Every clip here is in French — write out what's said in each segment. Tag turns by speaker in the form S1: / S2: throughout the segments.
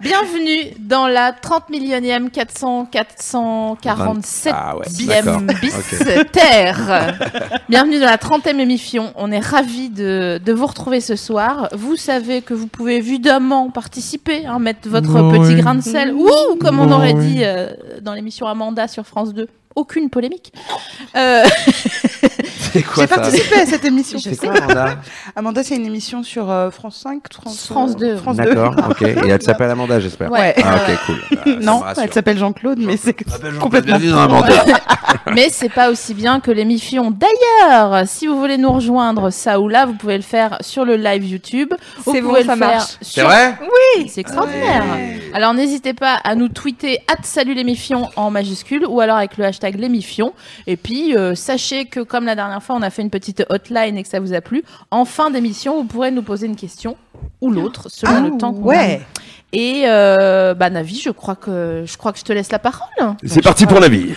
S1: Bienvenue dans la 30 millionième 400 447
S2: Ah ouais, d'accord.
S1: bième bis terre. Bienvenue dans la 30e émission. On est ravis de, de vous retrouver ce soir. Vous savez que vous pouvez évidemment participer, hein, mettre votre
S3: Ouais.
S1: petit grain de sel. Ouh, comme on
S3: Ouais.
S1: aurait dit euh, dans l'émission Amanda sur France 2. Aucune polémique. Euh,
S2: C'est quoi
S3: J'ai
S2: ça
S3: participé à cette émission.
S2: C'est quoi Amanda
S3: Amanda, c'est une émission sur euh, France 5, France,
S1: France 2.
S3: France 2.
S2: D'accord, ok. Et elle s'appelle Amanda, j'espère.
S1: ouais.
S3: Ouais.
S2: Ah ok, cool. Ah,
S3: Non,
S2: ça me
S3: elle
S2: rassure.
S3: s'appelle Jean-Claude, mais c'est
S2: Appelle
S3: complètement
S2: Ah, ben, Jean-Claude, bienvenue dans Amanda.
S1: Mais c'est pas aussi bien que les Mifions. D'ailleurs, si vous voulez nous rejoindre, ça ou là, vous pouvez le faire sur le live YouTube. Vous
S4: C'est
S1: pouvez le
S4: bon, ça
S1: faire
S4: marche.
S2: C'est
S1: sur-
S2: vrai
S1: C'est extraordinaire. Alors n'hésitez pas à nous tweeter salut les Mifions en majuscule ou alors avec le hashtag les Mifions. Et puis euh, sachez que comme la dernière fois, on a fait une petite hotline et que ça vous a plu, en fin d'émission, vous pourrez nous poser une question ou l'autre selon
S3: Ah,
S1: le temps qu'on a.
S3: ouais.
S1: Et euh, bah Navi, je crois que je crois que je te laisse la parole.
S2: C'est parti pour la vie.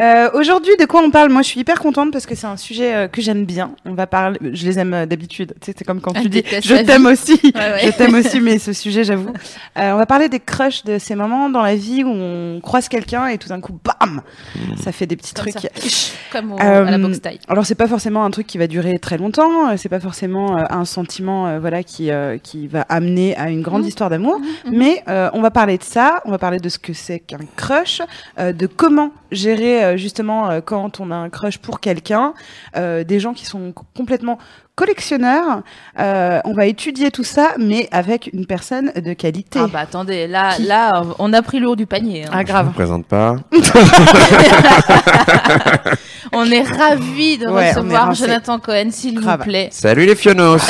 S3: Euh, Aujourd'hui, de quoi on parle Moi, je suis hyper contente parce que c'est un sujet euh, que j'aime bien. On va parler. Je les aime euh, d'habitude. Tu sais, C'est comme quand
S1: Elle
S3: tu dis
S1: Ah, déteste
S3: je
S1: la
S3: t'aime aussi.
S1: Ouais, ouais.
S3: Je t'aime aussi, mais ce sujet, j'avoue. Euh, on va parler des crushs, de ces moments dans la vie où on croise quelqu'un et tout d'un coup, bam,
S2: Mmh.
S3: ça fait des petits
S1: Comme
S3: trucs.
S1: ça. Comme au-
S3: Euh,
S1: à la boxe taille.
S3: Alors c'est pas forcément un truc qui va durer très longtemps, euh, c'est pas forcément euh, un sentiment euh, voilà qui euh, qui va amener à une grande histoire d'amour, mais euh, on va parler de ça, on va parler de ce que c'est qu'un crush, euh, de comment gérer euh, justement euh, quand on a un crush pour quelqu'un, euh, des gens qui sont co- complètement collectionneurs, Euh, on va étudier tout ça mais avec une personne de qualité.
S1: Ah bah attendez, là, là, on a pris le haut du panier. hein.
S3: Ah,
S2: Je
S3: grave.
S2: vous présente pas.
S1: On est ravis de
S3: Ouais, on est
S1: recevoir
S3: rincés.
S1: Jonathan Cohen, s'il vous
S3: Grave.
S1: plaît.
S2: Salut les Fionos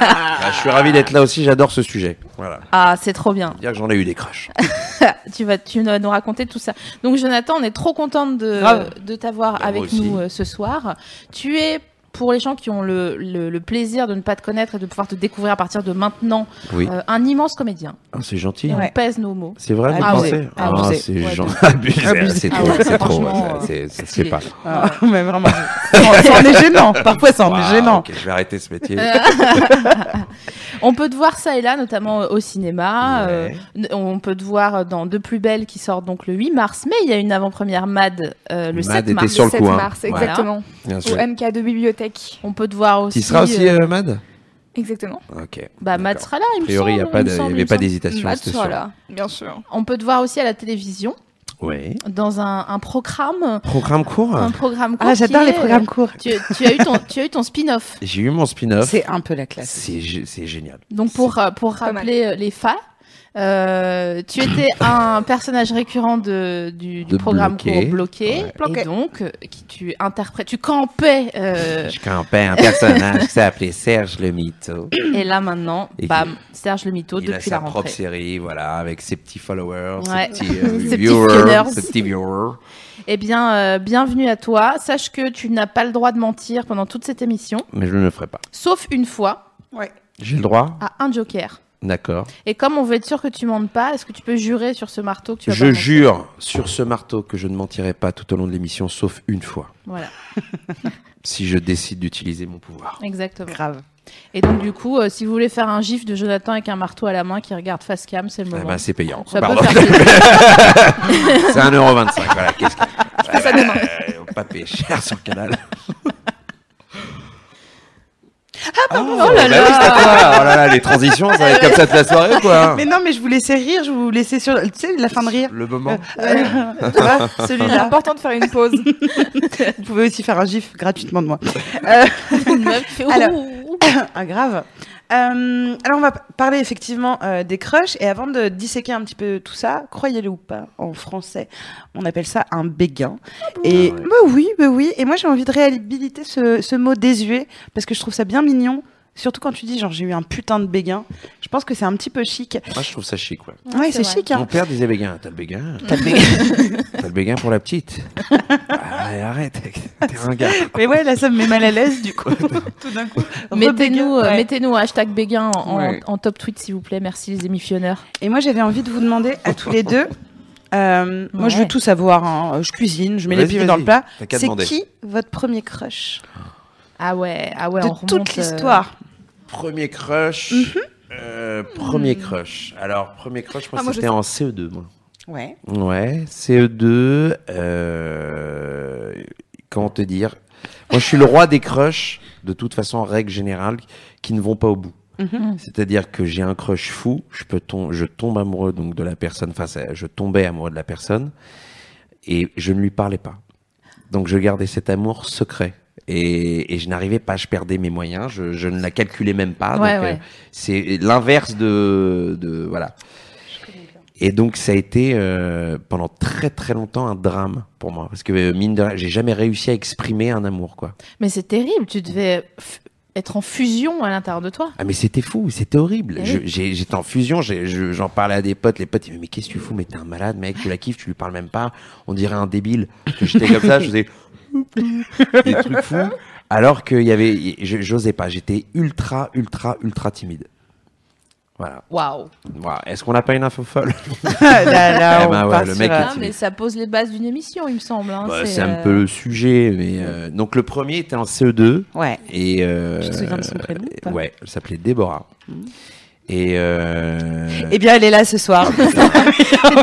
S2: Ah, Je suis ravi d'être là aussi, j'adore ce sujet. Voilà.
S1: Ah, c'est trop bien.
S2: Dire que j'en ai eu des crushs.
S1: tu vas, tu vas nous raconter tout ça. Donc Jonathan, on est trop contente
S3: Grave.
S1: de, de t'avoir
S2: Bah, moi
S1: avec
S2: aussi.
S1: nous euh, ce soir. Tu es pour les gens qui ont le, le, le plaisir de ne pas te connaître et de pouvoir te découvrir à partir de maintenant,
S2: Oui.
S1: euh, un immense comédien.
S2: Ah, c'est gentil.
S1: Et
S3: Ouais.
S1: on pèse nos mots.
S2: C'est vrai, vous
S3: Ah
S2: pensez
S3: ouais.
S2: Ah,
S1: Abusé.
S2: c'est
S1: Ouais,
S2: genre
S1: de
S2: abusé.
S3: Abusé.
S2: C'est
S1: Ah
S2: trop,
S1: ouais,
S2: c'est trop.
S1: franchement, euh,
S2: ouais, c'est- c'est- C'est
S1: stylé.
S2: pas.
S3: Ah, mais vraiment, ça en est gênant. Parfois ça en est
S2: Waouh,
S3: gênant.
S2: ok, je vais arrêter ce métier.
S1: On peut te voir ça et là, notamment euh, au cinéma. euh,
S2: Ouais.
S1: N- On peut te voir euh, dans De plus belle qui sort donc le 8 mars, mais il y a une avant-première MAD euh, le
S2: Mad
S1: 7
S2: était
S1: mars.
S2: sur le
S4: 7
S2: coup, hein.
S4: mars,
S2: Voilà.
S4: exactement.
S2: Bien sûr.
S4: Au MK2 bibliothèque.
S1: On peut te voir aussi.
S2: Tu seras aussi,
S1: euh,
S2: euh, Mad
S4: Exactement.
S2: Ok.
S1: bah, Mad
S2: d'accord.
S1: sera là, il
S2: A
S1: me
S2: priori, il n'y
S1: semble, il me semble, il
S2: avait
S1: me
S2: pas
S1: semble.
S2: d'hésitation,
S4: Matt
S2: c'était
S4: sera
S2: sûr.
S4: là, bien sûr.
S1: On peut te voir aussi à la télévision
S2: Oui.
S1: dans un, un programme,
S2: Programme court
S1: un programme. court
S3: Ah, j'adore
S1: qui
S3: les
S1: est-
S3: programmes courts.
S1: Tu, tu as eu ton, tu as eu ton spin-off.
S2: J'ai eu mon spin-off.
S3: C'est un peu la classe.
S2: C'est gé- c'est génial.
S1: Donc pour euh, pour
S4: mal.
S1: rappeler euh, les fans. euh, tu étais un personnage récurrent de, du, du
S2: De
S1: programme
S2: Bloqué.
S1: court bloqué,
S3: Bloqué.
S1: et donc euh, qui tu interprètes, tu campais euh,
S2: Je campais un personnage qui s'appelait Serge le Mytho.
S1: Et là maintenant,
S2: Et
S1: bam, Serge le mytho
S2: Il a
S1: depuis
S2: sa
S1: la
S2: propre
S1: rentrée.
S2: série, voilà, avec ses petits followers,
S1: Ouais.
S2: ses petits euh,
S1: Ses petits
S2: viewers.
S1: viewers.
S2: Ses petits viewers.
S1: Eh bien, euh, bienvenue à toi. Sache que tu n'as pas le droit de mentir pendant toute cette émission,
S2: Mais je ne le ferai pas.
S1: sauf une fois
S3: Ouais.
S2: J'ai le droit
S1: à un joker.
S2: D'accord.
S1: Et comme on veut être sûr que tu mentes pas, est-ce que tu peux jurer sur ce marteau que tu vas pas
S2: Je
S1: mentir
S2: jure sur ce marteau que je ne mentirai pas tout au long de l'émission, sauf une fois,
S1: Voilà,
S2: si je décide d'utiliser mon pouvoir.
S1: exactement.
S3: Grave.
S1: Et donc du coup, euh, si vous voulez faire un gif de Jonathan avec un marteau à la main qui regarde face cam, c'est le
S2: Ah
S1: moment.
S2: bah, c'est payant.
S1: Ça peut
S2: Pardon.
S1: faire-
S2: C'est 1,25€. voilà, qu'est-ce que. ça demain. pas payer cher sur Canal. Ah, pardon,
S1: oh là là.
S2: Oh là là, les transitions, ça va être comme ça toute la soirée ou quoi
S3: Mais non, mais je vous laissais rire, je vous laissais sur, tu sais, la fin de rire.
S2: Le moment.
S3: Euh, tu vois,
S4: C'est
S3: celui-là.
S4: important de faire une pause.
S3: Vous pouvez aussi faire un gif gratuitement de moi.
S1: une meuf qui fait ouh,
S3: Alors-
S1: ouh, ouh.
S3: ah, grave. Euh, alors, on va p- parler effectivement euh, des crushs. Et avant de disséquer un petit peu tout ça, croyez-le ou pas, en français, on appelle ça un béguin. et
S2: Ah ouais.
S3: bah oui, bah oui. Et moi, j'ai envie de réhabiliter ce, ce mot désuet parce que je trouve ça bien mignon. Surtout quand tu dis genre j'ai eu un putain de béguin. Je pense que c'est un petit peu chic.
S2: Moi, je trouve ça chic, ouais.
S3: Ouais, c'est
S1: vrai.
S3: chic.
S2: Mon
S3: Hein.
S2: père disait béguin. T'as le béguin T'as le béguin T'as le béguin pour la petite. Ah, et arrête, t'es ringard.
S3: Mais ouais, là ça me met mal à l'aise du coup. Tout d'un coup.
S1: Mettez-nous
S3: Rebéguin.
S1: euh,
S3: Ouais.
S1: mettez-nous hashtag Béguin en,
S3: Ouais.
S1: en top tweet, s'il vous plaît. Merci, les émissionneurs.
S3: Et moi j'avais envie de vous demander à tous les deux. euh, Moi je
S1: Ouais.
S3: veux tout savoir. hein. Je cuisine, je mets les
S2: Vas-y,
S3: pieds dans
S2: vas-y.
S3: le plat.
S2: T'as qu'à
S3: C'est
S2: demander.
S3: qui votre premier crush
S1: Ah ouais, ah ouais,
S3: de
S1: on remonte,
S3: toute
S1: euh,
S3: l'histoire
S2: Premier crush. euh, premier crush. Alors, premier crush, moi,
S4: Ah, moi, je
S2: c'était en CE2, moi.
S3: Ouais.
S2: Ouais, CE2. Euh... Comment te dire Moi, je suis le roi des crushs, de toute façon, en règle générale, qui ne vont pas au bout.
S3: Mhm.
S2: C'est-à-dire que j'ai un crush fou, je, peux tom- je tombe amoureux donc de la personne, enfin, ça- je tombais amoureux de la personne, et je ne lui parlais pas. Donc, je gardais cet amour secret. Et, et je n'arrivais pas, je perdais mes moyens, je, je ne la calculais même pas.
S1: Ouais,
S2: donc, euh,
S1: ouais.
S2: c'est l'inverse de, de. Voilà. Et donc ça a été euh, pendant très très longtemps un drame pour moi parce que euh, mine de rien, j'ai jamais réussi à exprimer un amour quoi.
S1: Mais c'est terrible, tu devais f- être en fusion à l'intérieur de toi.
S2: Ah mais c'était fou, c'était horrible.
S1: Eh
S2: Je- j'ai- J'étais en fusion, j'ai- je- j'en parlais à des potes, les potes ils me disaient mais qu'est-ce que tu fous, mais t'es un malade mec, tu la kiffes, tu lui parles même pas, on dirait un débile. Parce que J'étais comme ça, je faisais des trucs fous, alors qu'il y avait, je- j'osais pas, j'étais ultra ultra ultra timide. Voilà.
S1: Waouh.
S2: Voilà. Est-ce qu'on n'a pas une info folle
S3: Ah, là, là,
S2: Eh
S3: on
S2: ben ouais,
S3: part
S2: le
S3: sur
S2: mec
S3: un-
S2: est-
S1: Ah, mais ça pose les bases d'une émission, il me semble. hein,
S2: Bah, C'est un
S1: euh,
S2: peu le sujet, mais euh, donc le premier était en CE2
S3: Ouais.
S2: et euh,
S3: Tu te souviens de son prénom ou pas
S2: Ouais, elle s'appelait Déborah.
S1: Mmh.
S2: Et euh,
S3: Eh bien, elle est là ce soir.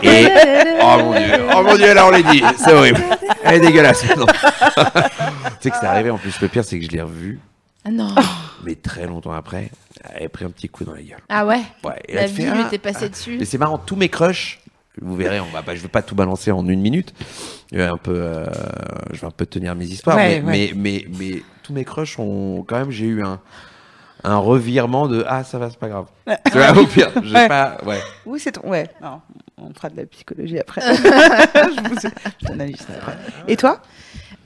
S2: et- oh mon dieu, oh mon dieu, là on l'a dit, c'est horrible, elle est dégueulasse. Non. tu sais que c'est arrivé en plus. Le pire, c'est que je l'ai revue,
S1: Ah non.
S2: mais très longtemps après, elle a pris un petit coup dans la gueule.
S1: Ah ouais.
S2: Ouais, et
S1: La
S2: elle fait,
S1: vie
S2: ah,
S1: lui était passée dessus.
S2: Mais c'est marrant, tous mes crushs, vous verrez, on va pas, je veux pas tout balancer en une minute. Euh, un peu, euh, je vais un peu tenir mes histoires,
S3: Ouais,
S2: mais,
S3: ouais.
S2: Mais, mais, mais tous mes crushs ont quand même, j'ai eu un, un revirement de ah ça va, c'est pas grave. Tu vois, au pire, j'ai
S3: Ouais.
S2: pas, ouais.
S3: Oui, c'est ton. Ouais. Non, on fera de la psychologie après. je vous je t'analyse ça après. Et toi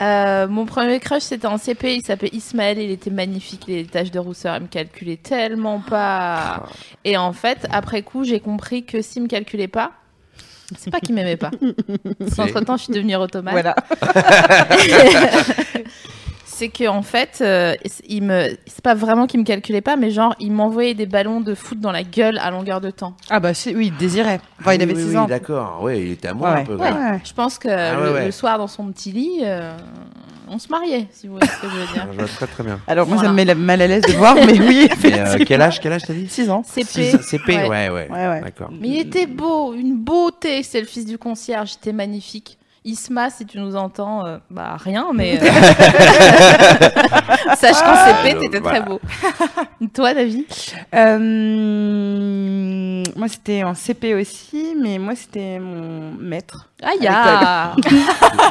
S1: Euh, mon premier crush, c'était en CP. Il s'appelait Ismaël. Il était magnifique. Les taches de rousseur, il me calculait tellement pas.
S2: Ah.
S1: Et en fait, après coup, j'ai compris que s'il me calculait pas, c'est pas qu'il m'aimait pas. Entre temps, je suis devenue automate.
S3: Voilà.
S1: c'est que en fait, euh, il me, c'est pas vraiment qu'il me calculait pas, mais genre, il m'envoyait des ballons de foot dans la gueule à longueur de temps.
S3: Ah bah si, oui, il désirait. Enfin, il
S2: Oui,
S3: avait
S2: oui,
S3: 6
S2: oui,
S3: ans.
S2: D'accord, ouais, il était amoureux
S3: Ouais,
S2: un peu.
S3: ouais.
S2: quand même.
S3: Ouais.
S1: Je pense que
S2: Ah ouais,
S1: le,
S2: ouais.
S1: le soir dans son petit lit, euh, on se mariait, si vous voyez ce que je veux dire.
S2: Je vois très très bien.
S3: Alors moi, ça
S1: Voilà.
S3: me met la- mal à l'aise de voir, mais oui,
S2: Mais euh,
S3: effectivement.
S2: quel âge, quel âge t'as dit
S3: 6 ans.
S1: CP.
S2: Six- CP, ouais, ouais, ouais.
S3: Ouais, ouais.
S2: D'accord.
S1: Mais il était beau, une beauté. C'est le fils du concierge, c'était magnifique. Isma, si tu nous entends, euh, bah rien, mais euh, sache qu'en CP, t'étais
S2: Voilà.
S1: très beau. Toi, David
S3: Euh, Moi, c'était en CP aussi, mais moi, c'était mon maître.
S1: Aïe, ah,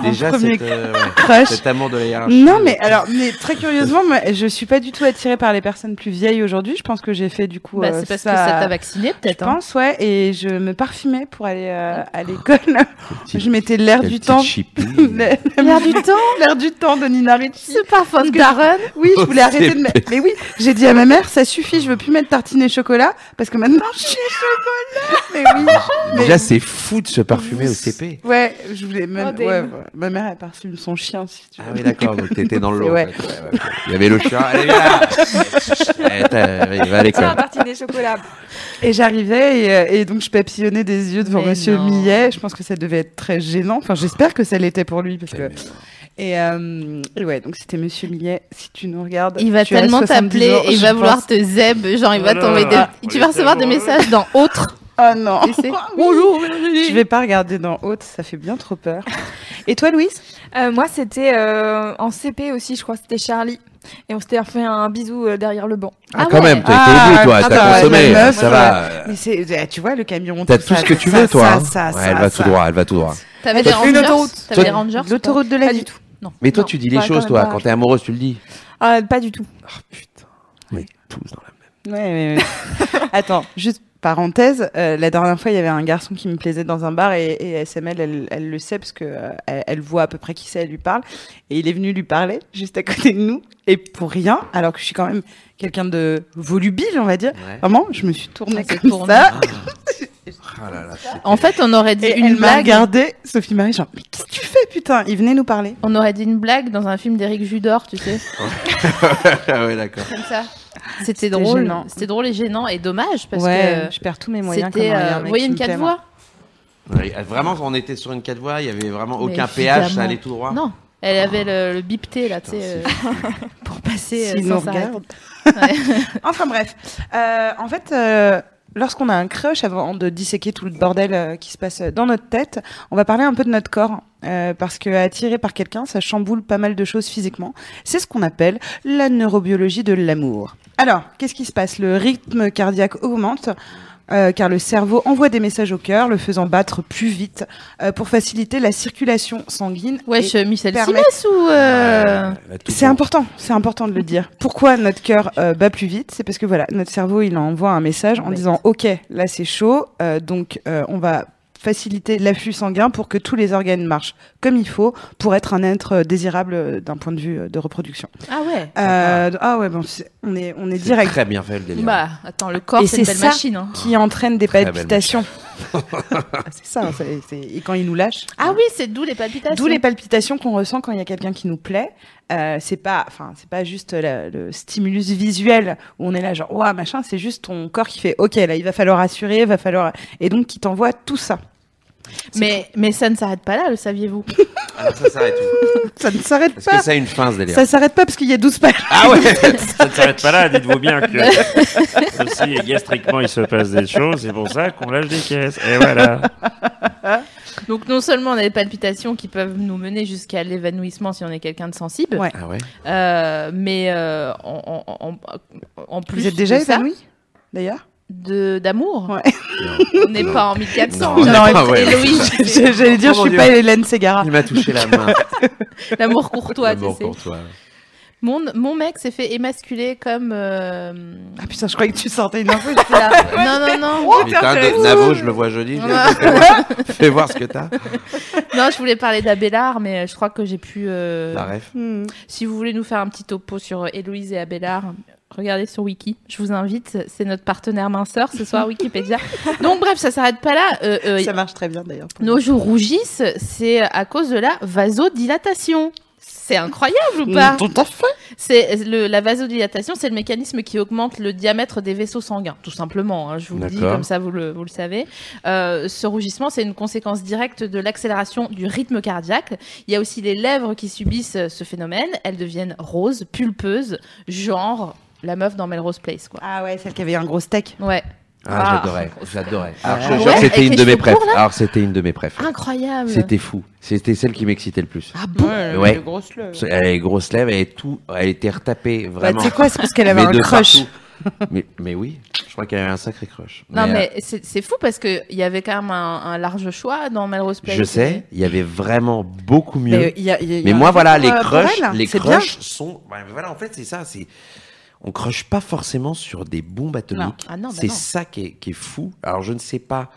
S2: Déjà,
S3: premier
S2: cette, euh, ouais,
S3: Crush.
S2: cet amour de la hiérarchie. euh,
S3: Non, mais alors, mais très curieusement, moi, je suis pas du tout attirée par les personnes plus vieilles aujourd'hui. Je pense que j'ai fait du coup.
S1: bah,
S3: euh,
S1: C'est parce que ça t'a vacciné, peut-être.
S3: Je
S1: hein. Oh.
S3: pense, ouais, et je me parfumais pour aller euh, à l'école. je mettais l'air
S2: Quelle
S3: du
S2: petite
S3: temps.
S2: chipie. euh.
S3: L'air
S1: L'air du temps,
S3: l'air du temps de Nina Ricci.
S1: ce parfum de
S3: que-
S1: Darren.
S3: Oui, je
S2: Oh,
S3: voulais arrêter
S2: c'est
S3: de mettre. Mais oui, j'ai dit à ma mère, ça suffit, je veux plus mettre tartine et chocolat parce que maintenant je suis chocolat. Mais oui. Mais-
S2: Déjà, c'est fou de se parfumer au CP.
S3: Ouais, je voulais même.
S4: Oh,
S3: ouais,
S4: damn.
S3: ouais. Ma mère elle parfume son chien si tu
S2: Ah
S3: veux.
S2: oui, d'accord, donc t'étais dans le lot. en
S3: Ouais.
S2: fait. Ouais, ouais, ouais. Il y avait le chat, allez, viens là Eh, t'as- Il va à
S4: Tiens,
S2: l'école.
S4: la
S3: Ah
S4: partie des chocolats.
S3: Et j'arrivais et, euh, et donc je papillonnais des yeux devant
S1: Mais
S3: Monsieur
S1: non.
S3: Millet. Je pense que ça devait être très gênant. Enfin, j'espère que ça l'était pour lui parce que. Et, euh, et ouais, donc c'était Monsieur Millet. Si tu nous regardes,
S1: Il va
S3: tu as
S1: tellement
S3: 70
S1: t'appeler
S3: ans,
S1: et il
S3: je
S1: va
S3: pense.
S1: vouloir te zeb. Genre, il va
S2: Oh là
S1: tomber des...
S2: là,
S1: Tu vas recevoir des messages dans autre.
S3: Ah non.
S1: Et c'est-
S3: Bonjour. Je vais pas regarder dans haute, ça fait bien trop peur. Et toi, Louise
S4: Euh, moi, c'était euh, en CP aussi, je crois, c'était Charlie. Et on s'était fait un bisou euh, derrière le banc.
S2: Ah,
S1: Ah
S2: quand
S1: ouais.
S2: même, t'as été
S3: Ah,
S2: élu, toi,
S3: ah
S2: t'as
S3: bah,
S2: consommé,
S3: la meuf,
S2: ça va.
S3: Mais c'est, eh, tu vois, le camion.
S2: T'as tout
S3: ça,
S2: ce que tu
S3: ça,
S2: veux, toi.
S3: ça,
S2: hein.
S3: ça,
S2: Ouais,
S3: ça,
S2: elle va
S3: ça.
S2: tout droit, elle va tout droit.
S1: T'avais des
S4: Toi, une
S1: rangers
S4: autoroute.
S1: T'avais des
S2: Toi,
S1: rangers ou pas
S3: L'autoroute de la
S4: Pas
S3: vie.
S4: du tout.
S1: Non.
S2: Mais toi,
S4: Non,
S2: tu dis les
S4: ouais, quand
S2: choses,
S4: même
S2: toi,
S4: pas.
S2: quand t'es amoureuse, tu le dis.
S4: Ah, pas du tout.
S2: Ah putain, on est tous dans la même.
S3: Ouais, ouais, ouais. Attends, juste Parenthèse, euh, la dernière fois, il y avait un garçon qui me plaisait dans un bar et, et SML, elle, elle le sait parce que euh, elle, elle voit à peu près qui c'est, elle lui parle. Et il est venu lui parler juste à côté de nous et pour rien, alors que je suis quand même quelqu'un de volubile, on va dire.
S2: Ouais.
S3: Vraiment, je me suis tournée
S1: Elle s'est
S3: comme
S1: tournée.
S3: ça.
S2: Ah. Ah là là, c'est-
S1: En fait, on aurait dit
S3: Et
S1: une
S3: elle m'a
S1: blague.
S3: regardé, Sophie Marie, genre, mais qu'est-ce que tu fais, putain Il venait nous parler.
S1: On aurait dit une blague dans un film d'Éric Judor, tu sais,
S2: Ah ouais, d'accord.
S1: comme ça. C'était drôle.
S3: gênant.
S1: C'était drôle et gênant et dommage parce
S3: ouais,
S1: que
S3: je perds tous mes moyens.
S1: c'était.
S3: quand il y a un
S1: euh,
S3: mec
S1: vous voyez
S3: qui
S1: une
S3: me
S1: quatre
S3: plaît, moi.
S1: voix
S2: Ouais, Vraiment, on était sur une 4 voies, il y avait vraiment
S1: Mais
S2: aucun péage, ça
S1: évidemment.
S2: allait tout droit.
S1: Non. Elle avait le, le bipté là, tu
S2: Putain,
S1: sais,
S2: c'est
S1: euh, pour passer. euh,
S3: S'il
S1: sans
S3: nous
S1: s'arrêter.
S3: regarde. enfin bref, Euh, en fait, euh, lorsqu'on a un crush, avant de disséquer tout le bordel euh, qui se passe dans notre tête, on va parler un peu de notre corps. Euh, parce que attiré par quelqu'un, ça chamboule pas mal de choses physiquement. C'est ce qu'on appelle la neurobiologie de l'amour. Alors, qu'est-ce qui se passe Le rythme cardiaque augmente. euh, car le cerveau envoie des messages au cœur, le faisant battre plus vite euh, pour faciliter la circulation sanguine. Et-
S1: Wesh, Michel
S3: permettre-
S1: Simès ou. euh,
S2: Ouais, la toute
S3: c'est
S2: grande-
S3: important, c'est important de le dire. Pourquoi notre cœur euh, bat plus vite C'est parce que voilà, notre cerveau il envoie un message en
S1: Bête.
S3: disant OK, là c'est chaud, euh, donc euh, on va faciliter l'afflux sanguin pour que tous les organes marchent comme il faut pour être un être euh, désirable euh, d'un point de vue euh, de reproduction.
S1: Ah ouais.
S3: Euh, ah ouais, bon, c'est- on est on est
S2: C'est
S3: direct.
S2: Très bien fait le délire.
S1: Bah, attends, le corps,
S3: Et
S1: c'est une
S3: c'est
S1: belle
S3: ça.
S1: machine. hein.
S3: Qui entraîne des
S2: Très belle
S3: palpitations. c'est ça. c'est- c'est- Et quand il nous lâche.
S1: Ah oui, c'est d'où les palpitations.
S3: D'où les palpitations qu'on ressent quand il y a quelqu'un qui nous plaît. Euh, c'est pas, enfin, c'est pas juste la- le stimulus visuel où on est là genre ouah machin. C'est juste ton corps qui fait ok là il va falloir assurer, va falloir et donc qui t'envoie tout ça.
S1: mais, mais ça ne s'arrête pas là, le saviez-vous
S2: Ah, ça s'arrête. où
S3: Ça ne s'arrête
S2: Est-ce
S1: Bah.
S3: pas.
S2: que ça a une fin ce délire
S3: Ça s'arrête pas parce qu'il y a 12 pages.
S2: Ah ouais
S5: Ça ne s'arrête pas là, dites-vous bien que aussi gastriquement il se passe des choses, c'est pour ça qu'on lâche des caisses. Et voilà.
S1: Donc non seulement on a des palpitations qui peuvent nous mener jusqu'à l'évanouissement si on est quelqu'un de sensible,
S3: Ouais.
S2: Ah ouais
S1: euh, mais euh, en, en- en- en plus
S3: Vous êtes déjà
S1: de ça,
S3: évanoui d'ailleurs
S1: de d'amour,
S3: Ouais.
S1: on n'est pas en 1400.
S2: Non,
S1: j'aurais
S2: non,
S1: dit
S2: ouais, ouais,
S1: hein. Héloïse, c'est
S3: J'allais dire
S2: Oh
S3: je
S2: mon
S3: suis
S2: Dieu.
S3: pas Hélène Ségara.
S2: Il m'a touché la main.
S1: l'amour courtois. tu
S2: L'amour
S1: sais.
S2: pour toi.
S1: Mon, mon mec s'est fait émasculer comme. euh,
S3: Ah putain je croyais que tu sortais une info. j'étais là.
S1: Ah là. Non, non, non.
S2: Mais t'as un de Navo, je le vois joli. je
S1: Ah.
S2: le- Fais voir- Fais voir ce que t'as.
S1: Euh, Non, je voulais parler d'Abélard, mais je crois que j'ai pu. euh,
S2: La ref.
S3: Hmm.
S1: Si vous voulez nous faire un petit topo sur euh, Héloïse et Abélard, regardez sur Wiki. Je vous invite. C'est notre partenaire minceur ce soir, Wikipédia. Donc, bref, ça s'arrête pas là. Euh, euh,
S3: Ça marche très bien d'ailleurs.
S1: nos joues rougissent, c'est à cause de la vasodilatation. C'est incroyable
S3: Mm.
S1: ou pas
S3: Tout à fait.
S1: C'est le, la vasodilatation, c'est le mécanisme qui augmente le diamètre des vaisseaux sanguins, tout simplement. hein, je vous le dis
S2: D'accord.
S1: comme ça, vous le, vous le savez. Euh, ce rougissement, c'est une conséquence directe de l'accélération du rythme cardiaque. Il y a aussi les lèvres qui subissent euh, ce phénomène. Elles deviennent roses, pulpeuses, genre la meuf dans Melrose Place, quoi.
S3: Ah ouais celle qui avait un gros steak.
S1: Ouais,
S2: Ah,
S1: Ah.
S2: j'adorais. J'adorais. Alors, je te
S1: Ouais,
S2: jure, c'était
S1: avec
S2: une
S1: les
S2: de mes
S1: cheveux
S2: préfs.
S1: courts, là
S2: Alors, c'était une de mes préfs.
S1: incroyable.
S2: C'était fou. C'était celle qui m'excitait le plus.
S1: Ah bon
S2: Ouais.
S3: Le gros sleu.
S2: Elle avait les grosses lèvres, elle avait tout, elle était retapée
S3: Bah,
S2: vraiment.
S3: tu sais quoi c'est parce qu'elle avait
S2: Mais
S3: un
S2: de
S3: crush.
S2: partout. mais, mais oui, je crois qu'elle avait un sacré crush.
S1: Non
S2: euh,
S1: mais c'est c'est fou parce que il y avait quand même un, un large choix dans Melrose Place.
S2: euh, je sais, il y avait vraiment beaucoup mieux.
S3: Mais, euh, il y a- il y a- il y
S2: Mais
S3: a un
S2: moi, voilà,
S3: truc
S2: les
S3: pour, euh, pour
S2: crushs,
S3: elle,
S2: les
S3: c'est bien.
S2: crushs sont. bah, voilà, en fait, c'est ça. C'est on crush pas forcément sur des bombes atomiques.
S1: Ah non, bah
S2: c'est
S1: non.
S2: ça qui est, qui est fou. Alors, je ne sais pas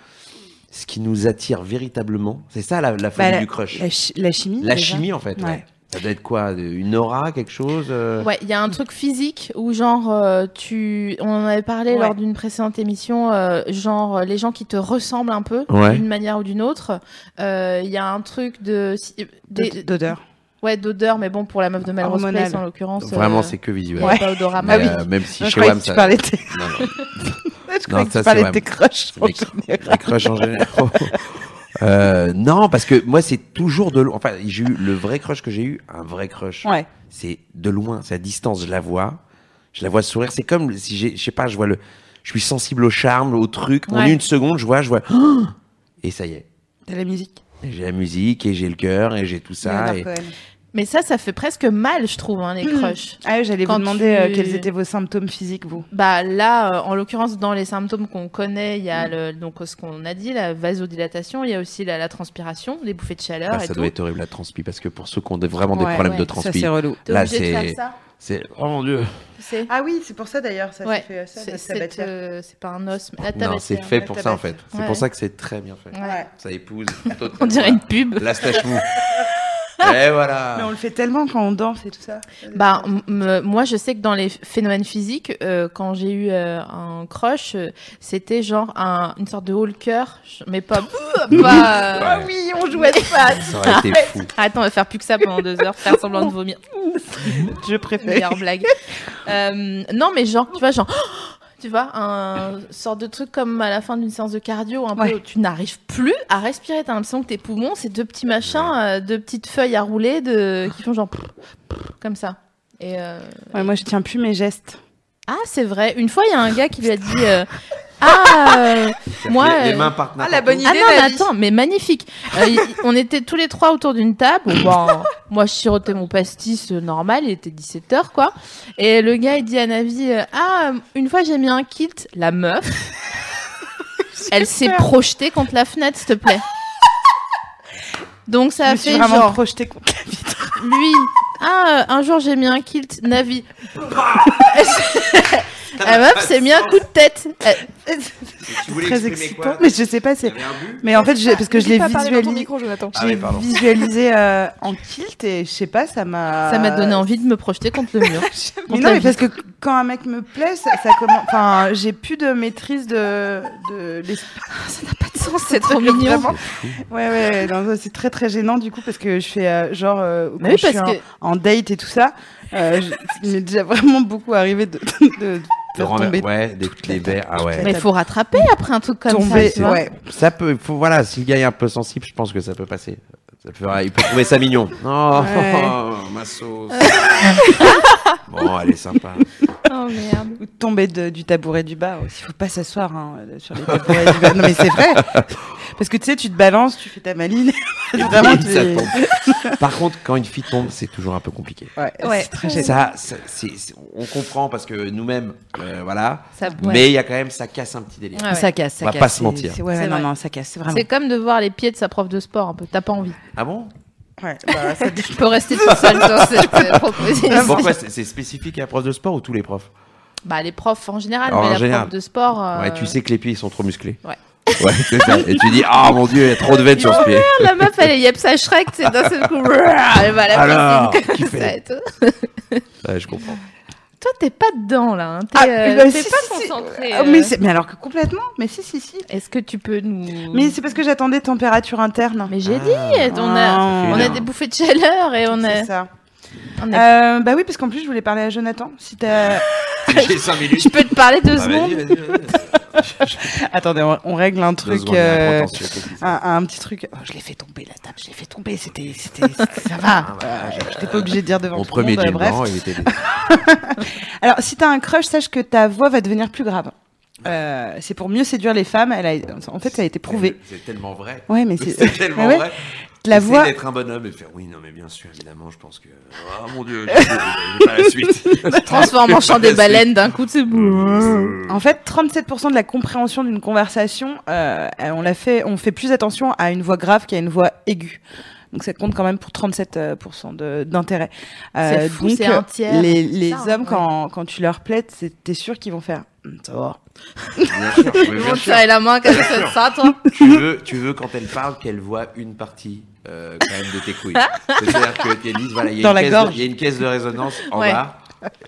S2: ce qui nous attire véritablement. C'est ça la, la folie
S3: Bah,
S2: du crush.
S3: La, chi- la chimie.
S2: La
S3: déjà.
S2: chimie, en fait. Ouais.
S3: Ouais.
S2: Ça doit être quoi Une aura, quelque chose euh,
S1: Ouais, il y a un truc physique où genre euh, tu, on en avait parlé
S3: Ouais.
S1: lors d'une précédente émission, euh, genre euh, les gens qui te ressemblent un peu
S2: Ouais.
S1: d'une manière ou d'une autre. Euh, Il y a un truc de, si- euh, des-
S3: D- D'odeur.
S1: ouais d'odeur, mais bon pour la meuf de Melrose
S3: Hormonale.
S1: Place en l'occurrence.
S2: Vraiment,
S1: euh,
S2: c'est que
S1: il y
S2: visuel.
S1: avait pas Bah odorama.
S3: Ah
S2: Mais,
S3: oui.
S2: euh, même si
S3: Non, je
S2: chez
S3: croyais
S2: Wham,
S3: que tu
S2: ça-
S3: parlais de tes, je
S2: Non, non.
S3: croyais que
S2: ça,
S3: tu parlais
S2: c'est
S3: de tes
S2: vrai.
S3: crushs. en
S2: Mais-
S3: général.
S2: Les crushs en général. Euh, non, parce que moi, c'est toujours de loin. Enfin, j'ai eu le vrai crush que j'ai eu, un vrai crush.
S3: Ouais.
S2: C'est de loin, c'est à distance. Je la vois, je la vois sourire. C'est comme si j'ai, je sais pas, je vois le, je suis sensible au charme, au truc. En
S1: Ouais.
S2: une seconde, je vois, je vois, et ça y est.
S3: T'as la musique.
S2: Et J'ai la musique et j'ai le cœur et j'ai tout ça.
S3: Leonard
S2: et-
S3: Cohen.
S1: Mais ça, ça fait presque mal, je trouve, hein, les crushs.
S3: Ah oui, j'allais vous
S1: Quand
S3: demander euh,
S1: tu-
S3: quels étaient vos symptômes physiques, vous.
S1: Bah là, euh, en l'occurrence, dans les symptômes qu'on connaît, il y
S2: Mm.
S1: a le, donc ce qu'on a dit, la vasodilatation, il y a aussi la, la transpiration, les bouffées de chaleur
S2: Ah,
S1: et
S2: ça
S1: tout.
S2: doit être horrible la transpi parce que pour ceux qui ont des- vraiment des
S3: Ouais,
S2: problèmes
S1: ouais,
S2: de
S1: ça,
S2: transpi,
S3: relou.
S1: T'es
S2: là
S1: obligé de
S2: c'est
S1: faire ça.
S2: C'est oh mon dieu.
S1: C'est
S3: Ah oui, c'est pour ça d'ailleurs, ça
S1: ouais.
S3: fait euh, ça,
S1: C'est-
S3: la
S1: c'est
S3: tabatière.
S1: euh, c'est pas un os, mais la
S2: Non,
S1: tabatière.
S2: c'est fait pour ça en fait. C'est
S1: Ouais.
S2: pour ça que c'est très bien fait.
S1: Ouais.
S3: Ouais.
S2: Ça épouse. totalement
S1: On dirait
S2: la-
S1: une pub.
S2: La stache mou. Et
S3: Mais on
S2: voilà.
S3: le fait tellement quand on danse et tout ça.
S1: Bah, m- m- moi, je sais que dans les phénomènes physiques, euh, quand j'ai eu euh, un crush, euh, c'était genre un- une sorte de Hulker, je- mais pas. pas, euh,
S2: Ah
S1: oui, on jouait de face.
S2: Ça aurait été fou.
S1: Attends, on va faire plus que ça pendant deux heures, faire semblant de vomir.
S3: je préfère.
S1: Meilleure blague. Euh, non, mais genre, tu vois, genre. Tu vois, un sorte de truc comme à la fin d'une séance de cardio, un
S3: Ouais.
S1: peu, où tu n'arrives plus à respirer. T'as l'impression que tes poumons, c'est deux petits machins, euh, deux petites feuilles à rouler de... qui font genre comme ça. Et euh,
S3: Ouais, moi, je tiens plus mes gestes.
S1: Ah, c'est vrai. Une fois, il y a un gars qui lui a dit euh, Ah, euh, moi.
S2: les, les
S1: euh,
S2: mains partent
S4: Ah, la
S2: n'importe
S4: bonne idée,
S1: ah non, mais
S4: David.
S1: attends, mais magnifique. Euh, il- il- on était tous les trois autour d'une table. Bon, ben, moi, je sirotais mon pastis euh, normal. Il était 17h, quoi. Et le gars, il dit à Navi euh, Ah, une fois, j'ai mis un kit. La meuf, elle s'est projetée contre la fenêtre, s'il te plaît. Donc, ça
S3: je
S1: a
S3: me suis
S1: fait
S3: vraiment
S1: genre,
S3: projetée contre la vitre.
S1: lui. Ah, euh, un jour j'ai mis un kilt Navi. La meuf s'est mis un coup de tête. Elle-
S2: où. Tu voulais
S3: Très
S2: exprimer
S3: excitant.
S2: quoi
S3: mais je sais pas,
S2: Il y
S3: c'est.
S2: avait un but
S3: Mais en fait, je- parce que je l'ai
S4: N'oublie pas de parler dans ton
S3: visualisé.
S4: micro, Jonathan.
S2: Ah
S3: Je
S2: oui,
S3: l'ai
S2: pardon.
S3: visualisé euh, en kilt et je sais pas, ça m'a.
S1: Ça m'a donné envie de me projeter contre le mur.
S3: Mais
S1: Contre
S3: non,
S1: la
S3: mais parce
S1: vitre.
S3: que quand un mec me plaît, ça, ça commence. Enfin, j'ai plus de maîtrise de, de l'espace. Ça n'a pas de sens,
S1: c'est trop mignon.
S3: Vraiment. Ouais, ouais, ouais, non, ça, c'est très très gênant du coup parce que je fais euh, genre. euh, quand
S1: Mais oui,
S3: je
S1: parce
S3: suis en-
S1: que
S3: en date et tout ça. Euh, je- il m'est déjà vraiment beaucoup arrivé de, de, de
S2: Le
S3: faire
S2: renver-
S3: tomber.
S2: Ouais, des, les verres. Ah ouais.
S1: mais faut rattraper après un truc comme
S3: tomber.
S1: ça. tu vois.
S3: ouais.
S2: Ça peut, faut- voilà, si le gars est un peu sensible, je pense que ça peut passer. Ça peut- ah, il peut trouver ça mignon. Oh,
S3: Ouais.
S2: ma sauce. bon, elle est sympa.
S1: Oh merde.
S3: Ou de tomber de- du tabouret du bas aussi. Faut pas s'asseoir hein, sur les tabourets du bas. Non mais c'est vrai. Parce que tu sais, tu te balances, tu fais ta maline. Vraiment, tu...
S2: Ça tombe. Par contre, quand une fille tombe, c'est toujours un peu compliqué.
S3: Ouais,
S4: Ouais.
S3: c'est très gênant.
S2: Ça, ça, c'est- c'est- on comprend parce que nous-mêmes, euh, voilà.
S1: Ça- ouais.
S2: Mais il y a quand même, ça casse un petit délire.
S1: Ah Ouais, ouais.
S3: Ça casse, ça
S2: On va
S3: casse.
S2: pas se
S3: c'est-
S2: mentir.
S3: c'est- Ouais,
S1: C'est
S3: non,
S1: vrai.
S3: non, ça casse, c'est vraiment.
S1: C'est comme de voir les pieds de sa prof de sport un peu. T'as pas envie.
S2: Ah bon
S3: Ouais, bah, ça-
S1: Je peux rester tout seul dans cette euh,
S3: Ah
S1: proposition.
S2: Pourquoi c'est c'est spécifique à la prof de sport ou tous les profs
S1: Bah les profs en général,
S2: En
S1: mais la
S2: général.
S1: prof de sport. euh,
S2: Ouais, tu sais que les pieds ils sont trop musclés.
S1: Ouais.
S2: Ouais, c'est ça. Et tu dis, ah mon dieu, il y a trop de veines sur ce pied.
S1: Ah, La meuf, elle est Yepsa Shrek, c'est d'un seul coup. Ah, Elle va à la
S2: Alors,
S1: piscine
S2: qui
S1: comme
S2: fait
S1: ça
S2: les-
S1: et tout.
S2: Ouais, je comprends.
S1: Toi, t'es pas dedans là. hein. T'es
S3: Ah,
S1: euh,
S3: bah,
S1: t'es
S3: si,
S1: pas
S3: si, si.
S1: concentré.
S3: Ah, mais, c'est- mais alors que complètement, mais si, si, si.
S1: Est-ce que tu peux nous.
S3: Mais c'est parce que j'attendais température interne.
S1: Mais j'ai
S2: Ah.
S1: dit, on a,
S3: Ah,
S1: on a
S2: non.
S1: des bouffées de chaleur et on
S3: C'est
S1: a.
S3: ça.
S1: on a-
S3: Euh, bah oui, parce qu'en plus, je voulais parler à Jonathan. Si t'as.
S2: J'ai 5 minutes.
S1: Je peux te parler deux
S2: Ah, vas-y,
S1: secondes
S2: vas-y, vas-y.
S3: Attendez, on, on règle un
S2: Deux
S3: truc.
S2: secondes, il y a
S3: euh,
S2: un contentieux, qu'est-ce qui se passe
S3: un, un petit truc. Oh, je l'ai fait tomber la table, je l'ai fait tomber. C'était, c'était, c'était- ça va.
S2: Ah, bah,
S3: Euh,
S2: j'ai-
S3: J'étais pas obligée de dire devant
S2: Mon
S3: tout le
S2: premier
S3: monde, euh,
S2: jean
S3: bref.
S2: blanc, il était.
S3: Alors, si t'as un crush, sache que ta voix va devenir plus grave. Euh, c'est pour mieux séduire les femmes. Elle a- en fait, ça a été prouvé.
S2: C'est tellement vrai.
S3: Ouais, mais c'est, ah
S2: C'est tellement
S3: ouais,
S2: vrai.
S3: La
S2: Essayer
S3: voix.
S2: d'être un bonhomme et faire oui, non, mais bien sûr, évidemment, je pense que. Oh mon dieu, j'ai j'ai pas la suite. Euh,
S1: transforme en chant des baleines d'un coup de
S2: Mm.
S3: En fait, 37% de la compréhension d'une conversation, euh, euh, on la fait, on fait plus attention à une voix grave qu'à une voix aiguë. Donc ça compte quand même pour 37% de- d'intérêt.
S1: C'est fou,
S3: donc,
S1: c'est hein. un
S3: euh,
S1: tiers.
S3: Les, les
S1: Ça,
S3: hommes,
S1: ouais.
S3: quand, quand tu leur plais, c'est- t'es sûr qu'ils vont faire. Hum, Ça va.
S2: Bien sûr, mais
S1: Ils
S2: bien
S1: vont te
S2: sûr.
S1: serrer la main comme ça, ça, toi.
S2: tu veux, tu veux quand elle parle qu'elle voit une partie euh, quand même de tes couilles. C'est-à-dire que qu'elle dise voilà, il y, a
S3: Dans
S2: une
S3: la
S2: caisse
S3: gorge.
S2: de- il y a une caisse de résonance en
S1: Ouais.
S2: bas.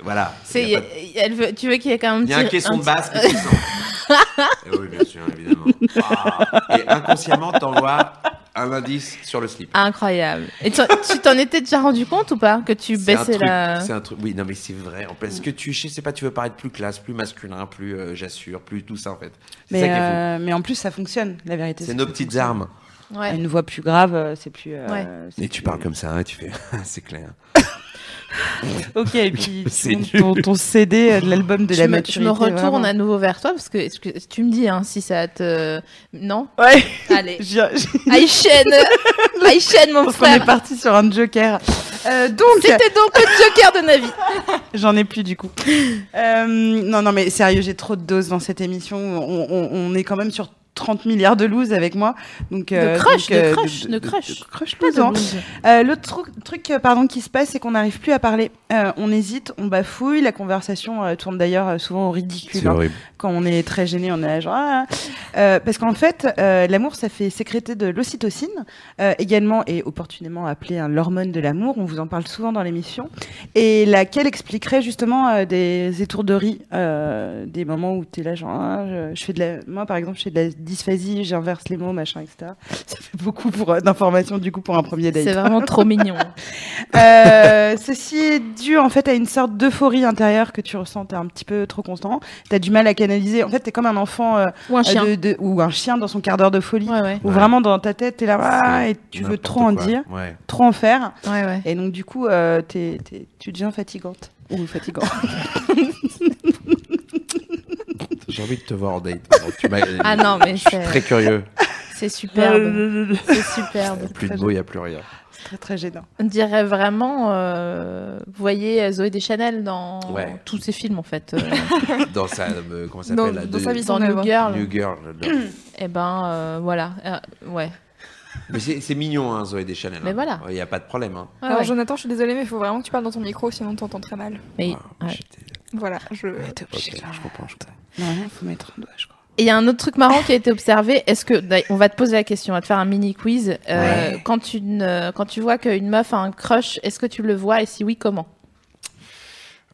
S2: Voilà.
S1: C'est,
S2: Il y a pas de-
S1: elle veut, tu veux qu'il y ait quand même.
S2: il y a un
S1: petit-
S2: caisson de
S1: petit-
S2: basse qui se sent. Eh oui, bien sûr, évidemment. Ah. Et inconsciemment, t'envoies un indice sur le
S1: Ah,
S2: slip.
S1: Incroyable. Et tu tu t'en étais déjà rendu compte ou pas que tu
S2: C'est un
S1: baissais
S2: truc-
S1: la.
S2: C'est un truc. Oui, non, mais c'est vrai. En fait, Parce que tu, je sais pas, tu veux paraître plus classe, plus masculin, plus euh, j'assure, plus tout ça en fait. C'est
S3: Mais,
S2: ça qui est fou.
S3: euh, mais en plus, ça fonctionne, la vérité.
S2: C'est
S3: que
S2: nos
S3: ça
S2: petites
S3: fonctionne.
S2: armes.
S1: Ouais.
S3: Une voix plus grave, euh, c'est plus. euh,
S1: Ouais.
S3: c'est
S2: Et tu
S3: plus-
S2: parles comme ça, hein, tu fais. c'est clair.
S3: Ok, et puis tu
S2: C'est
S3: montes
S2: nul.
S3: ton, ton CD euh, de l'album de
S1: Je
S3: la
S1: me, je
S3: maturité.
S1: me retourne
S3: vraiment.
S1: à nouveau vers toi parce que est-ce que- tu me dis hein, si ça te. Non
S3: Ouais.
S1: Allez.
S3: J'ai- j'ai-
S1: Aïchen Aïchen, mon
S3: Parce qu'on est
S1: frère
S3: parti sur un joker. Euh, donc,
S1: C'était donc le joker de Navi.
S3: j'en ai plus du coup. Euh, non, non, mais sérieux, j'ai trop de doses dans cette émission. On, on- on est quand même sur 30 milliards de loose avec moi. Donc, euh,
S1: crush,
S3: donc,
S1: de
S3: euh,
S1: crush, de crush.
S3: de crush loose, hein. Euh, L'autre tru- truc euh, pardon, qui se passe, c'est qu'on n'arrive plus à parler. Euh, on hésite, on bafouille. La conversation euh, tourne d'ailleurs euh, souvent au
S2: C'est
S3: ridicule. hein.
S2: horrible.
S3: Quand on est très gêné, on est là, genre. ah, ah. Euh, parce qu'en fait, euh, l'amour, ça fait sécréter de l'ocytocine, euh, également et opportunément appelée hein, l'hormone de l'amour. On vous en parle souvent dans l'émission. Et laquelle expliquerait justement euh, des étourderies, euh, des moments où tu es là, genre. ah, je, je fais de la... Moi, par exemple, je fais de la dysphasie, j'inverse les mots, machin, etc. Ça fait beaucoup pour, euh, d'informations, du coup, pour un premier date.
S1: C'est vraiment trop mignon.
S3: Euh, ceci est dû en fait à une sorte d'euphorie intérieure que tu ressens, t'es un petit peu trop constant, t'as du mal à canaliser. En fait, t'es comme un enfant euh,
S1: Ou un chien.
S3: de- de- ou un chien dans son quart d'heure de folie,
S1: Ouais, ouais,
S3: où
S2: Ouais.
S3: vraiment dans ta tête t'es là ah, et tu veux
S2: N'importe
S3: trop en
S2: quoi.
S3: dire,
S2: Ouais.
S3: trop en faire,
S1: ouais, ouais.
S3: et donc du coup euh, t'es- t'es- tu deviens fatigante ou fatigant.
S2: J'ai envie de te voir en date. Bon, tu m'as-
S1: Ah non, mais
S2: Je suis
S1: c'est-
S2: très curieux.
S1: C'est superbe. C'est superbe.
S2: Plus de
S3: très
S2: beau, il n'y a plus rien.
S3: C'est très très gênant.
S1: On dirait vraiment, euh, vous voyez Zoé Deschanel dans
S2: Ouais.
S1: tous ses films en fait. euh,
S2: Dans sa. euh, comment ça
S4: Dans-
S2: s'appelle la
S4: dans
S2: de-
S4: sa vie.
S1: dans
S4: Son
S1: New
S4: œuvre.
S1: Girl.
S2: New Girl. j'adore.
S1: Eh ben euh, voilà, Euh, ouais.
S2: Mais c'est c'est mignon, hein, Zoé Deschanel.
S1: Mais
S2: hein.
S1: voilà.
S2: Il n'y a pas de problème. Hein.
S1: Ouais,
S4: Alors
S1: ouais.
S4: Jonathan, je suis désolée, mais il faut vraiment que tu parles dans ton micro, sinon t'entends très mal.
S1: Mais-
S2: Ah,
S1: ouais.
S2: j'étais-
S4: Voilà, je.
S2: ok, je comprends. Je comprends.
S3: Non, rien, faut mettre un doigt, je crois.
S1: Et il y a un autre truc marrant qui a été observé. Est-ce que d'ailleurs, on va te poser la question, on va te faire un mini quiz. Euh,
S2: Ouais.
S1: Quand tu quand tu vois qu'une meuf a un crush, est-ce que tu le vois et si oui, comment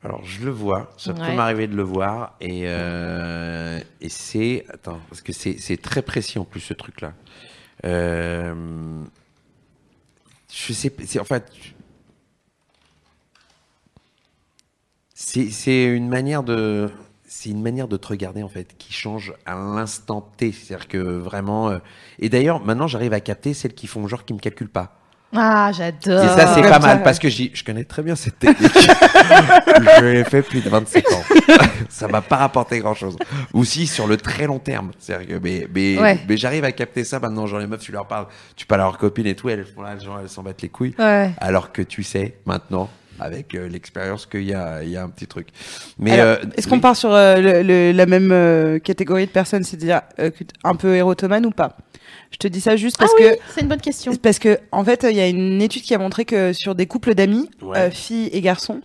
S2: Alors, je le vois. Ça
S1: Ouais.
S2: peut m'arriver de le voir. Et, euh, et c'est. Attends, parce que c'est c'est très précis en plus, ce truc-là. Euh, je sais pas. c'est- En fait. je- C'est c'est une manière de. C'est une manière de te regarder en fait qui change à l'instant T, c'est-à-dire que vraiment. euh, Et d'ailleurs, maintenant, j'arrive à capter celles qui font genre qui me calculent pas.
S1: Ah, j'adore.
S2: Et ça, c'est
S3: Comme
S2: pas
S3: ça,
S2: mal
S1: Ah
S3: ouais.
S2: parce que j'y- je connais très bien cette technique. je l'ai fait plus de 25 ans. ça m'a pas rapporté grand chose. Aussi sur le très long terme. C'est-à-dire que, mais, mais,
S1: Ouais.
S2: mais j'arrive à capter ça maintenant. Genre, les meufs, tu leur parles, tu parles à leurs copines et tout, elles font là, genre, elles s'en battent les couilles.
S1: Ouais.
S2: Alors que tu sais, maintenant, avec euh, l'expérience, qu'il y a, il y a un petit truc. Mais,
S3: Alors,
S2: euh,
S3: Est-ce qu'on
S2: oui.
S3: part sur euh, le- le- la même euh, catégorie de personnes, c'est-à-dire euh, que t- un peu érotomane ou pas Je te dis ça juste
S1: Ah
S3: parce
S1: oui,
S3: que
S1: c'est une bonne question.
S3: Parce que en fait, il y a une étude qui a montré que sur des couples d'amis,
S2: Ouais.
S3: euh, filles et garçons,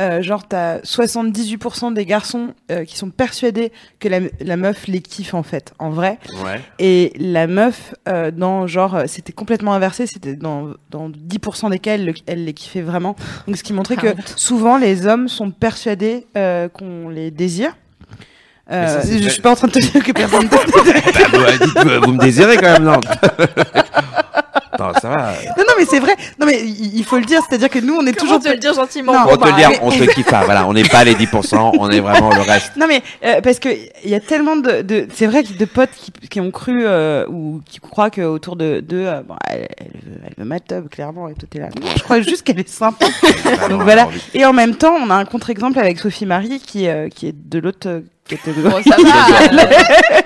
S3: euh, genre t'as 78% des garçons euh, qui sont persuadés que la, la meuf les kiffe en fait, en vrai.
S2: Ouais.
S3: Et la meuf, euh, dans genre, euh, c'était complètement inversé, c'était dans, dans 10% des cas, elle, le- elle les kiffait vraiment. Donc ce qui montrait que
S1: Ah, honte.
S3: souvent les hommes sont persuadés euh, qu'on les désire.
S2: Mais ça,
S3: Euh,
S2: c'est
S3: je
S2: vrai.
S3: suis pas en train de te dire que personne te
S2: Bah, bah, dites-moi, vous me désirez quand même, non? Non, ça va.
S3: Non, non, mais c'est vrai. Non, mais il il faut le dire. C'est-à-dire que nous, on est toujours.
S4: te le dire gentiment
S3: Non.
S2: On te le dire, on te kiffe pas. Voilà, on n'est pas les 10%, on est vraiment le reste.
S3: Non mais euh, parce que il y a tellement de, de c'est vrai que de potes qui, qui ont cru euh, ou qui croient que autour de d'eux euh, bon, elle, elle, veut- elle veut ma teub, clairement et tout est là. Non, je crois juste qu'elle est sympa.
S2: Vraiment,
S3: voilà.
S2: j'ai envie.
S3: Et en même temps, on a un contre-exemple avec Sophie Marie qui euh, qui est de l'autre euh,
S1: Bon,
S3: catégorie.
S1: ça va. euh,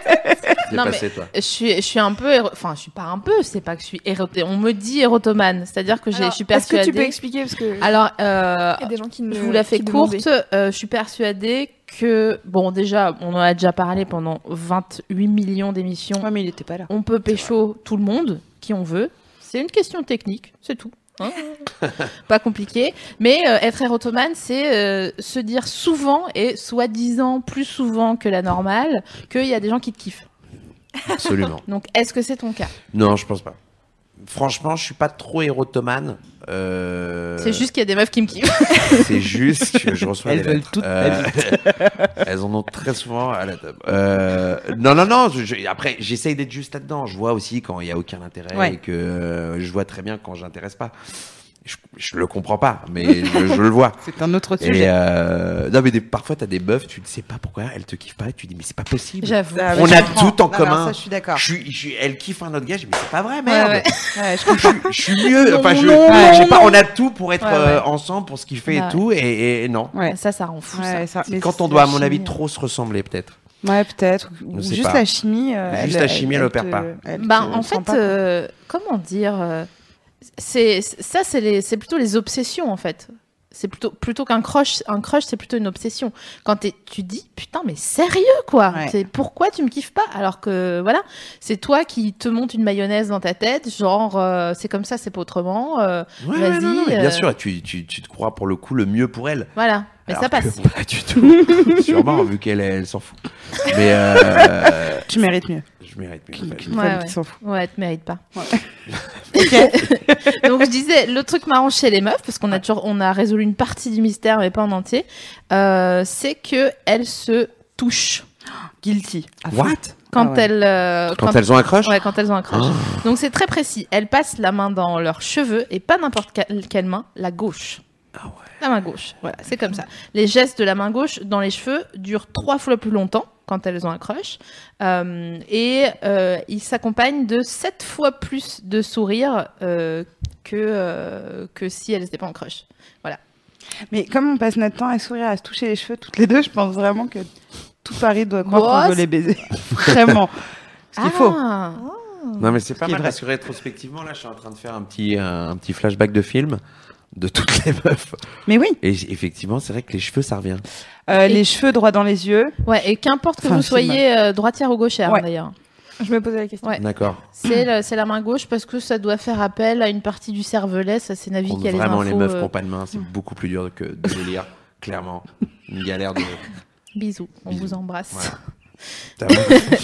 S2: T'es
S1: Non,
S2: passé, toi.
S1: Je suis, je suis un peu, éro- enfin, je suis pas un peu, c'est pas que je suis éroté. On me dit érotomane, c'est-à-dire que j'ai- je suis
S4: Est-ce
S1: persuadée.
S4: que tu peux expliquer parce que
S1: Alors, euh,
S4: il y a des gens qui ne.
S1: je vous la fais
S4: qui
S1: courte.
S4: demandaient.
S1: euh, je suis persuadée que, bon, déjà, on en a déjà parlé pendant 28 millions d'émissions.
S3: mais il était pas là.
S1: On peut pécho tout le monde, qui on veut. C'est une question technique, c'est tout. hein. pas compliqué. Mais euh, être érotomane, c'est euh, se dire souvent et soi-disant plus souvent que la normale qu'il y a des gens qui te kiffent.
S2: Absolument.
S1: Donc, est-ce que c'est ton cas
S2: Non, je pense pas. Franchement, je suis pas trop érotomane. Euh,
S1: C'est juste qu'il y a des meufs qui me kiffent.
S2: C'est juste que je reçois
S3: Elles
S2: des
S3: veulent
S2: lettres.
S3: toutes
S2: Euh, elles en ont très souvent à la table. Euh, non, non, non. je- je- après, j'essaye d'être juste là-dedans. Je vois aussi quand il n'y a aucun intérêt
S3: Ouais.
S2: et que euh, je vois très bien quand j'intéresse pas. Je, je le comprends pas, mais je- je le vois.
S3: C'est un autre
S2: Et
S3: sujet.
S2: euh, non mais des- parfois t'as des meufs, tu ne sais pas pourquoi, elles te kiffent pas, tu dis mais c'est pas possible.
S1: J'avoue.
S3: Ah, mais
S2: On
S3: je
S2: a
S3: comprends.
S2: tout en
S3: Non, mais
S2: commun.
S3: alors ça, je suis d'accord.
S2: Je suis, je suis- elle kiffe un autre gars, je dis mais c'est pas vrai merde.
S1: Ah. ouais.
S3: Ouais, je
S2: Je, suis- je suis mieux,
S1: Non,
S2: enfin je,
S1: non,
S2: je sais
S1: non,
S2: pas,
S1: non.
S2: on a tout pour être
S1: Ouais, Bah, ouais.
S2: euh, ensemble, pour se kiffer
S1: Ouais.
S2: et tout, et, et non.
S3: Ouais.
S1: Ça, ça rend fou. ça.
S3: Ouais, ça- mais
S2: Quand on
S3: c'est
S2: doit à
S3: la
S2: mon avis
S3: chimie.
S2: trop se ressembler peut-être.
S3: Ouais, peut-être. Ou
S2: Je sais
S3: Juste
S2: pas.
S3: la chimie. euh,
S2: Juste
S3: elle-
S2: la chimie, elle opère
S3: te-
S2: pas.
S3: elle
S1: Ben,
S3: te
S1: en
S3: sent
S1: fait,
S3: pas, quoi.
S1: euh, comment dire euh, c'est, Ça, c'est, les, c'est plutôt les obsessions, en fait. C'est plutôt plutôt qu'un crush, un crush c'est plutôt une obsession. Quand t'es- tu dis putain mais sérieux quoi,
S3: Ouais.
S1: c'est pourquoi tu me kiffes pas alors que voilà c'est toi qui te montes une mayonnaise dans ta tête genre euh, c'est comme ça c'est pas autrement euh,
S2: Ouais, ouais, non, non, mais
S1: Vas-y, euh,
S2: Bien sûr, tu, tu, tu te crois pour le coup le mieux pour elle.
S1: voilà mais
S2: Alors
S1: ça passe.
S2: que, pas du tout. Sûrement, vu qu'elle elle s'en fout. Mais euh,
S3: Tu mérites mieux.
S2: je mérite. mais
S3: Qu'une
S2: pas-
S3: qu'une
S1: Ouais,
S3: femme
S1: ouais.
S3: qui s'en fout.
S1: Ouais, elle te mérite pas. Donc je disais le truc marrant chez les meufs parce qu'on a toujours on a résolu une partie du mystère mais pas en entier, euh, c'est que elles se touchent
S3: Guilty. À fond.
S2: What
S1: quand
S3: Ah ouais.
S1: elles euh,
S2: Quand elles ont un crush
S1: Ouais, quand elles ont un crush.
S3: Oh.
S1: Donc c'est très précis. Elles passent la main dans leurs cheveux et pas n'importe quelle, quelle main, la gauche.
S2: Ah ouais.
S1: La main gauche. Voilà, c'est comme ça. Les gestes de la main gauche dans les cheveux durent trois fois plus longtemps quand elles ont un crush. Euh, et euh, ils s'accompagnent de sept fois plus de sourires euh, que, euh, que si elles n'étaient pas en crush.
S3: Mais comme on passe notre temps à sourire, à se toucher les cheveux toutes les deux, je pense vraiment que tout Paris doit croire qu'on
S1: Grosse.
S3: veut les baiser. Vraiment. Ce qu'il faut.
S1: Ah.
S2: Non, mais c'est pas
S3: qui est
S2: mal
S3: vrai.
S2: parce que rétrospectivement, là, je suis en train de faire un petit, un, un petit flashback de film de toutes les meufs.
S3: Mais oui,
S2: Et j- effectivement, c'est vrai que les cheveux, ça revient.
S3: euh,
S1: Et-
S3: les cheveux droits dans les yeux.
S1: Ouais, et qu'importe que
S3: Enfin,
S1: vous
S3: c'est mal.
S1: soyez euh, droitière ou gauchère
S3: Ouais.
S1: d'ailleurs.
S4: Je me posais la question.
S1: Ouais.
S2: D'accord.
S1: C'est le- c'est la main gauche parce que ça doit faire appel à une partie du cervelet, ça c'est Navi
S2: Prendre
S1: qui a les
S2: Vraiment,
S1: infos.
S2: les meufs
S1: euh,
S2: n'ont pas de main. C'est beaucoup plus dur que de les lire, clairement. Une galère de.
S1: Bisous, on
S2: Bisous.
S1: vous embrasse.
S2: Voilà. Ça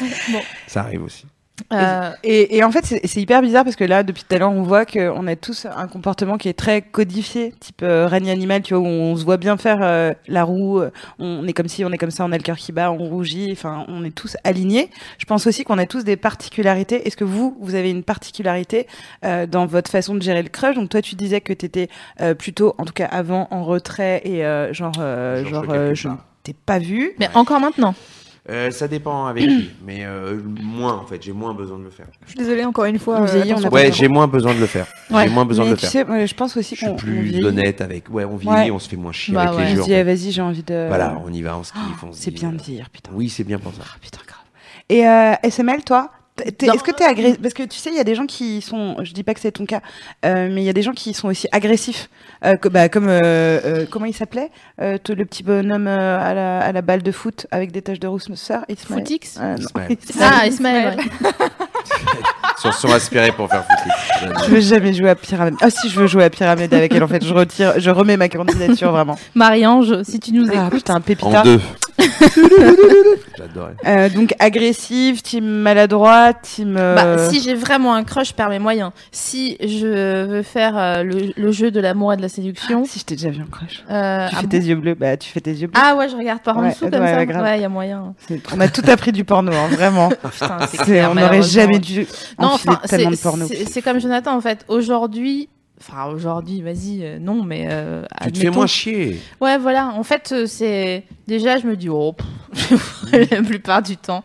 S2: va.
S1: Bon.
S2: Ça arrive aussi.
S1: Euh,
S3: Et, et en fait, c'est c'est hyper bizarre parce que là, depuis tout à l'heure, on voit qu'on a tous un comportement qui est très codifié, type euh, règne animal, tu vois, où on se voit bien faire euh, la roue, euh, on est comme si, on est comme ça, on a le cœur qui bat, on rougit, enfin, on est tous alignés. Je pense aussi qu'on a tous des particularités. Est-ce que vous, vous avez une particularité euh, dans votre façon de gérer le crush Donc toi, tu disais que t'étais euh, plutôt, en tout cas avant, en retrait et euh, genre, euh,
S2: Genre,
S3: genre,
S2: je calcule
S3: euh, je
S2: pas.
S3: ne t'ai pas vu.
S1: mais encore maintenant.
S2: Euh, ça dépend avec qui, mais euh, moins en fait, j'ai moins besoin de le faire.
S4: Je suis désolée encore une fois.
S3: On
S4: euh,
S3: vieillit, on
S4: attention.
S3: a pas
S2: Ouais,
S3: raison.
S2: j'ai moins besoin de le faire.
S1: Ouais,
S2: J'ai moins besoin de
S3: Mais
S2: le
S3: tu sais,
S2: faire.
S3: moi, je pense aussi
S2: Je
S3: qu'on
S2: suis
S3: on
S2: plus
S3: vieillit.
S2: honnête avec. Ouais, on
S3: Ouais.
S2: vieillit, on se fait moins chier
S1: Bah
S2: avec
S1: ouais.
S2: les
S3: On
S2: jeux.
S3: se
S2: en
S3: dit, ah,
S2: fait.
S3: vas-y, j'ai envie de.
S2: Voilà, on y va, on se kiffe, on
S3: Ah,
S2: se
S3: C'est
S2: dit,
S3: bien
S2: euh,
S3: de dire, putain.
S2: Oui, c'est bien pour ça.
S3: Ah, putain, grave. Et euh, SML, toi T'es- t'es-
S1: Dans-
S3: Est-ce que t'es agressif Parce que tu sais, il y a des gens qui sont. Je dis pas que c'est ton cas, euh, mais il y a des gens qui sont aussi agressifs. euh, que- bah, comme. euh, euh, comment il s'appelait Euh, t- Le petit bonhomme euh, à, la, à la balle de foot avec des taches de rousseur. Ismaël.
S1: Footix
S3: Euh, non.
S2: Ismaël.
S1: Ah, Ismaël. ouais.
S2: Ils sont aspirés pour faire foutre.
S3: Je veux jamais jouer à pyramide. Ah si, je veux jouer à pyramide avec elle. En fait, je retire, je remets ma candidature vraiment.
S1: Marie-Ange, si tu nous
S3: Ah
S1: écoutes.
S3: putain,
S2: En
S3: pépita.
S2: deux. J'adorais.
S3: Euh, donc agressive, team maladroit, team. euh,
S1: Bah, si j'ai vraiment un crush, je perds mes moyens. Si je veux faire euh, le, le jeu de l'amour et de la séduction,
S3: Si je t'ai déjà vu en crush.
S1: euh,
S3: Tu
S1: ah,
S3: fais
S1: bon
S3: tes yeux bleus. Bah, tu fais tes yeux bleus.
S1: Ah ouais, je regarde par en
S3: Ouais,
S1: dessous comme
S3: ouais,
S1: ça.
S3: ouais, grave.
S1: Ouais, il y a moyen.
S3: C'est- On a tout appris du porno, hein, vraiment.
S1: Putain, c'est
S3: C'est-
S1: clair,
S3: on n'aurait
S1: malheureusement.
S3: jamais dû
S1: Ah, Non,
S3: enfiler
S1: enfin,
S3: tellement
S1: c'est-
S3: de porno.
S1: c'est- C'est comme Jonathan en fait. Aujourd'hui, enfin aujourd'hui, vas-y, euh, non, mais euh,
S2: Tu te fais
S1: admettons
S2: moins chier.
S1: Ouais, voilà. En fait, euh, c'est déjà, je me dis, oh, pff, la plupart du temps,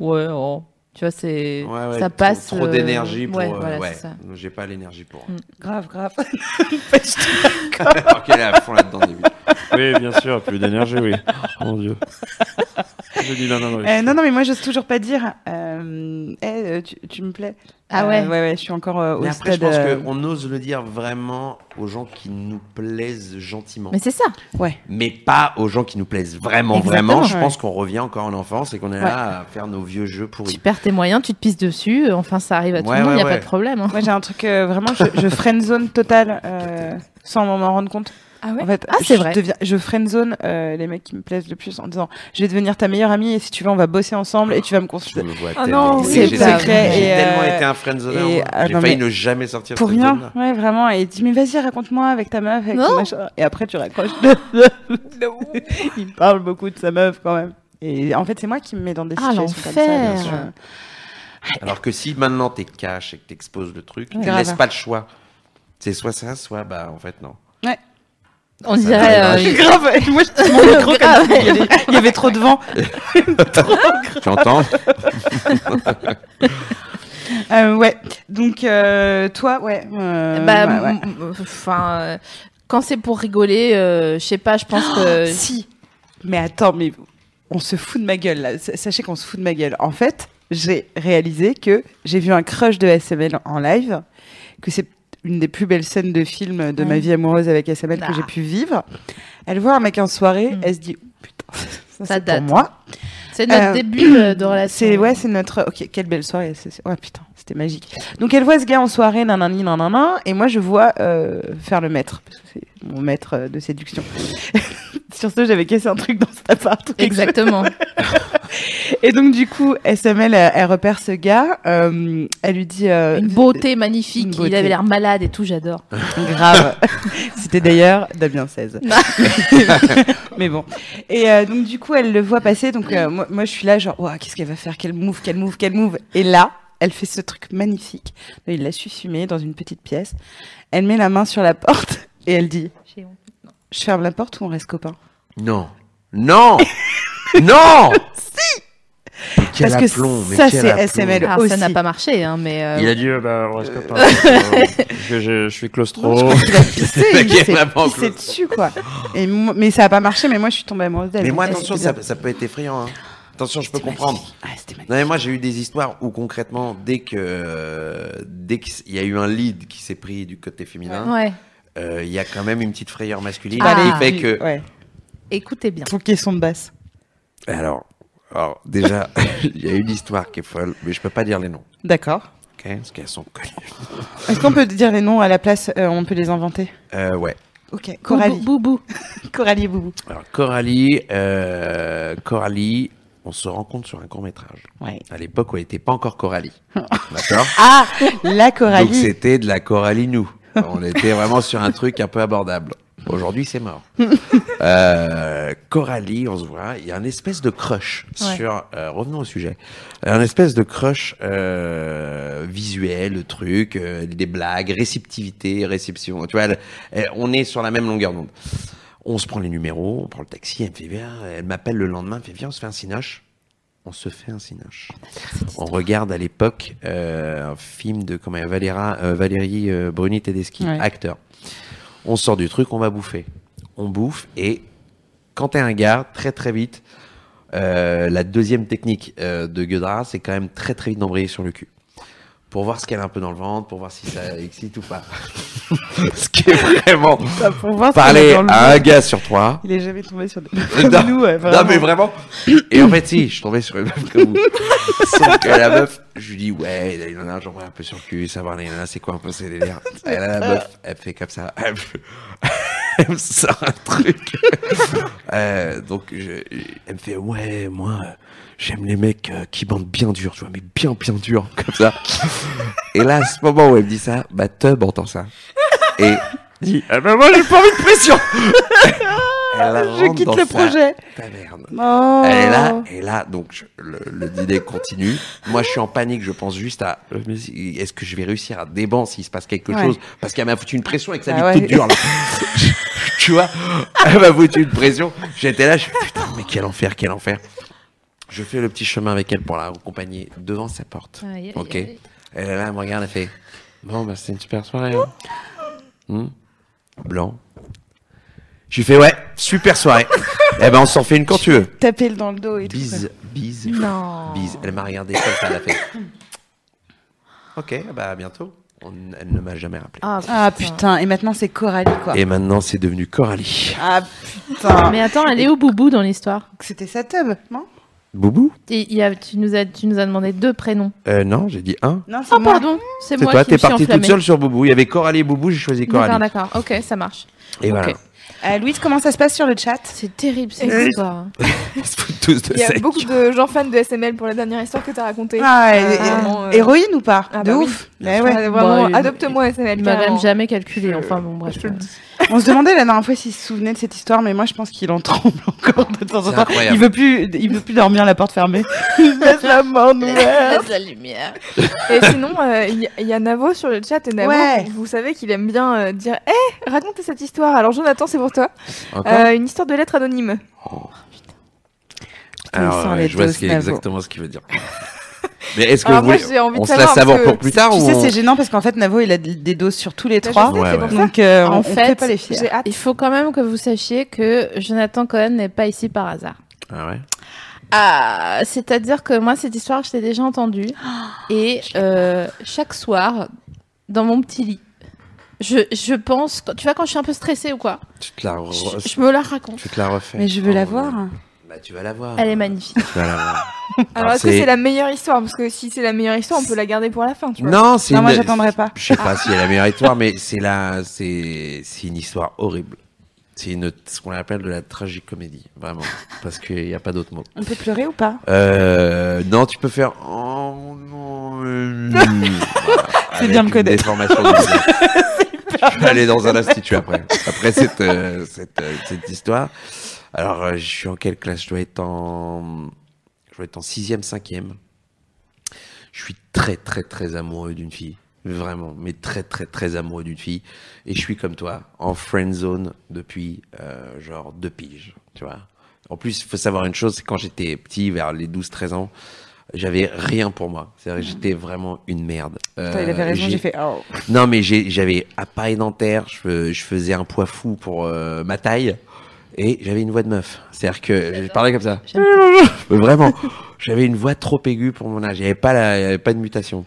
S1: ouais, oh. tu vois, c'est
S2: Ouais, ouais,
S1: ça
S2: trop-
S1: passe.
S2: Trop
S1: euh,
S2: d'énergie pour.
S1: Ouais,
S2: euh,
S1: voilà,
S2: ouais.
S1: c'est ça.
S2: J'ai pas l'énergie pour.
S3: Grave, grave.
S2: Ah, Alors qu'elle est à fond là-dedans, début.
S5: Oui, bien sûr, plus d'énergie, oui. Oh, Mon Dieu. Je dis non, non, non.
S3: Euh, Eh, non, non, mais moi, j'ose toujours pas dire. Euh, eh, euh, tu, tu me plais.
S1: Ah
S3: Euh,
S1: ouais.
S3: ouais, ouais, je suis encore euh, au
S2: Mais après, je
S3: stade.
S2: pense
S3: euh,
S2: qu'on ose le dire vraiment aux gens qui nous plaisent gentiment.
S1: Mais c'est ça.
S2: mais pas aux gens qui nous plaisent vraiment,
S1: Exactement,
S2: vraiment. Je
S3: ouais.
S2: pense qu'on revient encore en enfance et qu'on est là à faire nos vieux jeux
S1: Tu
S2: pourris.
S1: perds tes moyens, tu te pisses dessus. euh, Enfin, ça arrive à tout
S2: Ouais,
S1: le monde, il n'y
S2: ouais,
S1: a
S2: ouais.
S1: pas de problème. hein.
S3: Moi, j'ai un truc euh, vraiment, je, je friendzone total euh, sans m'en rendre compte.
S4: Ah ouais
S3: En fait,
S1: Ah, c'est
S3: je
S1: vrai.
S3: Deviens, je friendzone euh, les mecs qui me plaisent le plus en disant je vais devenir ta meilleure amie et si tu veux, on va bosser ensemble et tu vas me
S2: Je
S3: construire.
S2: me vois
S4: Ah
S2: tellement.
S4: non,
S2: Oui,
S3: c'est
S2: j'ai
S3: pas
S2: j'ai
S3: vrai. Et,
S2: tellement
S3: euh,
S2: été un friendzone.
S3: et, ah,
S2: J'ai
S3: non,
S2: failli
S3: mais
S2: ne jamais sortir de
S3: Pour
S2: cette
S3: rien,
S2: zone-là.
S3: ouais, vraiment. Et il dit, mais vas-y, raconte-moi avec ta meuf, avec
S1: Non.
S3: ton machin. Et après, tu raccroches. il parle beaucoup de sa meuf quand même. Et en fait, c'est moi qui me mets dans des
S1: Ah,
S3: situations comme ça.
S1: l'enfer.
S3: bien sûr.
S2: Alors que si maintenant t'es cash et que t'exposes le truc, tu
S3: grave.
S2: laisses pas le choix. C'est soit ça, soit bah en fait non.
S1: On
S2: Ça
S1: dirait.
S2: arrivera.
S1: euh,
S3: Grave. Et moi, je mon micro comme ça, il y avait- il y avait trop de vent.
S2: Tu entends
S3: Euh, ouais. Donc, euh, toi, ouais. euh,
S1: bah,
S3: ouais, ouais.
S1: m- m- enfin, euh, quand c'est pour rigoler, euh, je sais pas, je pense que.
S3: Ah, Si. Mais attends, mais on se fout de ma gueule là. S- Sachez qu'on se fout de ma gueule. En fait, j'ai réalisé que j'ai vu un crush de SML en live, que c'est une des plus belles scènes de film de
S1: Ouais.
S3: ma vie amoureuse avec SML
S1: Ah.
S3: que j'ai pu vivre. Elle voit un mec en soirée, elle se dit oh, putain, ça, c'est
S1: Mm. date.
S3: pour moi.
S1: C'est notre
S3: Euh,
S1: début euh, de relation.
S3: C'est ouais, c'est notre. Ok, quelle belle soirée. c'est- c'est- Ouais, putain, c'était magique. Donc elle voit ce gars en soirée, nanani, nanana, et moi je vois euh, faire le maître, parce que c'est mon maître euh, de séduction. Sur ce, j'avais cassé un truc dans cet appart. ou quelque
S1: Exactement.
S3: chose. Et donc du coup, SML, elle, elle repère ce gars. euh, elle lui dit. euh,
S1: Une beauté magnifique.
S3: Une beauté.
S1: Il avait l'air malade et tout, j'adore.
S3: Grave. C'était d'ailleurs Damien 16. Mais bon. Et euh, donc, du coup, elle le voit passer. Donc, euh, moi, moi, je suis là, genre, Ouah, qu'est-ce qu'elle va faire Quel move, quel move, quel move Et là, elle fait ce truc magnifique. Il l'a su fumer dans une petite pièce. Elle met la main sur la porte et elle dit Je ferme la porte ou on reste copains
S2: Non. Non Non Si quel
S3: Parce que
S2: aplomb, mais
S3: ça,
S2: quel
S3: c'est
S2: aplomb.
S3: SML.
S1: Alors, Ah, ça
S3: Aussi.
S1: n'a pas marché, hein, mais. euh,
S5: Il a dit, euh, bah, on reste copains. euh, parce que je, je suis claustro.
S3: Il a pissé,
S2: Le
S3: il
S2: gars, il
S3: s'est
S2: m'a pas
S3: pissé
S2: enclos.
S3: dessus, quoi. Et moi- mais ça a pas marché, mais moi, je suis tombée amoureuse d'elle.
S2: Mais moi,
S3: Donc,
S2: attention,
S3: c'est
S2: ça,
S3: bizarre.
S2: ça peut être effrayant. hein. Attention, je peux
S3: C'était
S2: comprendre.
S3: magnifique. Ah, c'était magnifique.
S2: Non, mais moi, j'ai eu des histoires où concrètement, dès que dès qu'il y a eu un lead qui s'est pris du côté féminin, euh,
S1: Ouais.
S2: il y a quand même une petite frayeur masculine
S1: Ah.
S2: qui fait que.
S3: Ouais.
S1: Écoutez bien.
S3: Ton caisson de basse.
S2: Alors, alors déjà, il y a une histoire qui est folle, mais je peux pas dire les noms,
S3: D'accord.
S2: ok Parce qu'elles sont connues.
S3: Est-ce qu'on peut dire les noms à la place euh, On peut les inventer.
S2: Euh, ouais.
S3: Ok. Coralie.
S1: Boubou. boubou.
S3: Coralie et Boubou.
S2: Alors, Coralie, euh, Coralie, on se rencontre sur un court métrage.
S3: Ouais.
S2: À l'époque, on n'était pas encore Coralie. D'accord
S3: Ah, la
S2: Donc
S3: Coralie.
S2: c'était de la Coralie nous. On était vraiment sur un truc un peu abordable. Aujourd'hui, c'est mort. Euh, Coralie, on se voit. Il y a un espèce de crush
S1: Ouais.
S2: sur. euh, revenons au sujet. Un espèce de crush euh, visuel, le truc, euh, des blagues, réceptivité, réception. Tu vois, elle- elle- on est sur la même longueur d'onde. On se prend les numéros, on prend le taxi. Elle me fait viens. Elle m'appelle le lendemain. Elle me fait viens, on se fait un cinoche. On se fait un cinoche. On regarde à l'époque euh, un film de comment, Valera, euh, Valérie euh, Bruni Tedeschi,
S3: Ouais.
S2: acteur. On sort du truc, on va bouffer. On bouffe et quand t'es un gars, très très vite, euh, la deuxième technique euh, de Guedra, c'est quand même très très vite d'embrayer sur le cul. Pour voir ce qu'elle a un peu dans le ventre, pour voir si ça excite ou pas. ce qui est vraiment.
S3: Ah, pour voir ce qu'il
S2: Parler
S3: y a dans le
S2: à un
S3: monde.
S2: gars sur trois,
S3: Il est jamais tombé sur des
S2: non,
S3: nous, ouais,
S2: non,
S3: vraiment.
S2: mais vraiment. Et en fait, si, je tombais sur une meuf comme vous. Sauf que la meuf, je lui dis, ouais, il en a j'en vois un peu sur le cul, savoir les nanas, c'est quoi un peu ces délires. Et là, la meuf, elle fait comme ça. Elle me, elle me sort un truc. Euh, donc, je- elle me fait, ouais, moi, euh, j'aime les mecs euh, qui bandent bien dur, tu vois, mais bien, bien dur, comme ça. Et là, à ce moment où elle me dit ça, ma tub entend ça. Et dit, ah ben moi, j'ai pas envie de pression. Elle
S3: Je
S2: rentre
S3: quitte
S2: dans
S3: le
S2: sa
S3: projet.
S2: taverne.
S3: Oh.
S2: Elle est là, et là, donc je- le, le dîner continue. Moi, je suis en panique, je pense juste à euh, mais si- est-ce que je vais réussir à déban s'il se passe quelque
S3: Ouais.
S2: chose Parce qu'elle m'a foutu une pression avec sa
S3: Ah
S2: vie toute
S3: ouais.
S2: dure. là. tu vois Elle m'a foutu une pression. J'étais là, je suis putain, mais quel enfer, quel enfer. Je fais le petit chemin avec elle pour la accompagner devant sa porte.
S3: Ah,
S1: Aïe, aïe,
S2: ok.
S1: aïe.
S2: Elle est là, elle me regarde, elle fait Bon, bah, c'est une super soirée. hein. Hmm. Blanc. Je lui fais Ouais, super soirée. eh ben, on s'en fait une quand tu veux.
S3: Taper le dans le dos et tout.
S2: Bise, bise,
S1: Non.
S2: bise. Elle m'a regardé comme ça, elle a fait. Ok, bah à bientôt. On- elle ne m'a jamais rappelé.
S3: Ah putain. Et maintenant c'est Coralie quoi.
S2: Et maintenant, c'est devenu Coralie.
S3: Ah putain.
S1: Mais attends, elle est où Boubou dans l'histoire
S3: C'était sa tub, non
S2: Boubou
S1: Et il y a- tu, nous as, tu nous as demandé deux prénoms.
S2: euh, Non, j'ai dit un.
S3: Non, c'est
S1: Ah,
S3: moi.
S1: pardon, c'est
S2: C'est
S1: moi
S2: toi,
S1: qui me
S2: t'es
S1: suis
S2: partie toute
S1: enflammée.
S2: seule sur Boubou. Il y avait Coralie et Boubou, j'ai choisi
S1: D'accord,
S2: Coralie.
S1: d'accord. Ok, ça marche.
S2: Et voilà.
S1: Ok.
S3: Euh, Louise, comment ça se passe sur le chat
S1: C'est terrible cette
S2: Euh,
S1: histoire.
S2: Ils se foutent tous de
S4: Il y a
S2: sec.
S4: beaucoup de gens fans de SML pour la dernière histoire que t'as racontée.
S3: Ah, et- et-
S4: carrément, euh,
S3: Héroïne ou pas
S4: ah,
S3: De
S4: bah oui.
S3: ouf. Mais ouais.
S4: Ah, vraiment,
S1: Bah, il-
S4: adopte-moi SML.
S1: Il m'a
S4: carrément.
S1: même jamais calculé. Enfin bon, bref.
S4: Je te le dis.
S3: On se demandait la dernière fois s'il se souvenait de cette histoire, mais moi je pense qu'il en tremble encore de temps en
S2: C'est
S3: temps.
S2: incroyable.
S3: Il veut plus, il veut plus dormir la porte fermée. Il laisse la mort ouverte.
S1: la lumière.
S4: Et sinon, euh, il y, il y a Navo sur le chat. Et Navo,
S3: Ouais.
S4: vous savez qu'il aime bien euh, dire Hé, raconte cette histoire. Alors, Jonathan, c'est pour toi.
S2: Encore
S4: Euh, une histoire de lettres anonymes.
S2: Alors,
S3: sans
S2: ouais,
S3: les
S2: je vois
S3: doses
S2: ce qu'il-
S3: d'avant.
S2: exactement ce qu'il veut dire. Mais est-ce que
S4: Alors
S2: vous
S4: moi,
S2: voulez-
S4: j'ai envie de
S2: on se
S4: savoir,
S2: la savoir
S4: parce
S2: pour
S4: que
S2: plus tard
S3: Tu
S2: ou
S3: sais,
S2: on-
S3: c'est gênant parce qu'en fait, Navo, il a d- des doses sur tous les
S4: Bah, je
S3: trois.
S4: sais,
S2: Ouais,
S4: c'est
S2: ouais.
S4: pour ça.
S3: Donc, euh,
S1: En
S3: on, on
S1: fait,
S3: fait pas les fiers.
S4: J'ai hâte.
S1: Il faut quand même que vous sachiez que Jonathan Cohen n'est pas ici par hasard.
S2: Ah ouais.
S1: Ah, c'est-à-dire que moi, cette histoire, je l'ai déjà entendue. Et euh, chaque soir, dans mon petit lit, Je, je pense, quand- tu vois, quand je suis un peu stressée ou quoi,
S2: Tu te la, re-
S1: je, je me la raconte.
S2: tu te la refais.
S3: Mais je veux
S2: Oh,
S3: la voir.
S2: Bah, tu vas la voir.
S1: Elle est magnifique.
S2: Tu vas la voir.
S4: Alors,
S2: Ah,
S4: est-ce que
S2: c'est-
S4: c'est la meilleure histoire Parce que si c'est la meilleure histoire, on peut la garder pour la fin, tu vois.
S2: Non, c'est
S3: Non,
S2: une...
S3: moi, j'attendrai Ah. pas.
S2: Je sais pas si elle a la meilleure histoire, mais c'est la, c'est, c'est une histoire horrible. C'est une, ce qu'on appelle de la tragicomédie, vraiment, parce qu'il n'y a pas d'autre mot.
S3: On peut pleurer ou pas
S2: Euh, non, tu peux faire. Oh non. euh, voilà, avec
S3: bien me
S2: une
S3: connaître.
S2: déformation du visage. Je vais aller dans un institut après. Après cette, euh, cette, euh, cette histoire. Alors, euh, je suis en quelle classe Je dois être en. Je dois être en 6 cinquième. Je suis très, très, très amoureux d'une fille. Vraiment, mais très, très, très amoureux d'une fille. Et je suis comme toi, en friend zone depuis euh, genre deux piges, tu vois. En plus, il faut savoir une chose, c'est quand j'étais petit, vers les 12-13 ans, j'avais rien pour moi. C'est-à-dire que j'étais vraiment une merde.
S3: Putain, Il avait
S2: Euh,
S3: raison,
S2: j'ai-
S3: j'ai fait. Oh.
S2: non, mais j'ai- j'avais appareil dentaire, je, fais- je faisais un poids fou pour euh, ma taille, et j'avais une voix de meuf. C'est-à-dire que je parlais comme ça. Mais Vraiment, j'avais une voix trop aiguë pour mon âge. Il n'y avait, pas la- il y avait pas de mutation.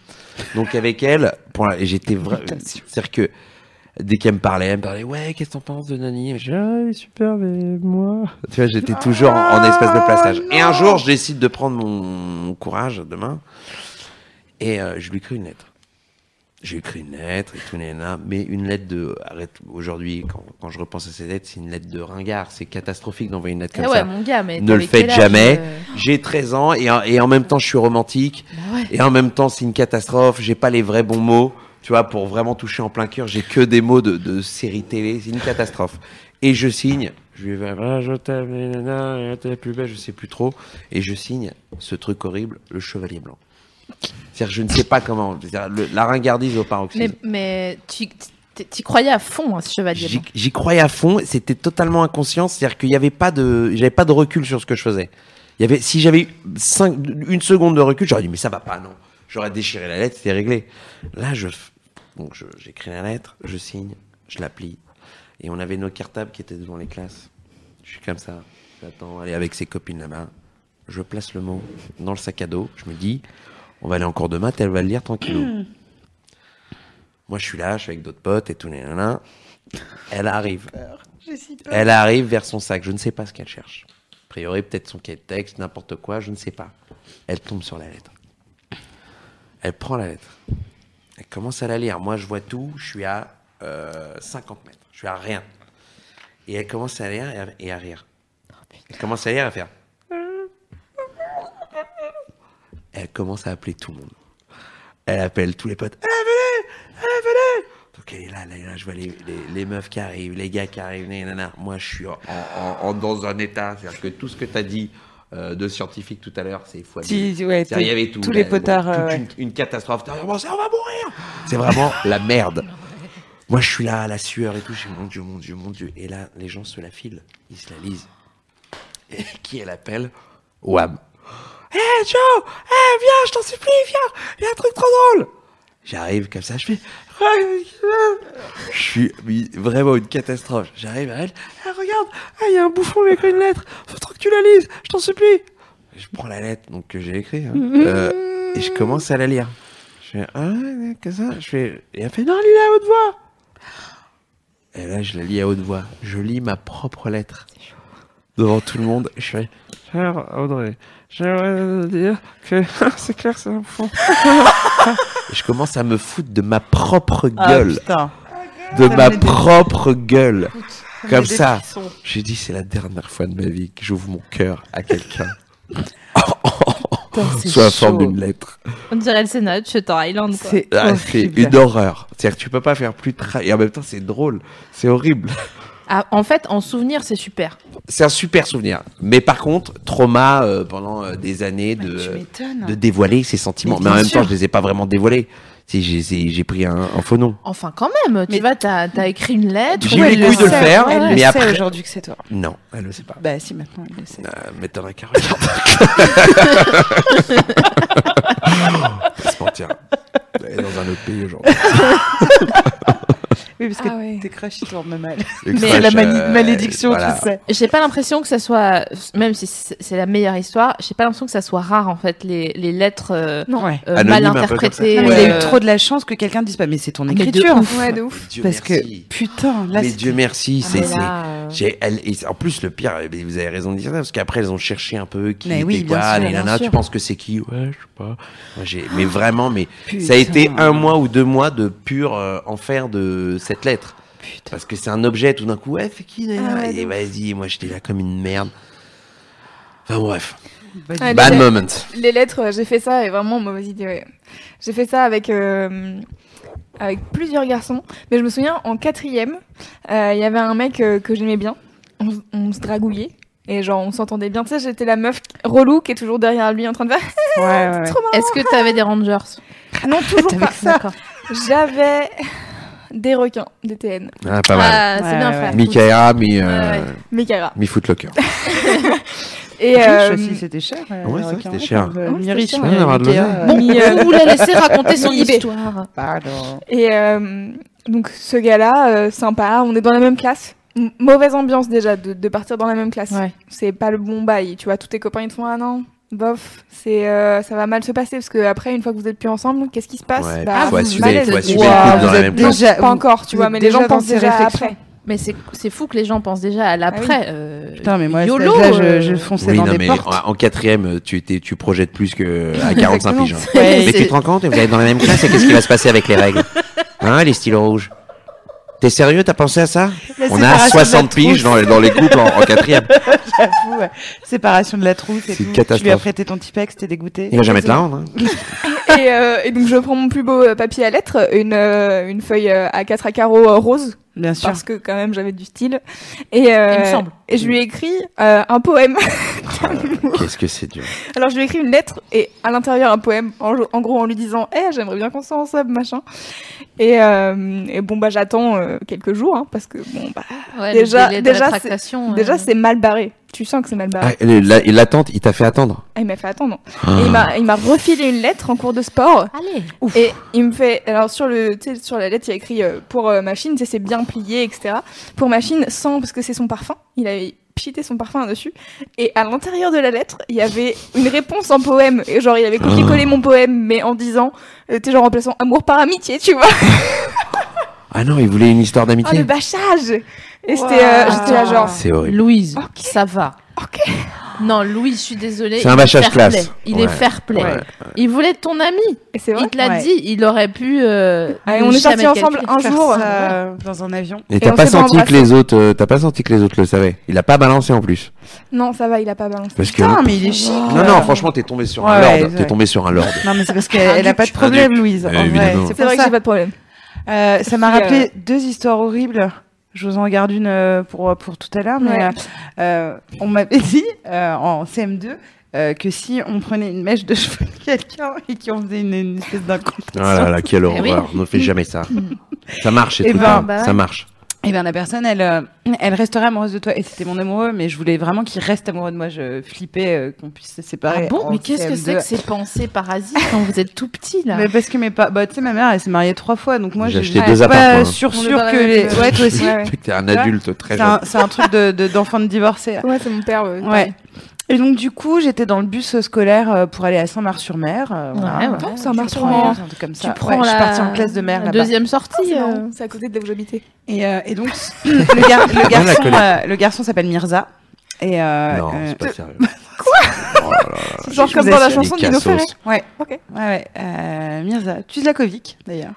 S2: Donc avec elle, pour la- j'étais vraiment.
S3: Mutation.
S2: C'est-à-dire que dès qu'elle me parlait, elle me parlait Ouais, qu'est-ce que t'en penses de Nani Je dis, Ah, elle est super, mais moi. Tu vois, j'étais toujours en, en espèce de passage.
S1: Ah,
S2: Et un jour, je décide de prendre mon, mon courage demain, et euh, je lui écris une lettre j'ai écrit une lettre et tout, nanana, mais une lettre de. Arrête, aujourd'hui, quand, quand je repense à ces lettres, c'est une lettre de ringard. C'est catastrophique d'envoyer une lettre
S1: Eh
S2: comme
S1: ouais,
S2: ça.
S1: mon gars, mais
S2: Ne le
S1: t'avais quel
S2: faites
S1: âge,
S2: jamais.
S1: euh
S2: J'ai 13 ans et, en- et en même temps, je suis romantique. Et en même temps, c'est une catastrophe. J'ai pas les vrais bons mots. Tu vois, pour vraiment toucher en plein cœur, j'ai que des mots de, de série télé. C'est une catastrophe. Et je signe. Je lui vais, voilà, je t'aime, nanana, t'es la plus belle, je sais plus trop. Et je signe ce truc horrible, le chevalier blanc. C'est-à-dire, je ne sais pas comment. C'est-à-dire, le- la ringardise au paroxysme.
S1: Mais, mais tu t'y- t'y croyais à fond, à ce chevalier.
S2: J'y
S1: blanc.
S2: j'y croyais à fond, c'était totalement inconscient, c'est-à-dire qu'il n'y avait pas de, j'avais pas de recul sur ce que je faisais. Il y avait, si j'avais eu cinq, une seconde de recul, j'aurais dit mais ça va pas, non. J'aurais déchiré la lettre, c'était réglé. Là, je, f- donc je- j'écris la lettre, je signe, je la plie, et on avait nos cartables qui étaient devant les classes. Je suis comme ça, j'attends, aller avec ses copines là-bas. Je place le mot dans le sac à dos, je me dis, on va aller en cours de maths, elle va le lire tranquillou. Moi, je suis là, je suis avec d'autres potes et tout, nanana. Elle arrive. Elle arrive vers son sac. Je ne sais pas ce qu'elle cherche. A priori, peut-être son cahier de texte, n'importe quoi, je ne sais pas. Elle tombe sur la lettre. Elle prend la lettre. Elle commence à la lire. Moi, je vois tout. Je suis à euh, 50 mètres. Je suis à rien. Et elle commence à lire et à, et à rire. Elle commence à lire et à faire. Elle commence à appeler tout le monde. Elle appelle tous les potes. Allez, venez Allez, venez Donc elle est là, elle est là, je vois les, les- les meufs qui arrivent, les gars qui arrivent, nanana. Moi, je suis en, en- en- dans un état. C'est-à-dire que tout ce que tu as dit euh, de scientifique tout à l'heure, c'est fois
S3: Si,
S2: mille.
S3: ouais,
S2: C'est-à-dire, il
S3: tout-
S2: y avait tout.
S3: tous les
S2: la-
S3: potards,
S2: toute
S3: euh,
S2: une, une catastrophe. T'as vraiment, c'est- on va mourir C'est vraiment la merde. Moi, je suis là, à la sueur et tout. Je dis, mon Dieu, mon Dieu, mon Dieu. Et là, les gens se la filent. Ils se la lisent. Et qui elle appelle Wam. Hé, Eh, Joe Hé, viens, je t'en supplie, viens Il y a un truc trop drôle J'arrive comme ça, je fais. Je suis mais vraiment une catastrophe. J'arrive à elle. Eh, regarde, Ah, il y a un bouffon avec une lettre. Faut trop que tu la lises, je t'en supplie. Je prends la lettre donc, que j'ai écrite hein, euh, et je commence à la lire. Je fais Ah, ouais, que ça je fais, Et elle fait Non, lis-la à haute voix Et là, je la lis à haute voix. Je lis ma propre lettre devant tout le monde. Je fais Cher Audrey, j'aimerais dire que c'est clair, c'est un bouffon. je commence à me foutre de ma propre
S3: Ah,
S2: Ah, gueule
S3: putain.
S2: de
S3: Ça
S2: ma
S3: me met des-
S2: propre gueule.
S3: me
S2: Comme
S3: met des
S2: ça.
S3: frissons.
S2: J'ai dit, c'est la dernière fois de ma vie que j'ouvre mon cœur à quelqu'un.
S3: Putain, c'est
S2: Sous la forme
S3: chaud.
S2: d'une lettre.
S1: On dirait le Sénat, je suis en Island. quoi.
S3: C'est
S2: Ah, c'est
S3: horrible.
S2: une horreur. C'est-à-dire que tu peux pas faire plus tra... Et en même temps, c'est drôle. C'est horrible.
S1: Ah, en fait, en souvenir, c'est super.
S2: C'est un super souvenir. Mais par contre, trauma euh, pendant euh, des années de,
S3: Bah, Tu m'étonnes.
S2: de dévoiler ses sentiments.
S3: Mais
S2: Mais, en
S3: bien
S2: même
S3: sûr.
S2: temps, je les ai pas vraiment dévoilés. Si, J'ai j'ai- j'ai pris un, un faux nom.
S1: Enfin, quand même, tu
S3: Mais-
S1: vois, t'as as écrit une lettre.
S2: J'ai eu les
S3: Elle
S2: couilles de le
S3: sait,
S2: faire,
S3: elle
S2: mais
S3: le
S2: après-
S3: sait aujourd'hui que c'est toi.
S2: Non, elle le sait pas.
S3: Bah si, maintenant, elle le sait.
S2: Euh, mais t'en as qu'à regarder. On va se mentir. Elle est dans un autre pays aujourd'hui.
S3: Oui, Oui, parce que
S4: Ah ouais.
S3: tes crushs, ils tournent mal.
S2: Le
S3: C'est la
S2: crush,
S3: mani-
S2: euh,
S3: malédiction,
S2: voilà.
S3: tu sais.
S1: J'ai pas l'impression que ça soit, même si c'est c'est la meilleure histoire, j'ai pas l'impression que ça soit rare en fait les, les lettres euh,
S3: Ouais.
S1: euh,
S2: Anonyme,
S1: mal
S2: un peu
S1: interprétées.
S2: comme ça.
S3: Non,
S2: Et
S3: mais il y a
S1: euh,
S3: eu trop de la chance que quelqu'un dise pas, mais c'est ton
S1: mais de
S3: écriture.
S1: ouf.
S4: Ouais, de ouf.
S2: Dieu
S3: Parce
S2: merci.
S3: que, putain, là,
S2: mais
S3: c'est-
S2: Dieu merci,
S1: ah,
S2: c'est
S1: mais
S2: c'est-
S1: là, euh,
S2: j'ai- elle- et en plus le pire, eh bien, vous avez raison de dire ça parce qu'après elles ont cherché un peu qui
S3: Mais
S2: était
S3: oui, bien
S2: quoi,
S3: sûr,
S2: les
S3: bien
S2: nanas, tu
S3: sûr.
S2: penses que c'est qui Ouais, je sais pas. Moi, j'ai- mais vraiment, mais
S3: Putain.
S2: ça a été un mois ou deux mois de pur euh, enfer de cette lettre. Parce que c'est un objet tout d'un coup, ouais, c'est qui Nana
S4: Ah ouais,
S2: Et
S4: de
S2: vas-y, moi j'étais là comme une merde. Enfin bref,
S4: Ouais,
S2: bad
S4: les,
S2: moment.
S4: les lettres, euh, j'ai fait ça et vraiment mauvaise idée. ouais. J'ai fait ça avec euh, avec plusieurs garçons, mais je me souviens en quatrième, euh, il y avait un mec euh, que j'aimais bien. On, s- on se dragouillait et genre on s'entendait bien. Tu sais, j'étais la meuf relou qui est toujours derrière lui en train de faire.
S3: Ouais, ouais, ouais.
S4: trop marrant.
S1: Est-ce que t'avais des rangers
S4: Non, toujours pas.
S1: D'accord.
S4: J'avais des requins, des TN,
S2: Ah, pas mal.
S1: Ah, c'est
S3: Ouais,
S1: bien
S3: ouais,
S1: frère.
S2: Mikaera, mi, euh,
S1: Ouais, ouais.
S4: Mikaela.
S2: mi footlocker.
S4: Et
S3: Riche
S4: euh,
S3: aussi, c'était cher. euh, le
S2: ouais, c'est vrai que
S3: requin,
S2: c'était cher.
S3: euh,
S4: Oui,
S3: ni
S4: c'était
S3: riche,
S4: cher.
S3: ni
S2: Ouais, on aura de
S3: Ikea,
S2: l'honneur.
S3: euh, bah,
S1: Bon,
S4: Mais, euh,
S1: vous la laissez raconter son
S4: Mon eBay.
S1: histoire.
S3: Pardon.
S4: Et euh, donc ce gars-là, euh, sympa, on est dans la même classe. M- mauvaise ambiance déjà de, de partir dans la même classe.
S1: Ouais.
S4: C'est pas le bon bail. Tu vois, tous tes copains ils te font ah non, bof, c'est euh, ça va mal se passer parce que après une fois que vous êtes plus ensemble, qu'est-ce qui se passe
S2: Ouais,
S4: Bah,
S2: faut
S4: vous-
S2: assumer,
S4: malaise.
S2: faut assumer
S3: Wow,
S2: le couple
S3: vous
S2: dans la
S3: êtes
S2: même
S3: déjà-
S2: classe.
S4: Pas encore,
S3: vous
S4: tu vois,
S3: êtes
S4: mais les gens
S3: déjà dans
S4: pensent
S3: ces
S4: déjà
S3: réflexions.
S4: après.
S1: Mais c'est c'est fou que les gens pensent déjà à l'après. euh,
S3: Ah Putain, mais moi, à cet
S1: YOLO,
S3: âge-là,
S1: euh,
S3: je, je fonçais
S2: Oui,
S3: dans
S2: non,
S3: des
S2: mais
S3: portes.
S2: en, en quatrième, euh, tu, étais, tu projettes plus que à 45 piges. hein.
S1: Ouais,
S2: Mais
S1: c'est-
S2: tu te rends compte, vous allez dans la même classe, et qu'est-ce qui va se passer avec les règles Hein, les stylos rouges T'es sérieux, t'as pensé à ça
S3: La
S2: On a
S3: séparation de
S2: 60
S3: la trousse.
S2: piges dans, dans les couples en, en quatrième.
S3: J'avoue, ouais. Séparation de la trousse et tout.
S2: C'est une
S3: Tu lui as
S2: catastrophe.
S3: prêté ton Tipex, t'es dégoûté.
S2: Il va jamais te la rendre. hein.
S4: et, euh, et donc je prends mon plus beau euh, papier à lettres, une, euh, une feuille euh, à 4 à carreaux euh, rose,
S3: Bien sûr.
S4: parce que quand même j'avais du style. Et, euh,
S1: Il me semble.
S4: et je lui ai écrit euh, un poème.
S2: Qu'est-ce que c'est dur.
S4: Alors je lui ai écrit une lettre et à l'intérieur un poème, en, en gros en lui disant Eh, j'aimerais bien qu'on soit ensemble, machin. Et, euh, et bon, bah j'attends euh, quelques jours, hein, parce que bon, bah
S1: ouais,
S4: Déjà-
S1: le délai de
S4: déjà,
S1: rétractation, euh,
S4: déjà c'est mal barré. Tu sens que c'est mal barré.
S2: Ah, le- la- et L'attente, il t'a fait attendre.
S4: Ah, il m'a fait attendre. Et il m'a- il m'a refilé une lettre en cours de sport.
S1: Allez.
S4: Et il me fait, alors sur le, tu sais, sur la lettre, il y a écrit euh, pour euh, machine, tu sais, c'est bien plié, etc. Pour machine, sans parce que c'est son parfum. Il avait pchité son parfum dessus. Et à l'intérieur de la lettre, il y avait une réponse en poème. Et genre, il avait copié-collé mon poème, mais en disant, euh, tu sais, genre en plaçant amour par amitié, tu vois.
S2: Ah non, il voulait une histoire
S4: Oh, le
S2: d'amitié.
S4: bâchage Et c'était, euh, j'étais là, genre,
S2: c'est horrible.
S1: Louise,
S4: Ok.
S1: ça va.
S4: Ok.
S1: Non, Louise, je suis désolée.
S2: C'est un
S1: il est
S2: bâchage
S1: fair
S2: classe.
S1: play. Il est
S2: Ouais.
S1: fair play.
S2: Ouais.
S1: Il voulait être ton ami.
S4: et c'est vrai.
S1: Il te l'a
S3: Ouais.
S1: dit. Il aurait pu. euh,
S4: Ah, et
S1: ne
S4: on est
S1: jamais
S4: sortis ensemble
S1: calculer.
S4: un
S3: Faire
S4: jour.
S3: ça, euh, dans un avion.
S2: Et
S4: Et
S2: t'as
S4: on
S2: pas
S4: s'est pas
S2: senti que
S4: embrassé.
S2: les autres, euh, t'as pas senti que les autres le savaient. Il a pas balancé en plus.
S4: Non, ça va, il a pas balancé.
S2: Parce que
S3: Putain, mais il est chic.
S2: non, non, franchement, t'es tombé sur un
S3: Ouais, ouais,
S2: lord.
S3: ouais.
S2: T'es tombé sur un lord.
S3: Non, mais c'est parce qu'elle elle a pas de problème, Louise. en
S2: Euh,
S3: vrai.
S2: évidemment.
S4: C'est vrai que
S3: pour
S4: j'ai pas de problème.
S3: Euh, ça m'a
S4: Puis,
S3: rappelé deux histoires horribles. Je vous en garde une euh, pour, pour tout à l'heure, mais
S4: Ouais.
S3: euh, euh, on m'avait dit euh, en CM2 euh, que si on prenait une mèche de cheveux de quelqu'un et qu'on faisait une, une espèce d'incantation,
S2: Ah là là, quelle
S1: oui.
S2: horreur. Ne fais jamais ça. Ça marche, ces
S3: Eh
S2: trucs-là.
S3: ben,
S1: bah ouais.
S2: Ça marche.
S3: et bien eh la personne, elle, euh, elle resterait amoureuse de toi. Et c'était mon amoureux, mais je voulais vraiment qu'il reste amoureux de moi. Je flippais euh, qu'on puisse se
S1: Ah
S3: séparer.
S1: bon,
S3: en
S1: mais qu'est-ce que
S3: CM2.
S1: c'est que ces pensées parasites quand vous êtes tout petit là
S3: mais parce que mes pas, bah tu sais ma mère elle s'est mariée trois fois donc moi
S2: J'ai
S3: j'ai
S2: acheté
S3: j'ai
S2: deux
S3: pas
S2: appartements, hein.
S3: sûr
S4: On est
S3: sûr
S4: dans la
S3: que
S4: même,
S3: les
S4: euh,
S3: ouais toi aussi
S4: Ouais, ouais.
S2: T'es un
S3: Tu vois
S2: adulte très
S3: c'est
S2: jeune.
S3: un, c'est un truc de de- d'enfant de divorcé là.
S4: Ouais, c'est mon père. euh,
S3: Ouais. Et donc du coup, j'étais dans le bus scolaire euh, pour aller à Saint-Mars-sur-Mer. euh, voilà.
S1: Ouais, ouais.
S4: Attends, ça
S3: Tu
S4: marche Ah, sur
S3: prends-
S4: mer.
S3: un truc comme
S1: tu
S3: ça.
S1: prends
S3: Ouais, Je
S1: la-
S3: suis partie en classe de mer
S1: la
S4: bah,
S3: là-bas.
S1: deuxième sortie.
S4: Ah, C'est
S1: euh,
S4: marrant, c'est à côté de là où j'habitais.
S3: Et, euh, et donc le, gar- le
S2: la
S3: garçon,
S2: connaît.
S3: euh, le garçon s'appelle Mirza. Et euh,
S2: Non,
S3: euh,
S2: c'est pas sérieux. Quoi
S4: Genre
S3: comme
S4: comme
S3: dans
S4: dans
S3: la
S4: la chanson de Dino Ferrer.
S3: ouais,
S4: Ok.
S3: ouais, ouais, euh, Mirza, Tuzlakovic d'ailleurs.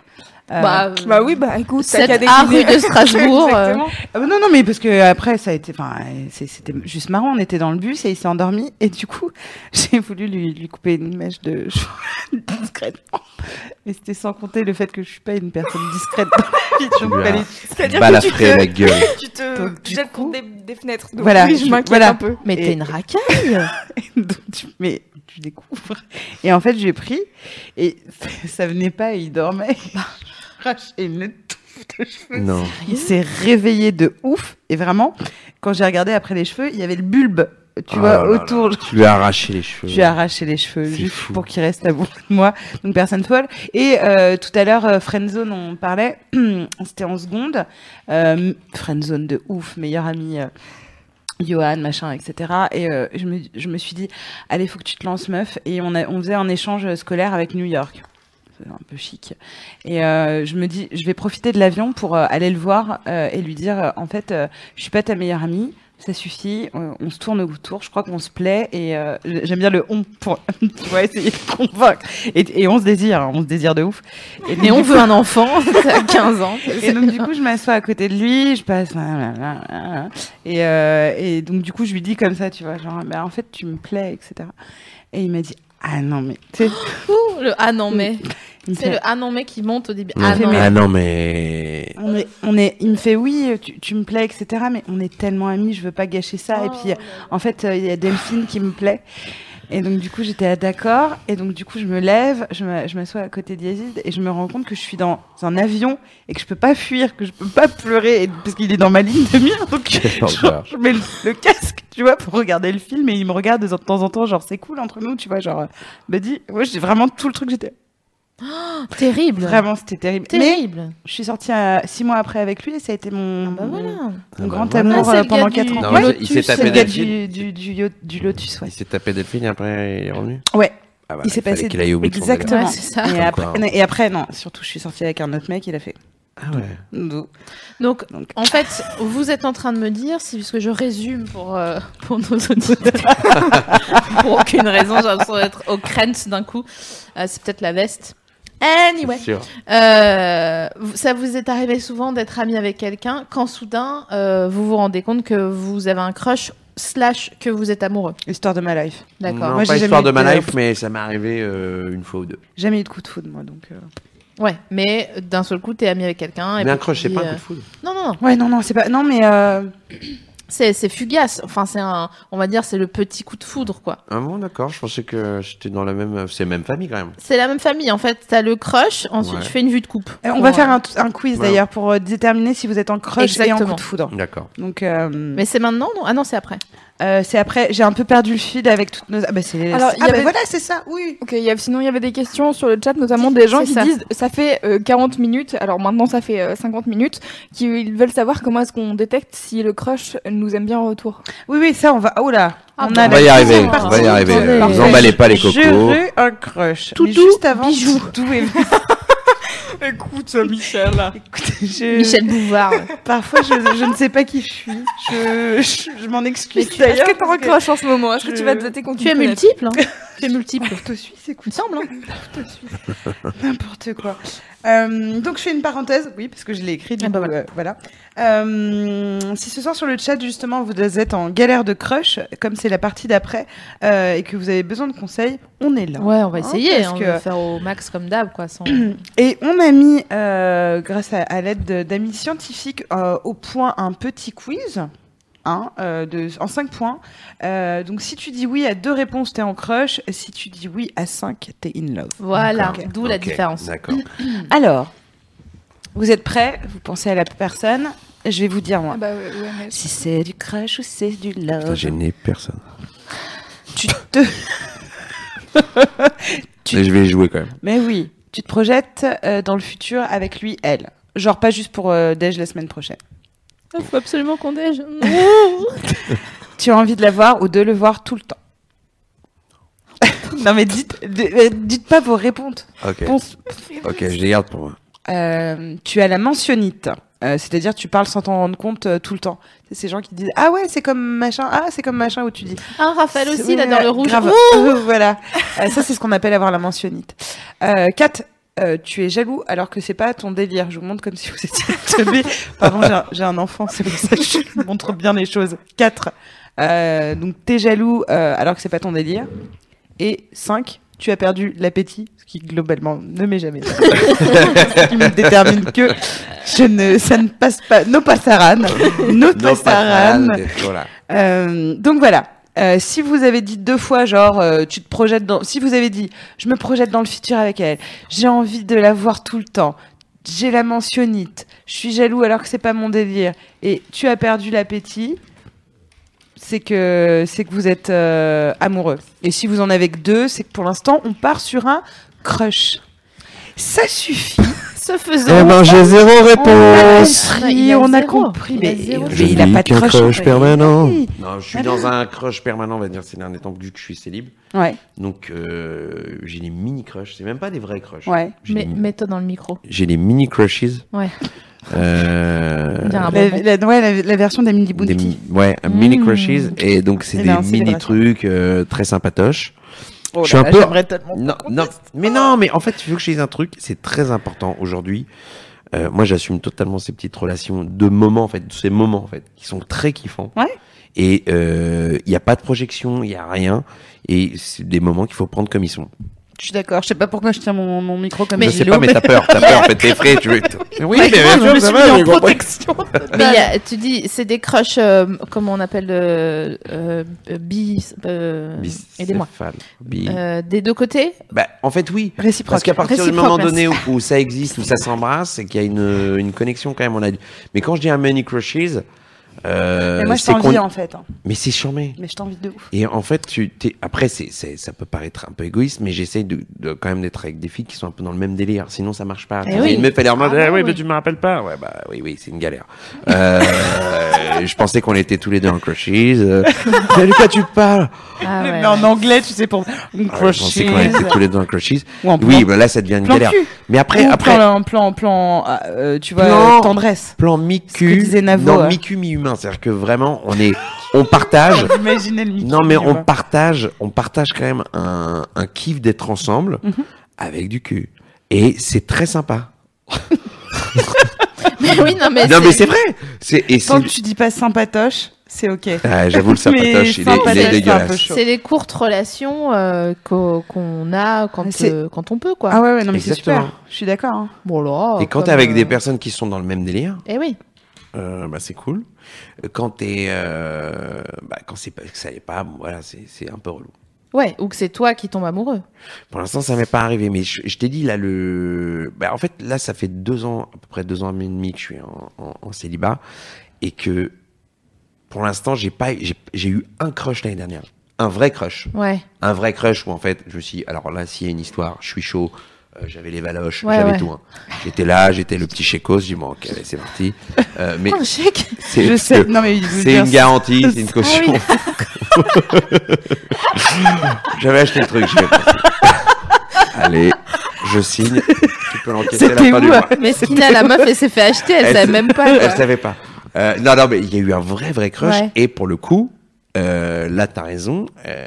S3: Euh,
S1: Bah,
S4: Bah oui, bah écoute, t'as
S1: Cette
S4: qu'à
S1: A
S4: décliner.
S1: rue de Strasbourg, euh,
S4: Exactement.
S3: ah bah non, non, mais parce que après ça a été, enfin, euh, c'est- c'était juste marrant. On était dans le bus et il s'est endormi et du coup, j'ai voulu lui, lui couper une mèche de cheveux discrètement. Mais c'était sans compter le fait que je suis pas une personne discrète. dans la vie, donc,
S2: Tu l'as-
S3: fallait-
S4: C'est-à-dire
S3: Bah,
S4: que tu
S2: Balafré
S4: te,
S2: la gueule.
S4: tu te
S3: Donc,
S4: tu
S3: du
S4: jettes
S3: coup-
S4: contre des, des fenêtres. Donc
S3: Voilà,
S4: oui, je
S3: je-
S4: m'inquiète
S3: voilà.
S4: un peu.
S1: mais
S3: Et-
S1: t'es une racaille.
S3: Donc, tu, mais tu découvres. Et en fait, j'ai pris et ça venait pas, il dormait. Et une touffe de cheveux.
S2: Non.
S3: Il s'est réveillé de ouf. Et vraiment, quand j'ai regardé après les cheveux, il y avait le bulbe tu
S2: Ah
S3: vois,
S2: là là
S3: autour.
S2: Tu lui as arraché les cheveux.
S3: Je lui ai arraché les cheveux
S2: C'est
S3: juste
S2: fou.
S3: pour qu'il reste à bout de moi. Donc personne folle. Et euh, tout à l'heure, euh, Friendzone, on parlait. C'était en seconde. Euh, Friendzone de ouf, meilleur ami. euh, Johan, machin, etc. Et euh, je, me, je me suis dit, allez, faut que tu te lances, meuf. Et on, a- on faisait un échange scolaire avec New York. C'est un peu chic. Et euh, je me dis, je vais profiter de l'avion pour euh, aller le voir euh, et lui dire, euh, en fait, euh, je suis pas ta meilleure amie, ça suffit, on, on se tourne autour, je crois qu'on se plaît et euh, j'aime bien le on pour tu vois, essayer de convaincre. Et, et on se désire, hein, on se désire de ouf.
S1: Et on veut un enfant à 15 ans.
S3: Et donc du coup, je m'assois à côté de lui, je passe hein, et, euh, et donc du coup, je lui dis comme ça, tu vois, genre, bah, en fait, tu me plais, etc. Et il m'a dit, ah non mais, tu sais,
S1: Ouh, le ah non mais.
S3: il me
S1: C'est
S3: fait-
S1: le ah non mais qui monte au début.
S2: Non.
S1: Ah non mais.
S2: Ah non, mais.
S3: On est, on est, il me fait oui, tu, tu me plais, etc. Mais on est tellement amis, je veux pas gâcher ça. Et puis, en fait, euh, il y a Delphine qui me plaît. Et donc, du coup, j'étais à d'accord. Et donc, du coup, je me lève, je m'a- je m'assois à côté d'Yazid et je me rends compte que je suis dans un avion et que je peux pas fuir, que je peux pas pleurer et- parce qu'il est dans ma ligne de mire. Donc,
S2: Quel
S3: genre,
S2: horreur.
S3: je mets le, le casque, tu vois, pour regarder le film et il me regarde de temps en temps, genre, c'est cool entre nous, tu vois, genre, euh, buddy. Ouais, j'ai vraiment tout le truc, j'étais
S1: Terrible.
S3: vraiment, c'était terrible. Mais
S1: Terrible.
S3: je suis sortie euh, six mois après avec lui et ça a été mon,
S1: Bah voilà.
S2: Ah
S3: mon
S2: bah
S3: grand
S2: voilà.
S1: Ah,
S3: amour
S1: c'est
S3: euh,
S1: le
S3: pendant
S1: gars
S3: 4
S1: du-
S3: ans.
S2: Non,
S1: Ouais,
S2: il
S1: tu
S2: s'est
S1: sais,
S3: C'est le
S2: tapé
S3: gars
S2: Delphine.
S3: du, du, du, yo- du Lotus, ouais.
S2: Il s'est tapé Delphine et après il est revenu.
S3: Ouais,
S2: Ah bah,
S3: il s'est
S2: fallait
S3: passé
S2: qu'il aille au bout de son délire.
S3: exactement.
S1: Ouais, c'est ça.
S3: et,
S2: Comme
S3: après,
S2: quoi, hein.
S3: et après, non, surtout, je suis sortie avec un autre mec, il a fait.
S2: Ah ouais.
S3: Ndou.
S1: Donc
S3: Donc,
S1: en fait, vous êtes en train de me dire, si puisque je résume pour euh, pour nos auditeurs, pour aucune raison, j'ai l'impression d'être au crent d'un coup. Euh, c'est peut-être la veste. Anyway,
S2: Sûr.
S1: euh, vous- ça vous est arrivé souvent d'être ami avec quelqu'un quand soudain euh, vous vous rendez compte que vous avez un crush slash que vous êtes amoureux.
S3: histoire de ma life.
S1: D'accord.
S2: Non,
S3: Moi,
S2: pas
S3: j'ai
S2: histoire de
S3: jamais
S2: ma
S3: été-
S2: life, mais ça m'est arrivé euh, une fois ou deux.
S3: Jamais eu de coup de foudre, moi, donc. euh.
S1: Ouais, mais d'un seul coup, t'es ami avec quelqu'un. et
S2: mais un
S1: puis tu
S2: crush, c'est
S1: dis,
S2: pas
S1: euh,
S2: un coup de foudre.
S1: Non, non, non.
S3: Ouais, non, non, c'est pas. Non, mais. euh,
S1: C'est, c'est fugace. Enfin, c'est un, on va dire, c'est le petit coup de foudre, quoi.
S2: Ah bon, d'accord. Je pensais que j'étais dans la même. C'est la même famille quand même.
S1: C'est la même famille, en fait. T'as le crush, ensuite
S2: Ouais.
S1: tu fais une vue de coupe.
S3: euh, on
S1: Pour,
S3: va faire
S1: euh,
S3: un, un quiz
S2: Voilà.
S3: d'ailleurs pour euh, déterminer si vous êtes en crush et en
S1: Exactement.
S3: coup de foudre.
S2: D'accord.
S3: Donc, euh,
S1: Mais c'est maintenant, non Ah non, c'est après.
S3: euh, c'est après. J'ai un peu perdu le fil avec toutes nos. Ah, bah, c'est.
S4: Alors, il y
S3: ah, bah,
S4: avait-
S3: voilà, c'est ça, oui.
S4: Ok, il y a- sinon il y avait des questions sur le chat, notamment des gens
S1: C'est
S4: qui
S1: ça.
S4: disent ça fait euh, 40 minutes, alors maintenant ça fait euh, 50 minutes, qui ils veulent savoir comment est-ce qu'on détecte si le crush nous aime bien en retour.
S3: Oui, oui, ça, on va. Oh là.
S1: Ah,
S3: on
S1: bon.
S3: a la
S2: On va y
S3: deuxième
S2: arriver. On
S3: partie.
S2: va y arriver.
S1: Parfait.
S2: Vous emballez pas les cocos.
S3: J'aurais un crush.
S1: Toutou,
S3: Mais juste avant,
S1: bisous.
S3: Toutou et... Écoute, Michel. Écoute, je...
S1: euh, Michel Bouvard.
S3: Parfois, je, je ne sais pas qui je suis. Je, je, je m'en excuse
S4: Est-ce
S3: d'ailleurs.
S4: que t'es en
S3: parce que-
S4: crush en ce moment Est-ce que
S3: je-
S4: tu vas te dater contre
S1: tu es
S4: une connaisse
S1: multiple. Hein tu es multiple.
S3: Porte suisse,
S1: Il me
S3: écoute,
S1: semble. hein.
S3: n'importe quoi. Euh, donc, je fais une parenthèse, oui, parce que je l'ai écrit, du
S1: Ah bah
S3: coup, euh, voilà. Euh, si ce soir sur le chat, justement, vous êtes en galère de crush, comme c'est la partie d'après, euh, et que vous avez besoin de conseils, on est là. Hein,
S1: Ouais, on va essayer. hein,
S3: Parce
S1: on
S3: que-
S1: va faire au max comme d'hab, quoi. Sans...
S3: Et on a mis, euh, grâce à, à l'aide de- d'amis scientifiques, euh, au point un petit quiz. hein, euh, de, en 5 points. Euh, donc si tu dis oui à deux réponses, t'es en crush. Si tu dis oui à 5, t'es in love.
S1: Voilà.
S2: Ok.
S1: D'où la
S2: Ok,
S1: différence.
S2: D'accord.
S3: Alors, vous êtes prêts Vous pensez à la personne Je vais vous dire moi.
S4: Ah bah ouais, ouais, mais-
S3: Si c'est du crush ou c'est du
S2: Putain,
S3: love.
S2: j'ai né personne.
S3: tu te... Tu-
S2: Mais je vais y jouer quand même.
S3: Mais oui, tu te projettes euh, dans le futur avec lui, elle. Genre pas juste pour euh, déj la semaine prochaine.
S1: Il faut absolument qu'on déje.
S3: Tu as envie de la voir ou de le voir tout le temps Non mais dites, d- euh, dites pas vos réponses.
S2: Ok.
S3: Pense-
S2: Ok, je les garde pour moi.
S3: Euh, tu as la mentionnite, euh, c'est-à-dire tu parles sans t'en rendre compte euh, tout le temps. C'est ces gens qui disent ah ouais c'est comme machin, ah c'est comme machin où tu dis.
S1: Ah, Raphaël aussi, il
S3: Ouais,
S1: adore le rouge.
S3: grave.
S1: Ouh
S3: Euh, voilà, Euh, ça c'est ce qu'on appelle avoir la mentionnite. Euh, 4. tu es jaloux alors que c'est pas ton délire. Je vous montre comme si vous étiez teubé. Pardon, j'ai un- j'ai un enfant, c'est pour ça que je vous montre bien les choses. 4. donc t'es jaloux euh, alors que c'est pas ton délire. Et 5. Tu as perdu l'appétit, ce qui globalement ne m'est jamais. arrivé. ce qui me détermine que je ne, ça ne passe pas. No passaran. No passaran.
S2: Voilà.
S3: Euh, donc voilà. Euh, si vous avez dit deux fois, genre, euh, tu te projettes dans. Si vous avez dit, je me projette dans le futur avec elle, j'ai envie de la voir tout le temps, j'ai la mentionnite, je suis jaloux alors que c'est pas mon délire, et tu as perdu l'appétit, c'est que c'est que vous êtes euh, amoureux. Et si vous en avez que deux, c'est que pour l'instant, on part sur un crush. Ça suffit.
S1: Ce
S2: Eh
S1: faisant.
S2: ben, j'ai
S3: Oh.
S2: zéro réponse.
S1: Ah, il
S3: compris,
S1: a
S3: on a
S1: zéro.
S3: compris.
S1: Il a
S3: Mais
S1: zéro.
S3: mais
S2: Je
S3: il a
S2: vis
S3: pas de
S2: qu'un
S3: crush.
S2: crush
S3: oui.
S2: permanent.
S3: Oui.
S2: Non, je suis dans un crush permanent, on va dire, ces derniers temps, vu que je suis célib.
S3: Ouais,
S2: Donc, euh, j'ai des mini crushs. C'est même pas des vrais crushs.
S3: ouais.
S2: J'ai
S1: Mais
S2: des-
S1: mets-toi dans le micro.
S2: J'ai des mini crushes.
S1: Ouais.
S2: Euh,
S1: Bien, Ah bon,
S3: la,
S1: bon.
S3: la- ouais, la, la version d'Amélie
S2: des
S3: Bounty.
S2: mi- ouais, un mini
S1: Mmh.
S2: crushes. Et donc, c'est
S3: Eh
S2: des
S3: ben, c'est des
S2: mini
S3: vrais
S2: trucs euh, très sympatoches.
S3: Oh là
S2: je suis un
S3: là,
S2: peu-
S3: J'aimerais tellement.
S2: Non, non, mais Ah non, mais en fait, tu veux que je dise un truc, c'est très important aujourd'hui. Euh, moi, j'assume totalement ces petites relations de moments, en fait, de ces moments, en fait, qui sont très kiffants.
S3: Ouais.
S2: Et euh, il n'y a pas de projection, il n'y a rien. Et c'est des moments qu'il faut prendre comme ils sont.
S3: Je suis d'accord. Je sais pas pourquoi je tiens mon, mon micro comme
S2: je
S3: ça.
S2: sais pas, mais t'as peur, t'as peur, en fait, t'es frais, tu veux. Oui, mais bien sûr, ça va, mais gros,
S1: Mais il y a- tu dis, c'est des crushs, euh, comment on appelle, euh, euh, euh, bis, euh, aidez-moi.
S2: Bicéphale. Bi-
S1: Euh, des deux côtés
S2: Bah, en fait, oui.
S3: Réciproque.
S2: Parce qu'à partir du
S1: Réciproque,
S2: moment
S1: merci.
S2: donné où, où ça existe, où ça s'embrasse, c'est qu'il y a une, une connexion quand même. On a... dit. Mais quand je dis un many crushes, euh,
S3: Mais moi, je
S2: c'est qu'on-
S3: t'envie en fait. hein.
S2: Mais c'est charmé.
S3: Mais je t'envie de ouf.
S2: Et en fait, tu, t'es- après, c'est, c'est- ça peut paraître un peu égoïste, mais j'essaie de, de- quand même d'être avec des filles qui sont un peu dans le même délire. Sinon, ça marche pas.
S1: Eh
S2: Une
S1: oui.
S2: meuf, elle est en mode,
S1: Ah
S2: eh
S3: bah
S1: non,
S2: oui,
S1: oui.
S2: mais tu me rappelles pas. Ouais, bah oui, oui, c'est une galère. Euh, je pensais qu'on était tous les deux en crushes. Euh, mais de quoi tu parles
S1: Ah ouais.
S3: Mais en anglais, tu sais, pour. Une
S2: Ouais, Je pensais qu'on était tous les deux en crushes.
S3: Ou en
S2: Oui, bah là, ça devient une
S3: plan
S2: galère.
S3: cul.
S2: Mais après,
S3: Ou
S2: après,
S3: plan, plan, plan, ah, euh, tu vois,
S2: Plan.
S3: euh, tendresse.
S2: plan
S3: Ce que
S2: mi-cul,
S3: disait Navo,
S2: non,
S3: hein.
S2: mi-cul, mi-humain. C'est-à-dire que vraiment, on est, on partage.
S3: Imaginez le micro.
S2: Non, mais on partage, on partage quand même un, un kiff d'être ensemble
S3: Mhm.
S2: avec du cul. Et c'est très sympa.
S1: Mais oui, non, mais,
S2: non, mais c'est
S1: vrai.
S2: vrai. C'est, et c'est,
S3: Tant que tu dis pas sympatoche, c'est ok.
S2: Ah, j'avoue, le
S3: Mais
S2: sapatoche, il est, il
S3: sympatoche,
S2: est
S3: c'est un peu
S2: dégueulasse.
S3: chaud.
S1: C'est les courtes relations euh, qu'o- qu'on a quand,
S3: Mais c'est-
S1: euh, quand on peut, quoi.
S3: Ah ouais, ouais, non, mais c'est
S2: Exactement.
S3: super. Je suis d'accord. hein.
S1: Bon, là,
S2: Et quand t'es
S1: comme,
S2: avec
S1: euh,
S2: des personnes qui sont dans le même délire,
S1: Eh oui.
S2: euh, bah, c'est cool. Quand t'es, euh, bah, quand c'est pas, que ça y est pas, bon, voilà, c'est, c'est un peu relou.
S1: Ouais, ou que c'est toi qui tombes amoureux.
S2: Pour l'instant, ça m'est pas arrivé, mais je, je t'ai dit là le. Bah, en fait, là, ça fait deux ans, à peu près deux ans et demi que je suis en, en- en célibat et que pour l'instant, j'ai pas, j'ai j'ai eu un crush l'année dernière, un vrai crush,
S1: Ouais.
S2: un vrai crush où en fait, je me suis. dit, Alors là, s'il y a une histoire, je suis chaud. euh, j'avais les valoches,
S1: Ouais,
S2: j'avais
S1: ouais.
S2: tout. hein. J'étais là, j'étais le petit chécos, j'ai dit bon, ok, allez, c'est parti. Euh, mais
S1: Oh, chèque.
S2: c'est
S3: je
S2: parce
S3: sais.
S2: que
S3: Non, mais il veut
S2: c'est
S3: dire-
S2: une garantie, c'est une caution.
S1: Ah
S2: J'avais acheté le truc. je vais- Allez, je signe. Tu peux l'enquêter à la
S3: C'était
S2: fin
S3: où,
S2: du mois.
S1: Mais Skina, la meuf, elle s'est fait acheter, elle,
S2: Elle
S1: savait
S2: se-
S1: même pas.
S2: Elle
S1: quoi.
S2: savait pas. Euh, non, non, mais il y a eu un vrai, vrai crush.
S1: Ouais.
S2: Et pour le coup, euh, là, t'as raison. euh,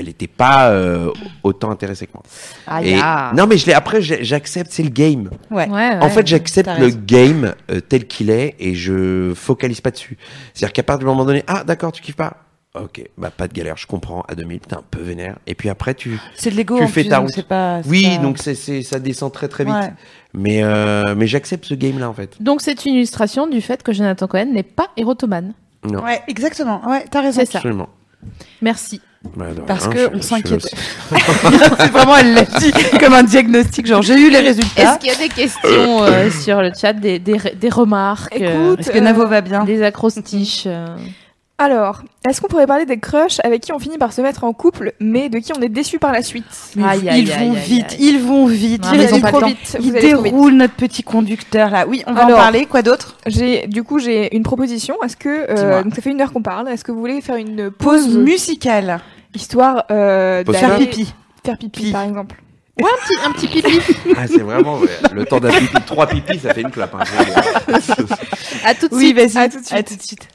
S2: elle n'était pas euh, autant intéressée que moi.
S1: Ah,
S2: Et-
S1: ya.
S2: non, mais je l'ai- après, j'ai- j'accepte. C'est le game.
S3: Ouais.
S1: Ouais,
S2: En
S1: ouais.
S2: fait, j'accepte
S3: t'as
S2: le
S3: raison.
S2: game euh, tel qu'il est et je focalise pas dessus. C'est-à-dire qu'à partir du moment donné, ah d'accord, tu kiffes pas. Ok, bah pas de galère, je comprends. À 2000, t'es un peu vénère. Et puis après, tu.
S3: C'est de l'ego.
S2: Tu
S3: en
S2: fais
S3: plus,
S2: ta
S3: donc
S2: route.
S3: c'est pas. c'est
S2: Oui,
S3: pas-
S2: donc c'est, c'est- ça descend très très vite.
S3: Ouais.
S2: Mais, euh, mais j'accepte ce game-là en fait.
S1: Donc, c'est une illustration du fait que Jonathan Cohen n'est pas érotomane.
S2: Non,
S3: Ouais, exactement. Ouais, t'as raison.
S1: C'est ça.
S2: absolument.
S1: Merci.
S2: Bah, de
S3: Parce
S2: rien,
S3: que
S2: je-
S3: on
S2: je-
S3: s'inquiète.
S2: je-
S3: c'est vraiment, elle l'a dit comme un diagnostic. Genre, j'ai eu les résultats.
S1: Est-ce qu'il y a des questions Ah. euh, sur le chat, des, des, des remarques euh,
S4: Écoute,
S3: Est-ce que Navo va bien
S1: Des acrostiches euh,
S4: Alors, est-ce qu'on pourrait parler des crushs avec qui on finit par se mettre en couple, mais de qui on est déçu par la suite
S3: Mais
S1: Aïe,
S3: ils
S1: aïe, aïe,
S3: vont
S1: aïe,
S3: vite,
S1: aïe.
S3: ils vont vite.
S1: Non,
S3: ils
S1: mais
S4: Allez
S1: ils ont pas
S4: trop
S1: le temps.
S4: vite,
S3: ils
S4: vous allez trop vite.
S3: déroulent notre petit conducteur là. Oui, on va
S4: Alors-
S3: en parler. Quoi d'autre
S4: J'ai du coup j'ai une proposition. Est-ce que euh,
S3: Dis-moi.
S4: donc ça fait une heure qu'on parle. Est-ce que vous voulez faire une
S3: Pause
S4: pause
S3: musicale.
S4: histoire euh,
S2: Pause
S4: d'aller-
S3: Faire pipi.
S4: faire pipi,
S3: Pi.
S4: par exemple.
S1: un, petit, un petit pipi.
S2: Ah, c'est vraiment ouais, le temps d'un pipi. Trois pipis, ça fait une clap. hein.
S1: à tout de
S3: Oui,
S1: suite.
S3: vas-y.
S4: À tout de suite.
S3: À tout de suite.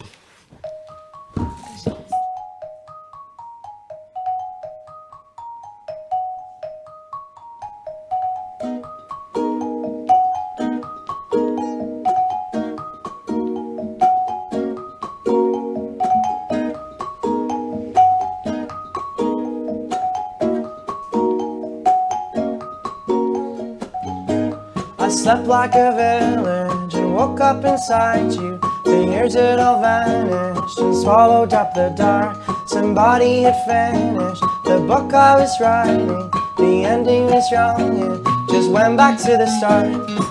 S6: I slept like a village and woke up inside you. The years it all vanished and swallowed up the dark. Somebody had finished the book I was writing. The ending was wrong, it just went back to the start.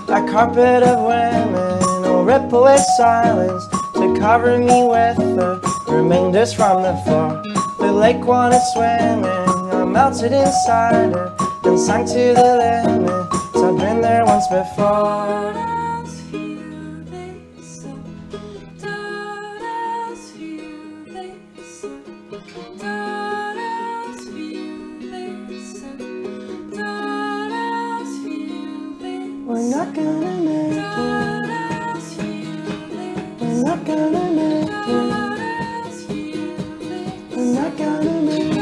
S6: A carpet of women, a ripple with silence to cover me with the Remainders from the floor. The lake water swimming, I melted inside it and sank to the limit. I've been there once before. We're not gonna make it. We're not gonna make it. We're not gonna make it.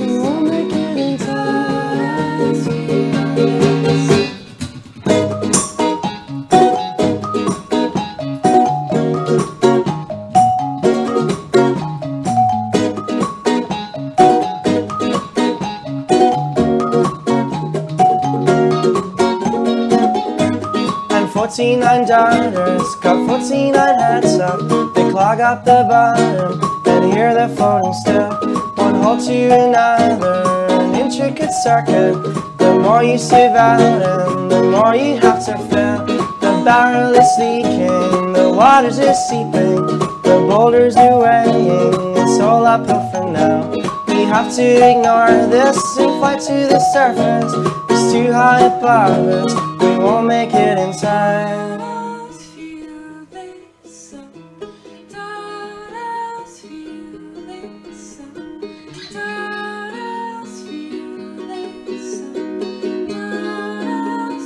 S6: We won't make it in time. And 49 daughters got 49 heads up. They clog up the bottom and hear the floating step. One hole to another, an intricate circuit. The more you survive them, the more you have to fill. The barrel is leaking, the waters are seeping, the boulders are weighing. It's all uphill for now. We have to ignore this and fly to the surface. It's too high above us. We won't make it in time.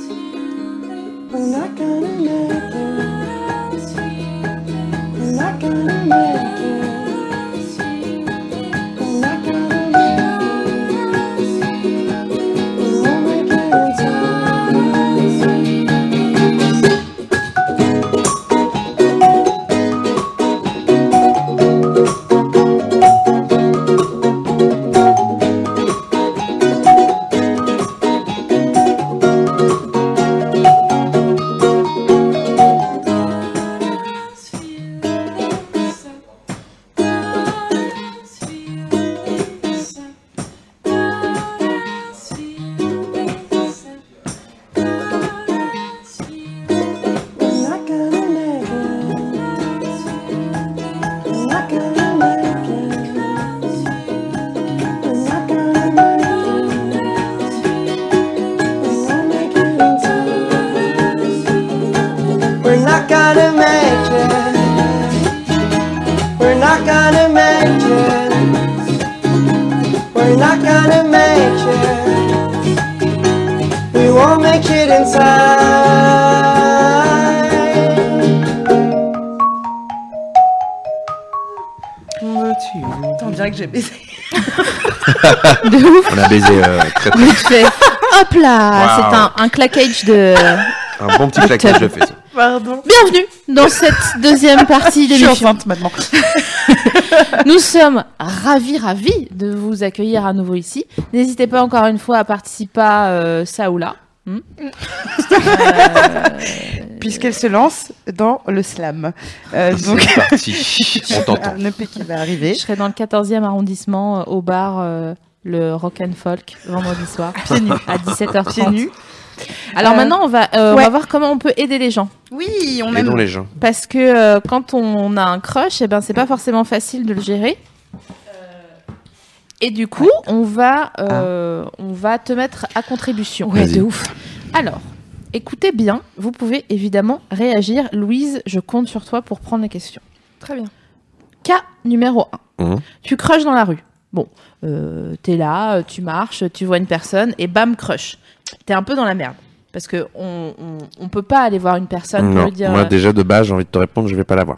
S6: We're not gonna make it. We're not gonna make it. We're not gonna make it. We won't make it in time. We're not gonna make it. We're not gonna make it. We're not gonna make it. We won't make it in time. We're not gonna make it. We're not gonna make it. We're not gonna make it. We won't make it in time.
S3: On dirait que j'ai baisé.
S1: bah, De ouf.
S2: On a baisé euh, très, très-
S1: Mais tu fais, hop là,
S2: Waouh.
S1: c'est un, un claquage de.
S2: un bon petit claquage de fesses.
S3: Pardon.
S1: Bienvenue dans cette deuxième partie
S3: Je
S1: de
S3: suis
S1: l'émission.
S3: enceinte maintenant.
S1: Nous sommes ravis, ravis de vous accueillir à nouveau ici. N'hésitez pas encore une fois à participer à euh, ça ou là. Hmm Euh,
S3: Puisqu'elle se lance dans le slam. Euh, donc,
S2: Ah, C'est parti. On t'entend.
S3: un EP qui va
S1: je
S3: arriver.
S1: serai dans le 14e arrondissement euh, au bar euh, le Rock and Folk vendredi soir à 17h30.
S3: Pieds nus.
S1: Alors
S3: Euh,
S1: maintenant on va euh, on
S3: ouais.
S1: va voir comment on peut aider les gens
S3: Oui, on
S2: Aidons
S3: aime.
S2: les gens.
S1: parce que euh, quand on a un crush et ben c'est pas forcément facile de le gérer. Et du coup, on va euh, on va te mettre à contribution.
S2: Ah. Ouais, Vas-y. de
S1: ouf. Alors, écoutez bien, vous pouvez évidemment réagir. Louise, je compte sur toi pour prendre les questions.
S4: Très bien.
S1: Cas numéro 1.
S2: Mhm.
S1: Tu crushes dans la rue. Bon, euh, t'es là, euh, tu marches, tu vois une personne et bam, crush. T'es un peu dans la merde. Parce que on, on, on peut pas aller voir une personne pour
S2: Non,
S1: lui dire.
S2: moi
S1: euh,
S2: déjà de base, j'ai envie de te répondre, je vais pas l'avoir.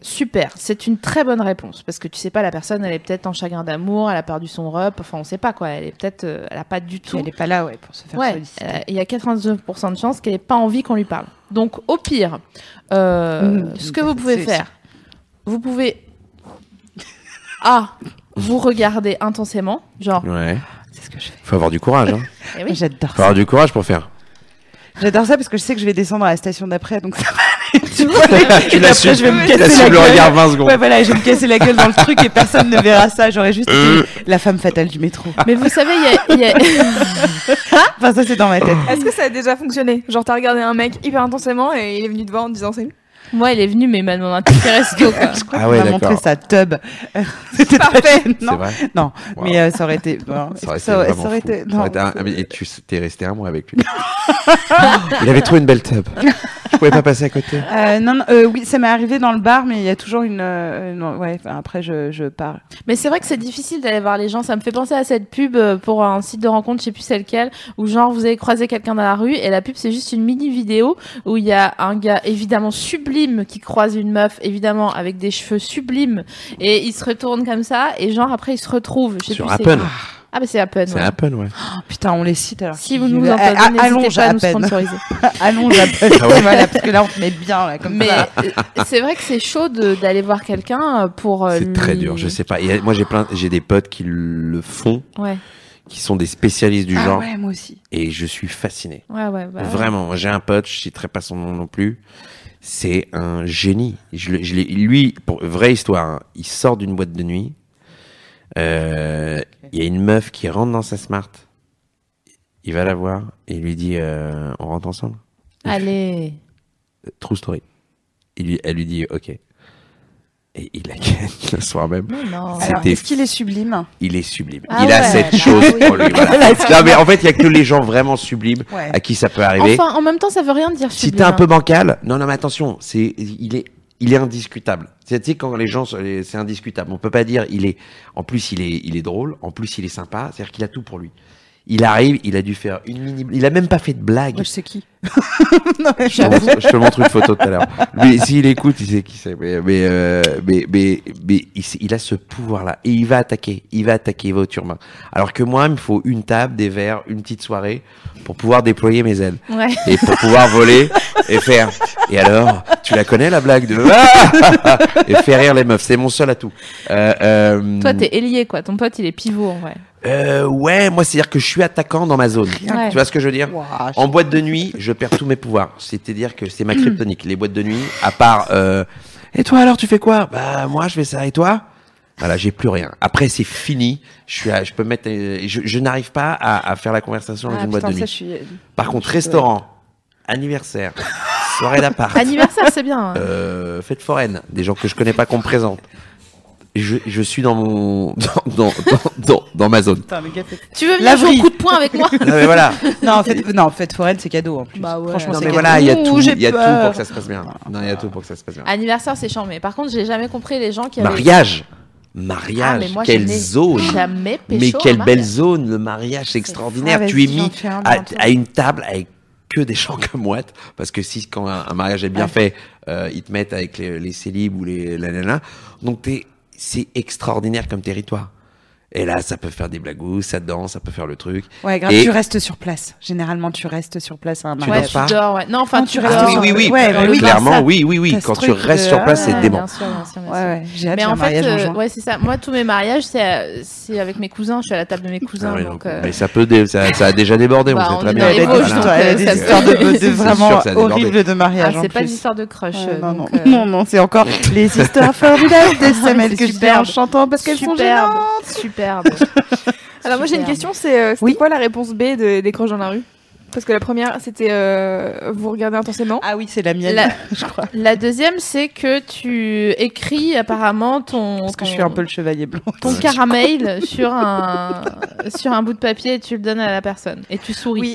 S1: Super, c'est une très bonne réponse parce que tu sais pas la personne, elle est peut-être en chagrin d'amour, elle a perdu son rep, enfin on sait pas quoi, elle est peut-être, euh, elle a pas du tout.
S3: Elle est pas là, ouais, pour se faire
S1: Ouais,
S3: solliciter.
S1: euh, il y a 99% de chances qu'elle ait pas envie qu'on lui parle. Donc au pire, euh,
S3: Mmh,
S1: ce que vous pouvez
S3: c'est-
S1: faire, vous pouvez a vous regarder intensément, genre.
S2: Ouais.
S3: C'est ce que je fais.
S2: Faut avoir du courage. Hein.
S1: Eh oui.
S3: Ah, J'adore
S2: Faut
S3: ça.
S2: avoir du courage pour faire.
S3: J'adore ça parce que je sais que je vais descendre à la station d'après, donc ça va.
S2: tu
S3: Et après, je vais me
S2: tu
S3: casser
S2: l'assumes
S3: la
S2: le
S3: gueule.
S2: regard 20 secondes.
S3: Ouais, voilà, je vais me casser la gueule dans le truc et personne ne verra ça. J'aurais juste
S2: Euh.
S3: été la femme fatale du métro.
S1: Mais vous savez, il y a- il y a,
S3: Enfin, ça, c'est dans ma tête.
S4: Est-ce que ça a déjà fonctionné Genre, t'as regardé un mec hyper intensément et il est venu te voir en te disant c'est lui
S1: Moi, elle est venue, mais elle m'a demandé un petit Ferresco, quoi.
S3: Je crois
S2: Ah
S3: qu'on
S2: ouais,
S3: m'a montré
S2: d'accord.
S3: sa tub. C'était parfait.
S2: C'est
S3: Non,
S2: vrai.
S3: non.
S2: Wow.
S3: mais euh, ça aurait été. bon,
S2: Ça aurait été
S3: ça aurait-
S2: vraiment
S3: ça aurait
S2: fou.
S3: été-
S2: Ça
S3: non.
S2: aurait été un- ah, mais- Et tu t'es resté un mois avec lui. Il avait trouvé une belle tub. Je pouvais pas passer à côté.
S3: Euh, non, non, euh, oui, ça m'est arrivé dans le bar, mais il y a toujours une. euh, non, ouais, enfin, après je, je pars.
S1: Mais c'est vrai que c'est difficile d'aller voir les gens. Ça me fait penser à cette pub euh, pour un site de rencontre, je sais plus c'est lequel, où genre vous avez croisé quelqu'un dans la rue et la pub c'est juste une mini vidéo où il y a un gars évidemment sublime qui croise une meuf évidemment avec des cheveux sublimes et il se retourne comme ça et genre après il se retrouve. Je sais
S2: Sur
S1: plus c'est
S2: Appen.
S1: qui. Ah bah c'est Appen.
S2: C'est
S1: ouais.
S2: Appen, ouais.
S3: Oh, putain, on les cite alors.
S1: Si vous nous en
S3: Euh,
S1: n'hésitez
S3: allonge
S1: pas à
S3: à
S1: nous
S3: peine.
S1: sponsoriser.
S3: Allonge Apple.
S2: Ah ouais.
S3: voilà, parce que là on te met bien là, comme
S1: Mais
S3: ça.
S1: euh, c'est vrai que c'est chaud de- d'aller voir quelqu'un euh,
S3: Oh,
S1: pour. euh,
S2: C'est très
S1: lui-
S2: dur, je sais pas. Il y a- moi, j'ai plein, j'ai des potes qui le font,
S1: Ouais,
S2: qui sont des spécialistes du
S3: Ah
S2: genre,
S3: ouais, moi aussi.
S2: et je suis fasciné.
S1: ouais, ouais. bah ouais.
S2: Vraiment, j'ai un pote, je citerai pas son nom non plus. C'est un génie. Je, le- je l'ai- lui, pour vraie histoire, hein, il sort d'une boîte de nuit. Euh, Il y a une meuf qui rentre dans sa smart. Il va la voir et il lui dit euh, On rentre ensemble
S1: Allez.
S2: True story. Il lui, elle lui dit Ok. Et il la gagne le soir même.
S1: Non, non.
S2: C'est-
S3: Alors,
S2: C'était-
S3: est-ce qu'il est sublime
S2: Il est sublime.
S1: Ah
S2: il a
S1: ouais,
S2: cette
S1: bah
S2: chose pour lui. voilà. Non, mais en fait, il y a que les gens vraiment sublimes
S3: Ouais.
S2: à qui ça peut arriver.
S1: Enfin, en même temps, ça veut rien dire.
S2: Eh Si
S1: sublime,
S2: t'es un
S1: hein.
S2: peu bancal, non, non, mais attention, c'est, il est, il est indiscutable. C'est, tu sais, quand les gens, sont- les- c'est indiscutable. On peut pas dire, il est, en plus, il est, il est drôle, en plus, il est sympa, c'est-à-dire qu'il a tout pour lui. Il arrive, il a dû faire une mini, il a même pas fait de blague.
S3: Moi, je sais qui. non, mais
S2: Je te,
S3: j'avoue.
S2: montre, je te montre une photo tout à l'heure. Mais s'il écoute, il sait qui c'est. Mais, mais, euh, mais, mais, mais il, s- il a ce pouvoir-là. Et il va attaquer. Il va attaquer, il va au turban. Alors que moi, il me faut une table, des verres, une petite soirée pour pouvoir déployer mes ailes.
S1: Ouais.
S2: Et pour pouvoir voler et faire. Et alors, tu la connais la blague de. Ah et faire rire les meufs. C'est mon seul atout. Euh, euh,
S1: Toi, t'es ailier, quoi. Ton pote, il est pivot, en vrai.
S2: euh, ouais, moi, c'est-à-dire que je suis attaquant dans ma zone.
S1: Ouais.
S2: Tu vois ce que je veux dire
S3: Ouah, je-
S2: en boîte de nuit, je perds tous mes pouvoirs. C'est-à-dire que c'est ma kryptonique. Les boîtes de nuit, à part. euh, et toi alors, tu fais quoi Bah moi, je fais ça. Et toi Voilà, j'ai plus rien. Après, c'est fini. Je suis, à- je peux mettre. euh, Je, je n'arrive pas à, à faire la conversation dans
S3: Ah,
S2: une boîte
S3: putain,
S2: de
S3: ça,
S2: nuit.
S3: je suis...
S4: euh,
S2: Par contre, restaurant, anniversaire, soirée d'appart,
S1: Anniversaire, c'est bien. hein.
S2: euh, fête foraine, des gens que je connais pas qu'on me présente. Je, je suis dans mon dans dans, dans, dans- dans ma zone.
S3: Putain, le gars fait-
S1: tu veux venir jouer
S3: Lavry.
S1: au coup de poing avec moi
S2: Non mais voilà.
S3: Non, en fait, non, en fait, Forel, c'est cadeau en plus.
S1: Bah ouais.
S3: Franchement,
S2: Non
S3: c'est
S2: mais
S3: cadeau.
S2: voilà, il y a
S3: Ouh,
S2: tout,
S3: j'ai
S2: il y a tout
S3: peur.
S2: pour que ça se passe bien. Non, il y a tout pour que ça se passe bien.
S1: Anniversaire, c'est chiant, mais par contre, j'ai jamais compris les gens qui
S2: Bah,
S1: avaient.
S2: Mariage
S1: Ah,
S2: Mariage
S1: mais moi, je
S2: Quelle
S1: n'ai
S2: zone
S1: Jamais pécho.
S2: Mais
S1: un
S2: quelle
S1: mariage. Ah,
S2: belle zone Le mariage, c'est extraordinaire.
S3: fou.
S2: Tu es
S3: Vas-y, j'en
S2: mis
S3: fais un
S2: à,
S3: bientôt.
S2: à une table avec que des gens comme moi. Parce que si, quand un, un mariage est bien fait, euh, ils te mettent avec les, les célibes ou les la, la, la. Donc, t'es- c'est extraordinaire comme territoire. Et là, ça peut faire des blagous, ça danse, ça peut faire le truc.
S3: Ouais, grave,
S2: Et-
S3: tu restes sur place. Généralement, tu restes sur place à un
S2: Tu
S1: Ouais,
S3: mariage.
S2: danses pas
S1: tu dors, ouais. Non, enfin,
S3: Non,
S1: tu
S3: tu
S1: dors.
S3: restes
S2: oui, oui, oui.
S3: Ouais,
S2: Euh,
S3: bah oui,
S2: clairement,
S3: ça.
S2: oui, oui, oui.
S3: T'as ce
S2: Quand tu
S3: truc de-
S2: restes sur place,
S1: ah, Ouais,
S2: c'est dément.
S1: Bien sûr, bien sûr, bien
S3: Ouais,
S1: sûr.
S3: ouais. J'ai
S1: Mais
S3: hâte de faire
S1: en
S3: un
S1: fait,
S3: mariage en
S1: euh,
S3: juin.
S1: ouais, c'est ça. Moi, tous mes mariages, c'est euh, c'est avec mes cousins. Je suis à la table de mes cousins.
S2: Ah oui,
S1: donc,
S2: non,
S1: euh,
S2: Mais ça peut, dé- ça, ça a déjà débordé.
S1: Bah,
S2: on sait
S1: on
S2: très
S1: est
S2: bien.
S1: dans les
S3: Elle a
S1: Vosges,
S3: des
S1: donc,
S3: histoires- elle a
S1: euh,
S3: des
S1: ça se
S3: histoires de,
S1: peut.
S3: de
S1: C'est
S2: sûr
S3: vraiment
S2: que ça a débordé.
S3: horribles de
S1: ah,
S3: mariage. en
S1: c'est pas
S3: plus.
S1: des histoires de crush.
S3: Ouais,
S1: euh,
S3: non,
S1: donc,
S3: non,
S1: euh, Ah,
S3: non, non, c'est encore les histoires formidables des
S1: c'est
S3: semelles que je fais en
S1: superbe.
S3: chantant parce qu'elles sont
S1: Superbe,
S3: gênantes.
S1: superbe.
S4: Alors moi j'ai une
S1: Superbe.
S4: question, c'est euh, c'était
S3: Oui.
S4: quoi la réponse B de, des croches dans la rue Parce que la première c'était euh, vous regardez intensément.
S3: Ah oui, c'est la mienne,
S1: La-
S3: je crois.
S1: La deuxième, c'est que tu écris apparemment ton.
S3: Parce que je
S1: ton-
S3: suis un peu le chevalier blanc.
S1: Ton caramel sur un, sur un bout de papier et tu le donnes à la personne. Et tu souris.
S3: Oui.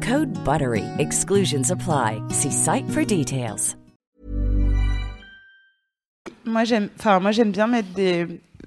S7: Code BUTTERY. Exclusions apply. See site for details.
S3: Moi, j'aime, enfin, moi, j'aime bien mettre des.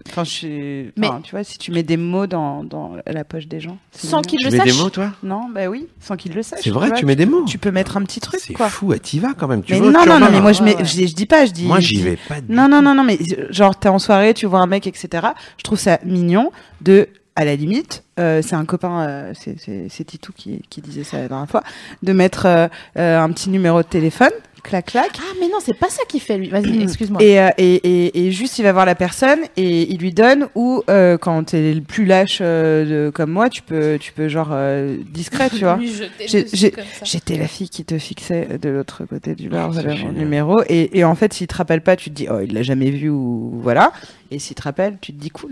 S3: Enfin, je suis.
S1: Mais-
S3: enfin, tu vois, si tu mets des mots dans, dans la poche des gens. c'est
S1: Sans
S3: mignon.
S1: qu'il
S2: Tu
S1: le
S2: mets
S1: sache.
S2: des mots, toi
S3: Non, bah oui, sans qu'ils le sachent.
S2: C'est vrai,
S3: vois,
S2: tu mets des mots.
S3: Tu peux mettre un petit truc,
S2: C'est
S3: quoi.
S2: fou, elle t'y va quand même. Tu
S3: mais
S2: vas au
S3: non, non,
S2: turban.
S3: non, mais moi, je,
S1: Ouais,
S3: mets,
S1: ouais.
S3: je, dis- je dis pas, je dis.
S2: Moi,
S3: je
S2: j'y
S3: dis-
S2: vais pas. du
S3: Non, non, non, non, mais genre, t'es en soirée, tu vois un mec, etc. Je trouve ça mignon de à la limite, euh, c'est un copain, euh, c'est- c'est c'est Titou qui, qui disait ça la dernière fois, de mettre euh, euh, un petit numéro de téléphone, clac clac,
S1: Ah, mais non, c'est pas ça qu'il fait, lui. Vas-y, excuse-moi.
S3: et, euh, et, et, et juste, il va voir la personne et il lui donne. Ou euh, quand t'es le plus lâche euh, de- comme moi, tu peux, tu peux genre euh, discret, tu vois.
S8: Lui jeter
S3: J'ai-
S8: dessus
S3: j'ai-
S8: comme ça.
S3: J'étais la fille qui te fixait de l'autre côté du bar,
S2: Ah,
S3: voilà
S2: c'est
S3: mon
S2: génial.
S3: numéro. Et, et en fait, s'il te rappelle pas, tu te dis, oh, il l'a jamais vu ou voilà. Et s'il te rappelle, tu te dis cool.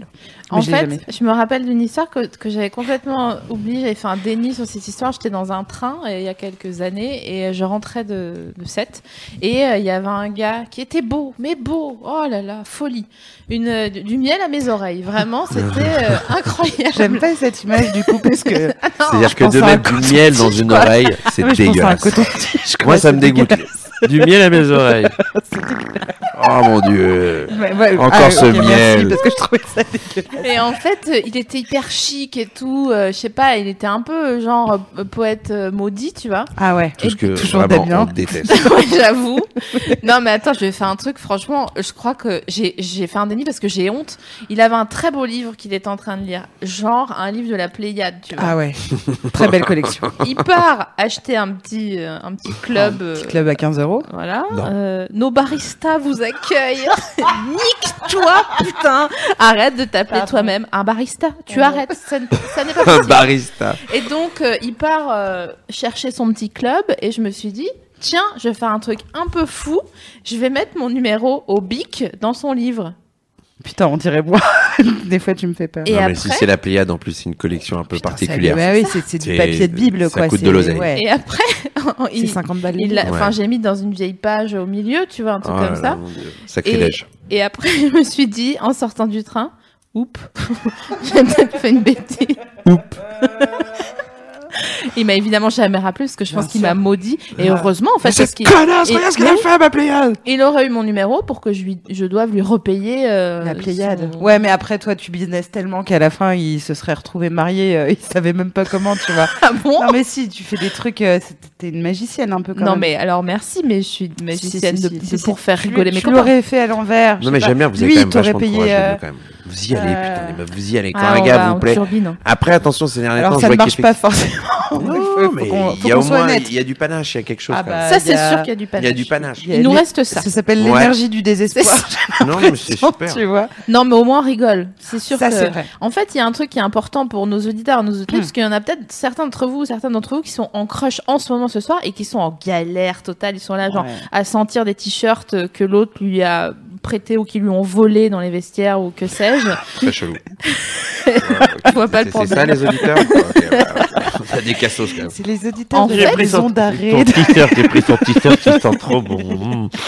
S3: Mais
S1: En
S3: je l'ai
S1: fait,
S3: jamais fait.
S1: je me rappelle d'une histoire que, que j'avais complètement oubliée. J'avais fait un déni sur cette histoire. J'étais dans un train euh, il y a quelques années et euh, je rentrais de, de 7. Et euh, il y avait un gars qui était beau, mais beau. Oh là là, folie. Une, euh, du, du miel à mes oreilles. Vraiment, c'était euh, incroyable.
S3: J'aime pas cette image du coup parce que
S1: Ah non,
S2: C'est-à-dire que
S3: pense
S2: de
S3: à un
S2: mettre du miel dans une oreille, c'est
S3: Ouais, je pense à un
S2: dégueulasse.
S3: coton-tige, quoi,
S2: Moi, ça
S3: c'est
S2: me dégoûte. Du miel à mes oreilles. Oh mon dieu.
S3: dégueulasse. Ouais, ouais,
S2: Encore
S3: ah,
S2: ce
S3: ok, merci,
S2: miel.
S3: parce que je trouvais ça dégueulasse.
S1: Et en fait, euh, il était hyper chic et tout. euh, je sais pas, il était un peu euh, genre euh, poète euh, maudit, tu vois.
S3: Ah ouais.
S2: Tout ce que
S3: toujours
S2: vraiment on
S3: Damien.
S2: déteste.
S1: Ouais, j'avoue. Non, mais attends, je vais faire un truc. Franchement, je crois que j'ai j'ai fait un déni parce que j'ai honte. Il avait un très beau livre qu'il était en train de lire. Genre un livre de la Pléiade, tu vois.
S3: Ah ouais. Très belle collection.
S1: Il part acheter un petit, euh, un petit club. euh,
S3: Petit club à 15 euros.
S1: Voilà.
S2: Non.
S1: Euh, nos baristas vous accueillent. Nique-toi, putain. Arrête de t'appeler
S8: Pardon.
S1: toi-même un barista. Tu arrêtes. Ça, n- ça n'est pas
S2: Un
S1: possible.
S2: barista.
S1: Et donc, euh, il part euh, chercher son petit club et je me suis dit, tiens, je vais faire un truc un peu fou. Je vais mettre mon numéro au bic dans son livre.
S3: Putain, on dirait moi. Des fois, tu me fais peur.
S1: Et
S2: non, mais
S1: après,
S2: si c'est la Pléiade, en plus, c'est une collection un peu
S3: Putain, ça-
S2: particulière.
S3: bah oui, c'est c'est du
S2: C'est-
S3: papier de Bible,
S2: ça
S3: quoi.
S2: coûte de
S3: c'est-
S2: l'oseille.
S3: ouais.
S1: et après
S3: C'est
S1: il,
S3: 50 balles.
S1: il l'a-
S2: Ouais.
S1: enfin, j'ai mis dans une vieille page au milieu, tu vois, un truc
S2: Oh
S1: comme
S2: là
S1: ça.
S2: là, mon Dieu. Sacrilège.
S1: Et après, je me suis dit, en sortant du train, oups, j'ai peut-être fait une bêtise. Il m'a évidemment jamais rappelé parce que je pense qu'il m'a maudit.
S3: Ah.
S1: Et heureusement, en fait, parce qu'il. et-
S2: regarde ce qu'elle a
S1: mais
S2: fait à ma Pléiade.
S1: Il aurait eu mon numéro pour que je, lui, je doive lui repayer. euh,
S3: La Pléiade.
S1: son-
S3: Ouais, mais après, toi, tu business tellement qu'à la fin, ils se seraient retrouvés mariés. euh, ils savaient même pas comment, tu vois.
S1: Ah bon
S3: Non, mais si, tu fais des trucs. euh, c'est- T'es une magicienne un peu quand
S1: Non,
S3: même.
S1: mais alors merci, mais je suis
S3: Si, si,
S1: magicienne
S3: si,
S1: de-
S3: si,
S1: de-
S3: si.
S1: pour faire
S3: Tu-
S1: rigoler mes
S3: Tu
S1: copains.
S3: l'aurais fait à l'envers. je
S2: Non,
S3: sais
S2: mais
S3: pas.
S2: j'aime bien, vous avez
S3: Lui,
S2: quand même
S3: il t'aurait
S2: vachement de courage,
S3: payé.
S2: les
S3: euh,
S2: meufs, quand même. Vous y allez,
S3: euh,
S2: putain, les meufs, vous y allez. Quand
S1: Ah,
S2: un
S1: on va-
S2: gars
S1: on
S2: vous plaît.
S1: turbine.
S2: Après, attention, ces derniers
S3: Alors,
S2: temps,
S3: ça
S2: je
S3: ne
S2: vois
S3: marche
S2: qu'il fait-
S3: pas forcément.
S2: Non, mais il y a au moins, il y a du panache, il y a quelque chose.
S3: Ah
S2: quand
S3: bah,
S2: même.
S1: Ça,
S3: il y
S1: c'est
S3: a-
S1: sûr qu'il y a du panache.
S2: Il y a du panache.
S1: Il nous reste ça.
S3: Ça s'appelle
S2: Ouais.
S3: l'énergie du désespoir.
S2: Non, mais c'est super.
S3: Tu vois.
S1: Non, mais au moins on rigole. C'est sûr
S3: Ça,
S1: que-
S3: c'est vrai.
S1: En fait, il y a un truc qui est important pour nos auditeurs, nos auditrices, parce qu'il y en a peut-être certains d'entre vous, certains d'entre vous qui sont en crush en ce moment ce soir et qui sont en galère totale. Ils sont là, genre,
S3: Ouais.
S1: à sentir des t-shirts euh, que l'autre lui a prêté ou qui lui ont volé dans les vestiaires ou que sais-je.
S2: Très chelou.
S1: Je vois pas le
S2: C'est ça,
S1: problème.
S2: les auditeurs Ok, bah, On a des cassos, quand même.
S3: C'est les auditeurs
S1: En
S3: de
S1: fait,
S3: la maison
S5: Ton
S3: d'arrêt.
S5: t-shirt, j'ai pris ton t-shirt, tu sens trop bon.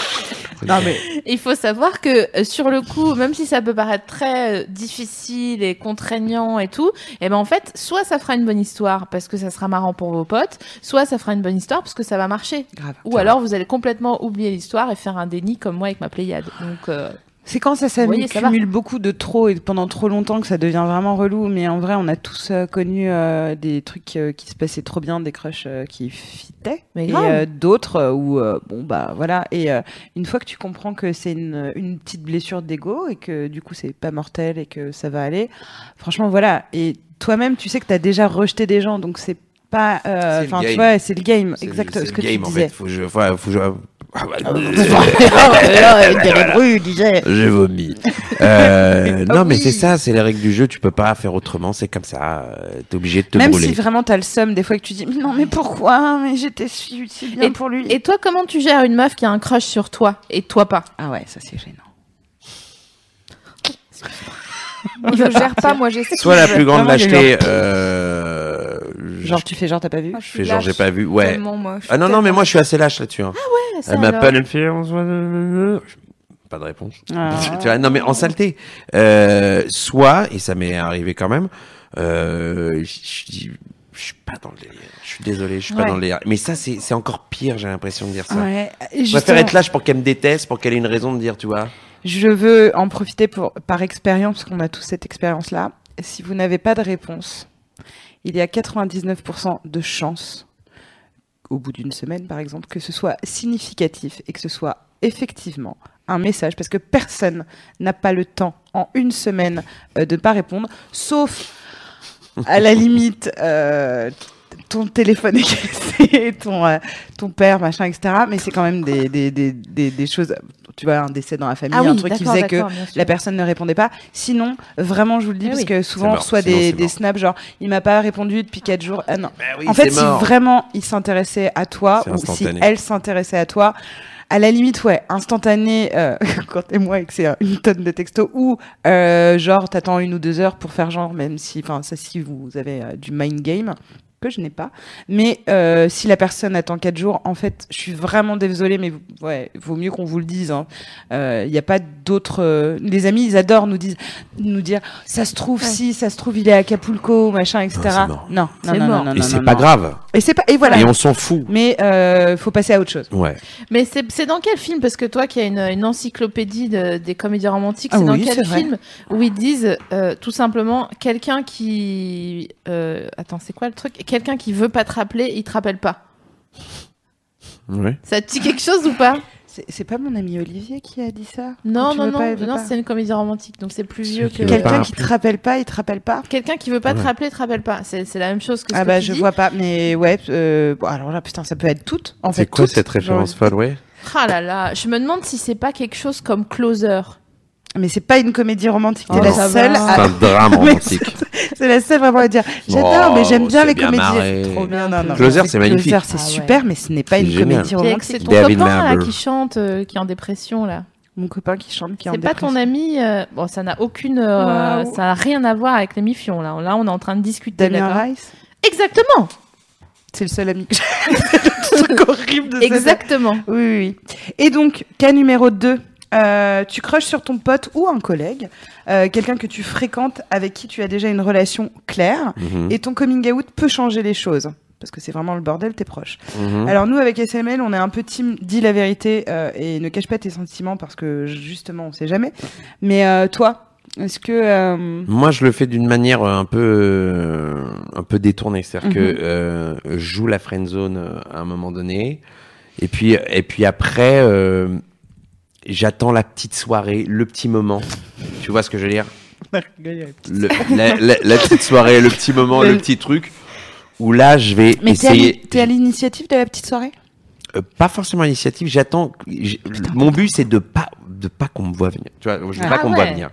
S3: Non, mais
S1: Il faut savoir que euh, sur le coup, même si ça peut paraître très euh, difficile et contraignant et tout, eh ben en fait, soit ça fera une bonne histoire parce que ça sera marrant pour vos potes, soit ça fera une bonne histoire parce que ça va marcher.
S3: grave.
S1: Ou alors vous allez complètement oublier l'histoire et faire un déni comme moi avec ma Pléiade. Donc euh,
S3: C'est quand ça
S1: Vous voyez,
S3: s'accumule
S1: ça
S3: cumule beaucoup de trop et pendant trop longtemps que ça devient vraiment relou. Mais en vrai, on a tous euh, connu euh, des trucs euh, qui se passaient trop bien, des crushs euh, qui fitaient,
S1: Mais
S3: et
S1: grave.
S3: euh, d'autres euh, où euh, bon bah voilà. Et euh, une fois que tu comprends que c'est une, une petite blessure d'ego et que du coup c'est pas mortel et que ça va aller, franchement voilà. Et toi-même, tu sais que t'as déjà rejeté des gens, donc c'est pas. euh,
S2: C'est le
S3: Enfin, tu
S2: game.
S3: vois, c'est le game.
S2: C'est-
S3: Exact.
S2: c'est
S3: Ce
S2: le
S3: que tu
S2: game, en
S3: disais.
S2: fait. Faut que je. ouais, Faut que je. Ah bah,
S1: Oh
S3: bah.
S2: J'ai vomi. Euh,
S3: Ah
S2: non, mais c'est ça, c'est les règles du jeu. Tu peux pas faire autrement. C'est comme ça. euh, T'es obligé de te
S3: Même
S2: brûler.
S3: si vraiment t'as le seum, des fois que tu dis mais non mais pourquoi Mais j'étais si si bien pour lui.
S1: Et toi, comment tu gères une meuf qui a un crush sur toi et toi pas
S3: Ah ouais, ça c'est gênant.
S4: Je gère pas, moi j'essaie.
S2: Soit la plus grande
S3: Vraiment, il y a eu
S2: lâcheté. Euh, je-
S3: Genre tu fais genre t'as pas vu
S4: Moi, je
S2: je
S4: suis
S2: fais genre,
S4: lâche
S2: j'ai pas vu. Ouais.
S4: tellement, moi, je suis
S2: Ah non, non, mais
S4: tellement-
S2: moi, je suis assez lâche là-dessus. hein.
S3: Ah
S2: Elle m'appelle,
S5: Elle me fait, on se voit. euh, euh, euh.
S2: Pas de réponse.
S3: Ah.
S2: Tu vois, non mais en saleté. Euh, soit, et ça m'est arrivé quand même, euh, je je dis, je suis pas dans le délire. Je suis désolé, je suis
S3: Ouais.
S2: pas dans le délire. Mais ça, c'est c'est encore pire, j'ai l'impression de dire ça.
S3: Ouais,
S2: Je
S3: justement,
S2: préfère être lâche pour qu'elle me déteste, pour qu'elle ait une raison de dire, tu vois.
S3: je veux en profiter pour, par expérience, parce qu'on a tous cette expérience-là. Si vous n'avez pas de réponse, il y a 99% de chances, au bout d'une semaine par exemple, que ce soit significatif et que ce soit effectivement un message, parce que personne n'a pas le temps en une semaine euh, de ne pas répondre, sauf à la limite, euh, ton téléphone est cassé, ton, euh, ton père, machin, etc. Mais c'est quand même des, des, des, des, des choses. Tu vois, un décès dans la famille, un truc qui
S1: Ah d'accord,
S3: faisait que
S1: d'accord, bien sûr.
S3: la personne ne répondait pas. Sinon, vraiment, je vous le dis,
S1: Eh
S3: parce
S1: oui.
S3: que souvent, on
S2: mort,
S3: reçoit
S2: sinon
S3: des,
S2: c'est
S3: des
S2: mort.
S3: snaps genre, il m'a pas répondu depuis 4 jours. Ah non.
S2: Ben oui,
S3: en
S2: c'est
S3: fait, si
S2: mort.
S3: vraiment il s'intéressait à toi,
S2: C'est
S3: ou si
S2: instantané.
S3: elle s'intéressait à toi, à la limite, ouais, instantané, euh, quand t'es moi et que c'est euh, une tonne de textos, ou euh, genre, t'attends une ou deux heures pour faire genre, même si, enfin, ça, si vous avez euh, du mind game, que je n'ai pas. Mais euh, si la personne attend quatre jours, en fait, je suis vraiment désolée, mais ouais, vaut mieux qu'on vous le dise. Il hein. n'y a pas d'autres. euh, les amis, ils adorent nous, disent, nous dire ça se trouve si, ça se trouve il est à Acapulco, machin, etc.
S2: c'est mort.
S3: Non, non,
S1: C'est
S3: non,
S1: mort.
S3: non, non,
S2: Et
S3: non,
S2: c'est
S3: non,
S2: pas
S3: non.
S2: grave.
S3: Et c'est pas. Et voilà.
S2: Et on s'en fout.
S3: Mais euh, faut passer à autre chose.
S2: Ouais.
S1: Mais c'est c'est dans quel film Parce que toi qui as une, une encyclopédie de- des comédies romantiques,
S3: Ah
S1: c'est dans
S3: oui, c'est
S1: quel
S3: vrai.
S1: film où ils disent euh, tout simplement quelqu'un qui. euh, attends, c'est quoi le truc Quelqu'un qui veut pas te rappeler, il te rappelle pas.
S2: Ouais.
S1: Ça te dit quelque chose ou pas
S3: C'est c'est pas mon ami Olivier qui a dit ça
S1: Non,
S3: Tu
S1: non,
S3: veux
S1: non,
S3: pas, il veut
S1: non,
S3: pas.
S1: c'est une comédie romantique, donc c'est plus
S2: Celui
S1: vieux
S2: qui
S1: que.
S2: veut
S3: Quelqu'un
S2: pas. Ah
S3: qui te rappelle pas, il te rappelle pas
S1: Quelqu'un qui veut pas te
S2: Ouais.
S1: rappeler, te rappelle pas. C'est c'est la même chose que ce
S3: Ah
S1: que
S3: bah
S1: tu
S3: je
S1: dis.
S3: vois pas, mais ouais. euh, bon, alors là, putain, ça peut être toutes. En fait,
S2: C'est quoi
S3: toutes.
S2: cette référence
S3: Genre-
S2: folle, ouais
S1: Ah là là, je me demande si c'est pas quelque chose comme Closer.
S3: Mais c'est pas une comédie romantique. T'es
S1: Oh,
S3: la
S1: ça va.
S3: seule.
S2: C'est
S3: À...
S2: un drame
S3: Ah. Mais
S2: romantique.
S3: C'est la seule vraiment à dire. J'adore,
S2: Oh,
S3: mais j'aime bien
S2: c'est
S3: les
S2: bien
S3: comédies.
S2: marré.
S3: C'est Trop bien. Non, non.
S2: Closer, c'est magnifique.
S3: Closer, c'est
S1: Ah ouais.
S3: super, mais ce n'est pas
S2: C'est
S3: une
S2: génial.
S3: comédie
S1: C'est c'est
S3: romantique.
S1: ton
S2: David
S1: copain là,
S2: Marble.
S1: qui chante, euh, qui est en dépression là.
S3: Mon copain qui chante, qui est en
S1: C'est pas ton
S3: dépression.
S1: ami. euh, Bon, ça n'a aucune. euh,
S3: Waouh.
S1: Ça n'a rien à voir avec les mifions, là. Là, on est en train de discuter.
S3: Damien
S1: d'accord
S3: Rice.
S1: Exactement
S3: C'est le seul ami. que j'ai. C'est le truc horrible de cette-
S1: Exactement
S3: Oui, oui, oui. Et donc, cas numéro 2. tu crushes sur ton pote ou un collègue, euh, quelqu'un que tu fréquentes avec qui tu as déjà une relation claire,
S2: Mhm,
S3: et ton coming out peut changer les choses. Parce que c'est vraiment le bordel, t'es proche.
S2: mhm.
S3: Alors nous, avec SML, on est un peu team dis la vérité euh, et ne cache pas tes sentiments parce que justement, on sait jamais. Mais euh, toi, est-ce que... euh,
S2: Moi, je le fais d'une manière euh, un peu, euh, un peu détournée. C'est-à-dire que euh, je joue la friend zone euh, à un moment donné, et puis, euh, et puis après, euh, j'attends la petite soirée, le petit moment. Tu vois ce que je veux dire Le- la, la- la petite soirée, le petit moment, le petit truc. Où là, je vais
S3: Mais t'es à
S2: essayer.
S3: l'in- t'es à l'initiative de la petite soirée
S2: Euh, pas forcément à l'initiative. J'attends. j'ai- Mon but, c'est de pas, de pas qu'on me voit venir. Tu vois, je veux
S3: Ah
S2: pas qu'on me voit
S1: ouais.
S2: venir.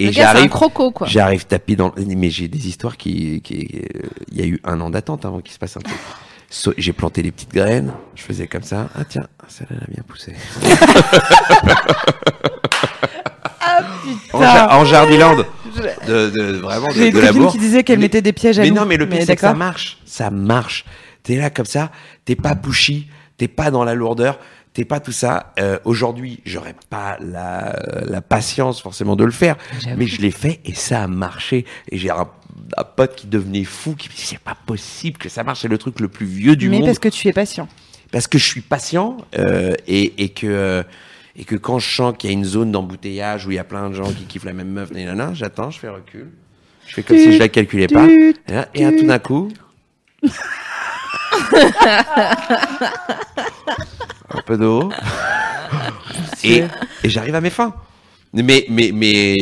S1: Le
S2: Et
S1: gars, c'est un
S2: j'arrive.
S1: croco, quoi.
S2: J'arrive tapis dans. Mais j'ai des histoires qui. qui- euh, Il y a eu un an d'attente avant qu'il se passe un truc. So- j'ai planté les petites graines, je faisais comme ça. Ah tiens, celle-là elle a bien poussé.
S3: Ah,
S2: En, ja- en Jardiland, de, de- vraiment de,
S3: Les
S2: de la
S3: copines
S2: bourre.
S3: qui disaient qu'elle
S2: Mais-
S3: mettait des pièges à
S2: Mais
S3: loup.
S2: non, mais le pire,
S3: Mais
S2: c'est que ça
S3: d'accord.
S2: marche. Ça marche. T'es là comme ça, t'es pas pushy, t'es pas dans la lourdeur, t'es pas tout ça. Euh, Aujourd'hui, j'aurais pas la, la patience forcément de le faire, mais je l'ai fait et ça a marché. Et j'ai un, un pote qui devenait fou, qui me dit c'est pas possible que ça marche, c'est le truc le plus vieux du
S3: Mais
S2: monde
S3: parce que tu es patient.
S2: parce que je suis patient euh, et, et que euh, et que quand je sens qu'il y a une zone d'embouteillage où il y a plein de gens qui kiffent la même meuf, nanana, j'attends, je fais recul, je fais comme si je la calculais pas, et là, et là, tout d'un coup. un peu d'eau et, et j'arrive à mes fins mais mais mais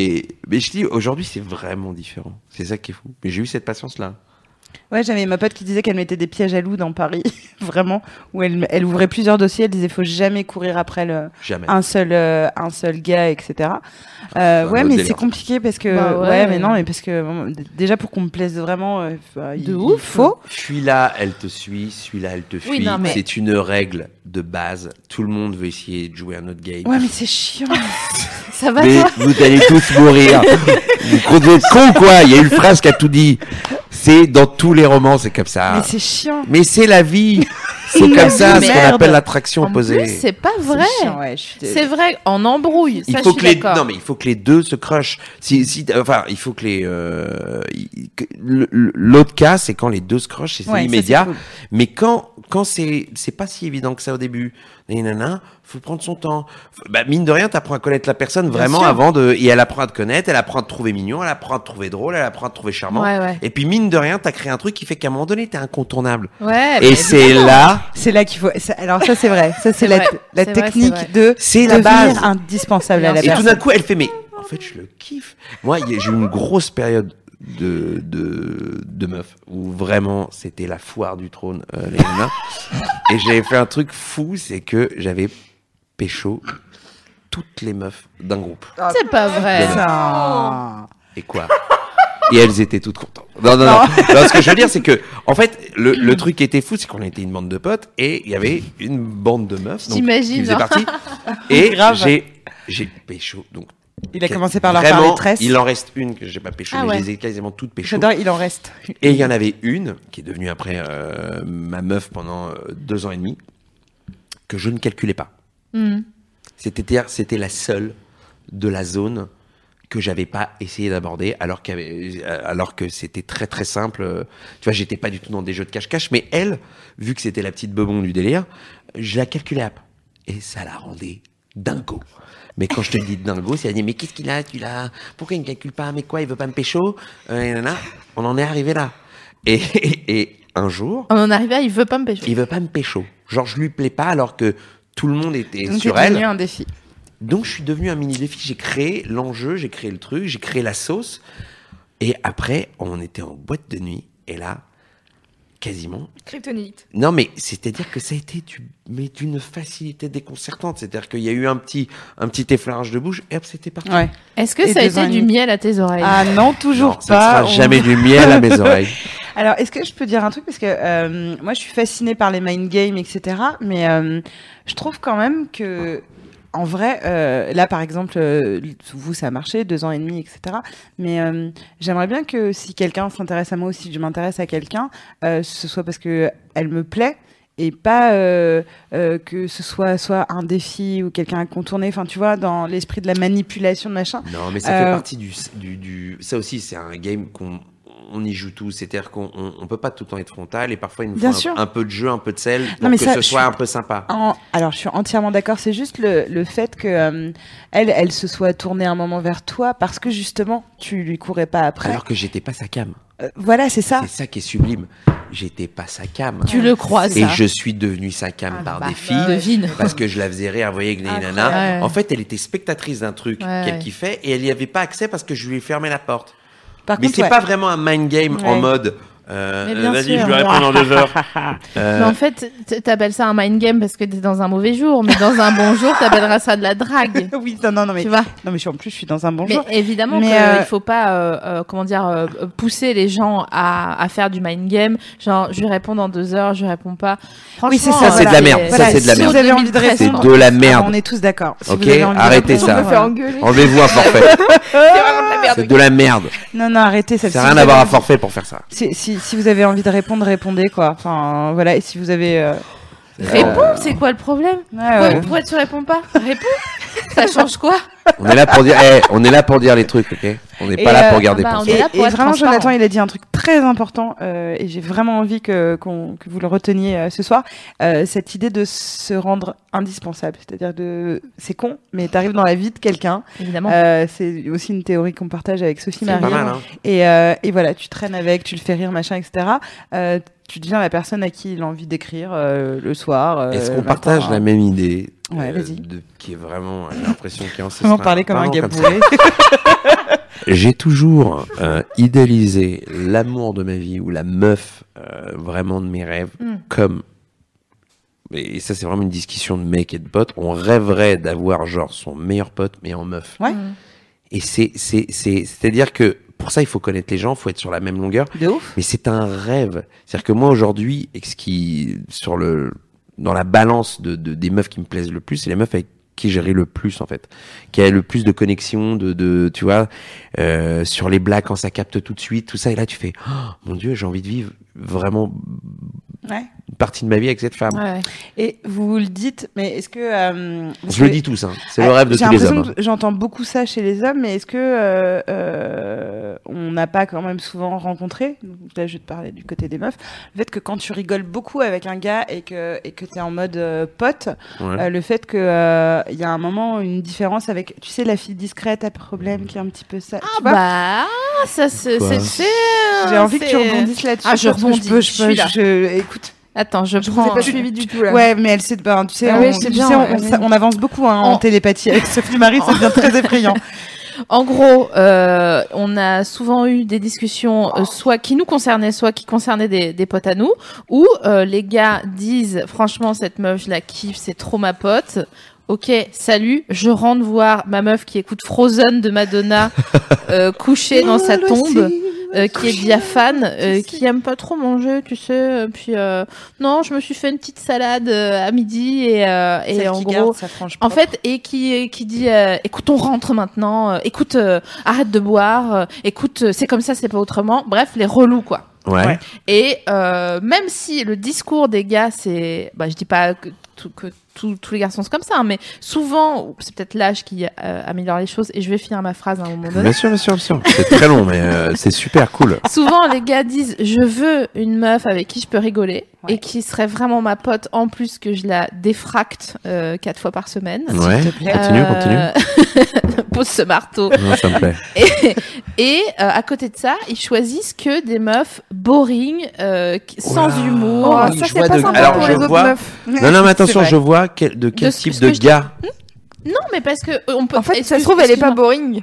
S2: mais je dis aujourd'hui c'est vraiment différent c'est ça qui est fou mais j'ai eu cette patience là
S3: Ouais, j'avais ma pote qui disait qu'elle mettait des pièges à loup dans Paris, vraiment, où elle, elle ouvrait plusieurs dossiers, elle disait faut jamais courir après le,
S2: jamais
S3: un seul euh, un seul gars, etc. Euh,
S2: Ah, un
S3: ouais,
S2: autre
S3: mais
S2: délire.
S3: c'est compliqué parce que
S1: Bah ouais.
S3: ouais. mais non, mais parce que bon, d- déjà pour qu'on me plaise vraiment, euh, bah, il,
S1: De
S3: il
S1: ouf. oh.
S3: faut.
S2: Celui-là, elle te suit, celui-là, elle te fuit.
S1: Oui, non, mais-
S2: C'est une règle de base. Tout le monde veut essayer de jouer un autre game.
S3: Ouais, mais c'est chiant.
S1: Ça va,
S2: Mais
S1: toi
S2: vous allez tous mourir. vous comptez être con, quoi. Il y a une phrase qui a tout dit. C'est dans tous les romans, c'est comme
S3: Mais
S2: ça.
S3: c'est chiant.
S2: Mais c'est la vie. C'est
S3: la
S2: comme ça,
S3: vie,
S2: ce
S3: merde.
S2: qu'on appelle l'attraction
S1: En plus,
S2: opposée.
S1: c'est pas vrai
S3: C'est chiant, ouais, je suis dé-
S1: C'est vrai, en embrouille,
S2: Il
S1: ça,
S2: faut
S1: je
S2: que
S1: suis
S2: les
S1: d'accord.
S2: non mais il faut que les deux se crushent. Si si enfin il faut que les euh, il- que- le- le- l'autre cas c'est quand les deux se crushent et c'est
S3: Ouais, ça,
S2: immédiat.
S3: c'est cool.
S2: Mais quand quand c'est c'est pas si évident que ça au début, nanana, faut prendre son temps. Faut- Bah mine de rien, t'apprends à connaître la personne vraiment
S3: sûr.
S2: avant de et elle apprend à te connaître, elle apprend à te trouver mignon, elle apprend à te trouver drôle, elle apprend à te trouver charmant.
S1: Ouais, ouais.
S2: Et puis mine de rien, t'as créé un truc qui fait qu'à un moment donné t'es incontournable.
S1: Ouais,
S2: et
S1: mais
S2: c'est là,
S3: C'est là qu'il faut. ça- alors ça c'est vrai. Ça c'est
S1: C'est
S3: la,
S1: vrai,
S3: la
S1: c'est vrai,
S3: technique
S1: c'est vrai.
S3: de
S2: C'est la
S3: devenir
S2: base.
S3: indispensable à la
S1: Bien
S2: Et
S1: sûr.
S2: tout
S3: personne.
S2: d'un coup, elle fait, mais en fait, je le kiffe. Moi, il y a- j'ai eu une grosse période de, de, de meufs où vraiment c'était la foire du trône, euh, les nanas. Et j'avais fait un truc fou, c'est que j'avais pécho toutes les meufs d'un groupe.
S1: C'est pas vrai.
S3: Ça.
S2: Et quoi Et elles étaient toutes contentes. Non, non, non. Non, ce que je veux dire, c'est que, en fait, le, le truc qui était fou, c'est qu'on était une bande de potes et il y avait une bande de meufs. donc,
S1: J'imagine,
S2: Qui faisait
S1: hein.
S2: partie. Et
S3: Grave.
S2: j'ai, j'ai pécho. Donc,
S3: Il a commencé par leur
S2: vraiment,
S3: parler tresse.
S2: Il en reste une que j'ai pas pécho,
S1: Ah
S2: mais
S1: ouais.
S2: je les ai quasiment toutes pécho.
S3: J'adore, il en reste.
S2: Et il y en avait une qui est devenue après euh, ma meuf pendant euh, deux ans et demi que je ne calculais pas. C'était c'était la seule de la zone que j'avais pas essayé d'aborder alors qu'il y avait- euh, alors que c'était très très simple. euh, Tu vois, j'étais pas du tout dans des jeux de cache-cache, mais elle, vu que c'était la petite bebon du délire, je la calculais pas. Et ça la rendait dingo. Mais quand je te dis dingo, c'est à dire mais qu'est-ce qu'il a, tu l'as, pourquoi il ne calcule pas, mais quoi, il veut pas me pécho, Euh, et nanana. on en est arrivé là. Et, et- et un jour,
S1: On en arrive à, il veut pas me pécho.
S2: il veut pas me pécho. Genre je lui plais pas alors que tout le monde était
S3: Donc, c'est
S2: sur elle.
S3: devenu un défi.
S2: Donc je suis devenu un mini défi. J'ai créé l'enjeu, j'ai créé le truc, j'ai créé la sauce. Et après, on était en boîte de nuit. Et là, quasiment.
S4: Kryptonite.
S2: Non, mais c'est-à-dire que ça a été du- mais d'une facilité déconcertante. C'est-à-dire qu'il y a eu un petit, un petit effleurage de bouche. Et hop, c'était parti.
S3: Ouais.
S1: Est-ce que
S3: Et
S1: ça a
S3: deux
S1: été
S3: ans et
S1: du
S3: demi.
S1: miel à tes oreilles
S3: Ah non, Ah, toujours
S2: Non,
S3: pas.
S2: Ça ne
S3: on-
S2: sera jamais du miel à mes oreilles.
S3: Alors, est-ce que je peux dire un truc Parce que euh, moi, je suis fascinée par les mind games, etc. Mais euh, je trouve quand même que, en vrai, euh, là, par exemple, euh, vous, ça a marché, deux ans et demi, etc. Mais euh, j'aimerais bien que si quelqu'un s'intéresse à moi ou si je m'intéresse à quelqu'un, euh, ce soit parce que elle me plaît et pas euh, euh, que ce soit soit un défi ou quelqu'un à contourner. Enfin, tu vois, dans l'esprit de la manipulation de machin.
S2: Non, mais ça fait
S3: Euh,
S2: partie du, du, du- Ça aussi, c'est un game qu'on on y joue tous. C'est-à-dire qu'on on, on peut pas tout le temps être frontal et parfois il nous faut
S3: Bien
S2: un,
S3: sûr.
S2: un peu de jeu, un peu de sel pour
S3: mais
S2: que
S3: ça,
S2: ce
S3: je
S2: soit
S3: suis-
S2: un peu sympa.
S3: En- alors, je suis entièrement d'accord. C'est juste le, le fait que euh, elle, elle se soit tournée un moment vers toi parce que justement, tu lui courais pas après.
S2: Alors que j'étais pas sa cam.
S3: Euh, voilà, c'est ça.
S2: C'est ça qui est sublime. J'étais pas sa cam.
S1: Ah. Tu le crois,
S2: Et
S1: ça
S2: je suis devenu sa cam
S3: Ah,
S2: par
S3: bah,
S2: des
S3: bah
S2: filles.
S1: Devine.
S2: Parce que je la faisais rire, vous voyez, avec les
S3: Incroyable.
S2: nanas.
S1: Ouais.
S2: En fait, elle était spectatrice d'un truc
S1: Ouais,
S2: qu'elle
S1: ouais.
S2: kiffait et elle n'y avait pas accès parce que je lui ai fermé la porte.
S3: Par
S2: Mais
S3: contre,
S2: c'est
S3: ouais.
S2: pas vraiment un mind game en
S3: Ouais.
S2: mode. euh,
S1: Mais
S2: euh,
S1: bien
S2: Vas-y,
S1: sûr.
S2: je Euh,
S5: Je
S2: lui
S5: vais
S2: réponds.
S5: répondre en deux heures.
S2: Bah,
S1: Mais en fait, t- t'appelles ça un mind game parce que t'es dans un mauvais jour. Mais dans un bon jour, t'appelleras ça de la drague.
S3: oui, non, non, non, mais
S1: Tu vois
S3: non, mais je suis en plus, je suis dans un bon
S1: Mais
S3: jour.
S1: évidemment
S3: Mais,
S1: qu'il
S3: euh,
S1: faut pas, euh, euh, comment dire, euh, pousser les gens à, à faire du mind game. Genre, je lui réponds dans deux heures, je lui réponds pas. Franchement,
S3: Oui, c'est ça,
S1: euh,
S3: c'est de la
S2: merde. Ça, c'est de la
S1: si
S2: merde.
S1: on
S3: Vous avez envie de
S1: 2013,
S2: C'est
S3: répondre.
S1: quoi.
S2: de la
S3: Ah,
S2: merde.
S3: on est tous d'accord. Si
S2: Ok,
S3: vous avez envie de
S2: arrêtez
S3: répondre,
S2: ça.
S4: On peut faire
S3: voilà.
S4: engueuler.
S2: Enlevez-vous un forfait.
S4: C'est vraiment de la merde.
S2: C'est de la merde.
S3: Non, non, arrêtez. Ça
S2: Ça
S3: Si
S2: n'a rien
S3: vous
S2: à voir à
S3: avez-
S2: forfait pour faire ça.
S3: Si, si, si vous avez envie de répondre, répondez quoi. Enfin, voilà. Et si vous avez. euh,
S1: Réponds, c'est quoi le problème
S3: ouais,
S1: pourquoi,
S3: ouais.
S1: pourquoi tu réponds pas Réponds Ça change quoi
S2: On est là pour dire, eh, on est là pour dire les trucs, ok On n'est
S3: Et,
S2: pas là pour
S3: euh,
S2: garder
S1: bah,
S2: pour
S1: on
S2: ça.
S1: est
S3: Et,
S1: là pour
S3: et
S1: être
S3: vraiment,
S1: transparent.
S3: Jonathan, il a dit un truc très important euh, et j'ai vraiment envie que, qu'on- que vous le reteniez euh, ce soir. euh, cette idée de se rendre indispensable, c'est-à-dire de, c'est con, mais t'arrives dans la vie de quelqu'un.
S1: Évidemment.
S3: Euh, c'est aussi une théorie qu'on partage avec Sophie
S2: C'est
S3: Marie.
S2: pas mal, hein
S3: Et, euh, et voilà, tu traînes avec, tu le fais rire, machin, etc. Euh, tu deviens la personne à qui il a envie d'écrire euh, le soir. euh,
S2: Est-ce
S3: le
S2: qu'on
S3: matin,
S2: partage la même idée
S3: Ouais,
S2: euh,
S3: vas-y.
S2: de- Qui est vraiment, j'ai l'impression qu'il est
S3: Comment parler comme un
S2: Pardon,
S3: gars
S2: ça.
S3: bourré
S2: J'ai toujours euh, idéalisé l'amour de ma vie ou la meuf euh, vraiment de mes rêves
S3: Hmm.
S1: Mm.
S2: comme. Et ça, c'est vraiment une discussion de mec et de pote. On rêverait d'avoir genre son meilleur pote, mais en meuf.
S3: Ouais.
S1: Mm.
S2: Et c'est, c'est, c'est, c'est-à-dire que pour ça, il faut connaître les gens, il faut être sur la même longueur.
S3: De ouf.
S2: Mais c'est un rêve. C'est-à-dire que moi aujourd'hui, et ce qui sur le dans la balance de, de- des meufs qui me plaisent le plus, c'est les meufs avec qui j'ai ri le plus en fait, qui a le plus de connexion, de, de tu vois, euh, sur les blagues quand ça capte tout de suite, tout ça. Et là, tu fais, oh, mon Dieu, j'ai envie de vivre vraiment
S3: Ouais.
S2: une partie de ma vie avec cette femme.
S1: Ouais.
S3: Et vous le dites, mais est-ce que. euh, parce
S2: Je le
S3: que-
S2: dis tous, hein. c'est le rêve de
S3: Ah, J'ai
S2: tous les
S3: l'impression
S2: hommes. hein.
S3: que J'entends beaucoup ça chez les hommes, mais est-ce que euh, euh, on n'a pas quand même souvent rencontré donc Là, je vais te parler du côté des meufs. Le fait que quand tu rigoles beaucoup avec un gars et que et que t'es en mode euh, pote,
S2: Ouais.
S3: euh, le fait que euh, il y a un moment une différence avec, tu sais, la fille discrète à problème qui est un petit peu ça.
S1: Ah
S3: tu vois
S1: bah, ça c'est...
S2: Quoi
S1: c'est- c'est-
S3: J'ai envie que tu
S1: c'est-
S3: rebondisses là-dessus.
S1: Ah, je
S3: parce que
S1: rebondis,
S3: Je peux, je
S1: je
S3: peux,
S1: suis là.
S3: je- écoute.
S1: Attends, je
S4: Je vous ai
S1: prends...
S4: pas suivi du tout là.
S3: Ouais, mais elle sait, ben, tu sais,
S4: Ah
S3: on,
S4: oui, je sais
S3: tu
S4: bien,
S3: sais, on,
S4: ouais,
S3: on-
S4: ouais.
S3: on avance beaucoup hein, en
S1: On-
S3: télépathie avec Sophie Marie, ça devient très effrayant.
S1: En gros, euh, on a souvent eu des discussions, euh, soit qui nous concernaient, soit qui concernaient des, des potes à nous, où euh, les gars disent, franchement, cette meuf, je la kiffe, c'est trop ma pote. Ok, salut, je rentre voir ma meuf qui écoute Frozen de Madonna, euh, couchée dans sa tombe. euh, qui est diaphane, euh, qui aime pas trop manger, tu sais. euh, Puis euh, non, je me suis fait une petite salade euh, à midi et, euh, et
S3: Celle
S1: en
S3: qui
S1: gros,
S3: garde sa frange
S1: en
S3: propre.
S1: fait, et qui qui dit, euh, écoute, on rentre maintenant. euh, écoute, euh, arrête de boire. euh, écoute, euh, c'est comme ça, c'est pas autrement. Bref, les relous quoi.
S2: Ouais.
S3: Ouais.
S1: Et euh, même si le discours des gars, c'est, bah, je dis pas que, tout- que tout- tous les garçons sont comme ça, hein, mais souvent, ou c'est peut-être l'âge qui euh, améliore les choses. Et je vais finir ma phrase à un moment donné.
S2: Bien sûr, bien sûr, bien sûr. C'est très long, mais euh, c'est super cool.
S1: Souvent, les gars disent Je veux une meuf avec qui je peux rigoler
S3: Ouais.
S1: et qui serait vraiment ma pote, en plus que je la défracte euh, quatre fois par semaine.
S2: Ouais. Continue, continue.
S1: Euh, Pose ce marteau.
S2: Non, ça me plaît.
S1: Et, et, euh, à côté de ça, ils choisissent que des meufs boring, euh, qui- sans
S2: Oula.
S1: humour. euh,
S2: Ah oui,
S4: ça,
S2: je
S4: c'est
S2: vois
S4: pas
S2: de-
S4: sympa
S2: alors,
S4: pour
S2: je
S4: les autres
S2: vois-
S4: meufs.
S2: Non, non, mais attention,
S3: vrai.
S2: je vois quel, de quel
S1: ce-
S2: type
S1: ce
S2: de
S1: que je-
S2: gars.
S1: Non, mais parce que euh, on peut.
S4: En fait, ça
S1: excuse-
S4: se trouve, elle est pas
S1: excuse-moi.
S4: boring.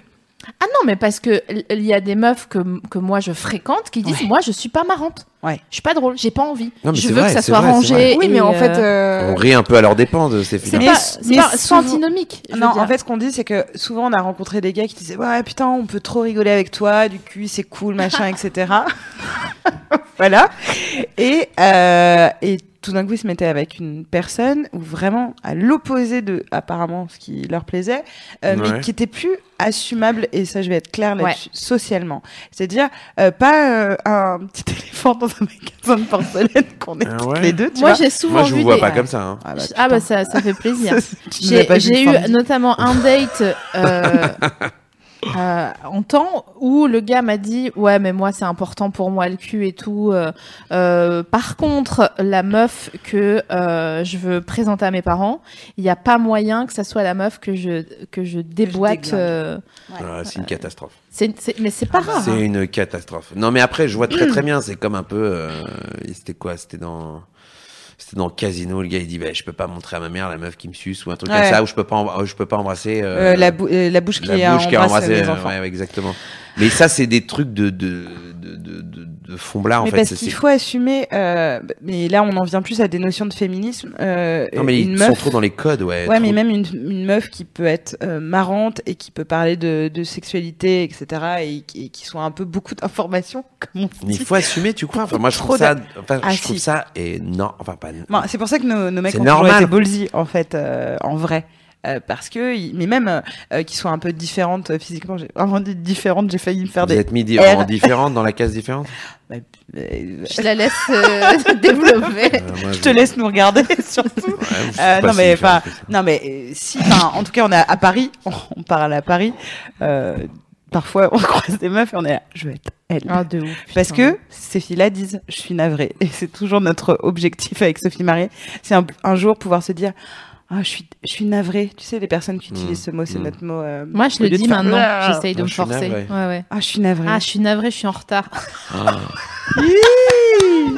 S1: Ah non, mais parce que l- il y a des meufs que, que moi je fréquente qui disent Moi, je suis pas marrante.
S3: Ouais.
S1: Je suis pas drôle, j'ai pas envie.
S2: Non, mais
S1: je
S2: c'est
S1: veux
S2: vrai,
S1: que ça
S2: c'est
S1: soit
S2: vrai, c'est
S1: rangé.
S4: Oui,
S1: et,
S4: mais en fait,
S1: euh,
S4: euh,
S2: On rit un peu à leur dépens de ces
S1: C'est
S2: filles.
S1: pas,
S3: Mais-
S1: c'est
S3: mais
S1: pas, c'est pas
S3: souvent-
S1: antinomique. je veux
S3: Non, en
S1: dire.
S3: fait, ce qu'on dit, c'est que souvent, on a rencontré des gars qui disaient Ouais, putain, on peut trop rigoler avec toi, du cul, c'est cool, machin, etc. voilà. Et, euh, et tout d'un coup, ils se mettaient avec une personne où vraiment, à l'opposé de, apparemment, ce qui leur plaisait, euh,
S2: Ouais.
S3: mais qui était plus assumable, et ça, je vais être claire
S1: Ouais.
S3: là-dessus, socialement. C'est-à-dire, euh, pas euh, un petit éléphant dans un magasin de porcelaine qu'on est
S2: Euh,
S5: Ah
S3: toutes
S5: ouais.
S3: les deux, tu
S1: moi,
S3: vois.
S1: j'ai souvent
S2: Moi, je
S1: vu
S2: vous vois
S1: des-
S2: pas comme ça. hein.
S3: Ah
S1: Ah bah ça,
S3: putain.
S1: ça fait plaisir.
S3: Tu nous l'as
S1: J'ai
S3: pas vu
S1: j'ai
S3: le
S1: eu
S3: samedi.
S1: notamment un date euh, euh, en temps où le gars m'a dit ouais mais moi c'est important pour moi le cul et tout. euh, euh, par contre la meuf que euh, je veux présenter à mes parents, il n'y a pas moyen que ça soit la meuf que je que je déboîte.
S3: déglingue.
S1: euh,
S2: Ah, c'est une catastrophe.
S1: c'est- c'est- mais c'est pas
S3: Ah,
S1: hein. grave.
S2: C'est une catastrophe. Non, mais après, je vois très très bien. C'est comme un peu. euh, C'était quoi C'était dans. C'était dans Casino, le gars il dit bah, je peux pas montrer à ma mère la meuf qui me suce ou un truc
S3: Ouais.
S2: comme ça ou je peux pas embr- je peux pas embrasser euh,
S3: Euh, la, bou- euh, la bouche qui
S2: la bouche qui a
S3: embrasse
S2: embrassé
S3: les
S2: euh,
S3: enfants.
S2: ouais, ouais, exactement. Mais ça c'est des trucs de de de de, de, de fond blard, en
S3: mais
S2: fait.
S3: parce
S2: Ça,
S3: qu'il
S2: c'est-
S3: faut assumer. euh, mais là, on en vient plus à des notions de féminisme. euh,
S2: Non mais ils
S3: une
S2: sont
S3: meuf.
S2: trop dans les codes ouais.
S3: Ouais,
S2: trop-
S3: mais même une, une meuf qui peut être euh, marrante et qui peut parler de, de sexualité, etc., et, qui- et qui soit un peu beaucoup d'informations, comme on
S2: Mais
S3: dit.
S2: il faut assumer, tu crois Enfin, moi, je
S3: Trop
S2: trouve ça, enfin,
S3: Ah,
S2: je trouve
S3: si.
S2: ça et non, enfin pas.
S3: Bon, c'est pour ça que nos, nos mecs
S2: C'est
S3: ont toujours
S2: normal.
S3: été ballsy, en fait, euh, en vrai. Euh, parce que, ils- mais même euh, euh, qu'ils soient un peu différentes euh, physiquement, j'ai vraiment dit différentes, j'ai failli me faire
S2: Vous
S3: des.
S2: êtes mis di-
S3: R.
S2: en différente dans la case différente.
S3: Euh,
S1: Je la laisse euh, développer.
S2: Euh, moi,
S3: je te laisse nous regarder sur
S2: Ouais, vous êtes
S3: Euh,
S2: pas
S3: non,
S2: si
S3: mais
S2: différents
S3: pas-
S2: que ça.
S3: Non, mais euh, si, enfin, en tout cas, on est à Paris, on parle à Paris. euh, parfois, on croise des meufs et on est là, je veux être elle.
S1: Ah, de ouf.
S3: Parce que ces filles-là disent, je suis navrée. Et c'est toujours notre objectif avec Sophie Marie. C'est un, un jour pouvoir se dire, ah, je suis, je suis navrée. Tu sais, les personnes qui utilisent ce mot, c'est
S2: Mmh.
S3: notre mot. euh,
S1: Moi je
S3: au
S1: le
S3: lieu de
S1: dis
S3: faire,
S1: maintenant,
S3: Ah,
S1: j'essaye de
S2: Moi,
S1: me
S2: je suis
S1: forcer.
S2: navré.
S1: Ouais, ouais.
S3: Ah, je suis navrée.
S1: Ah je suis navrée, je suis en retard.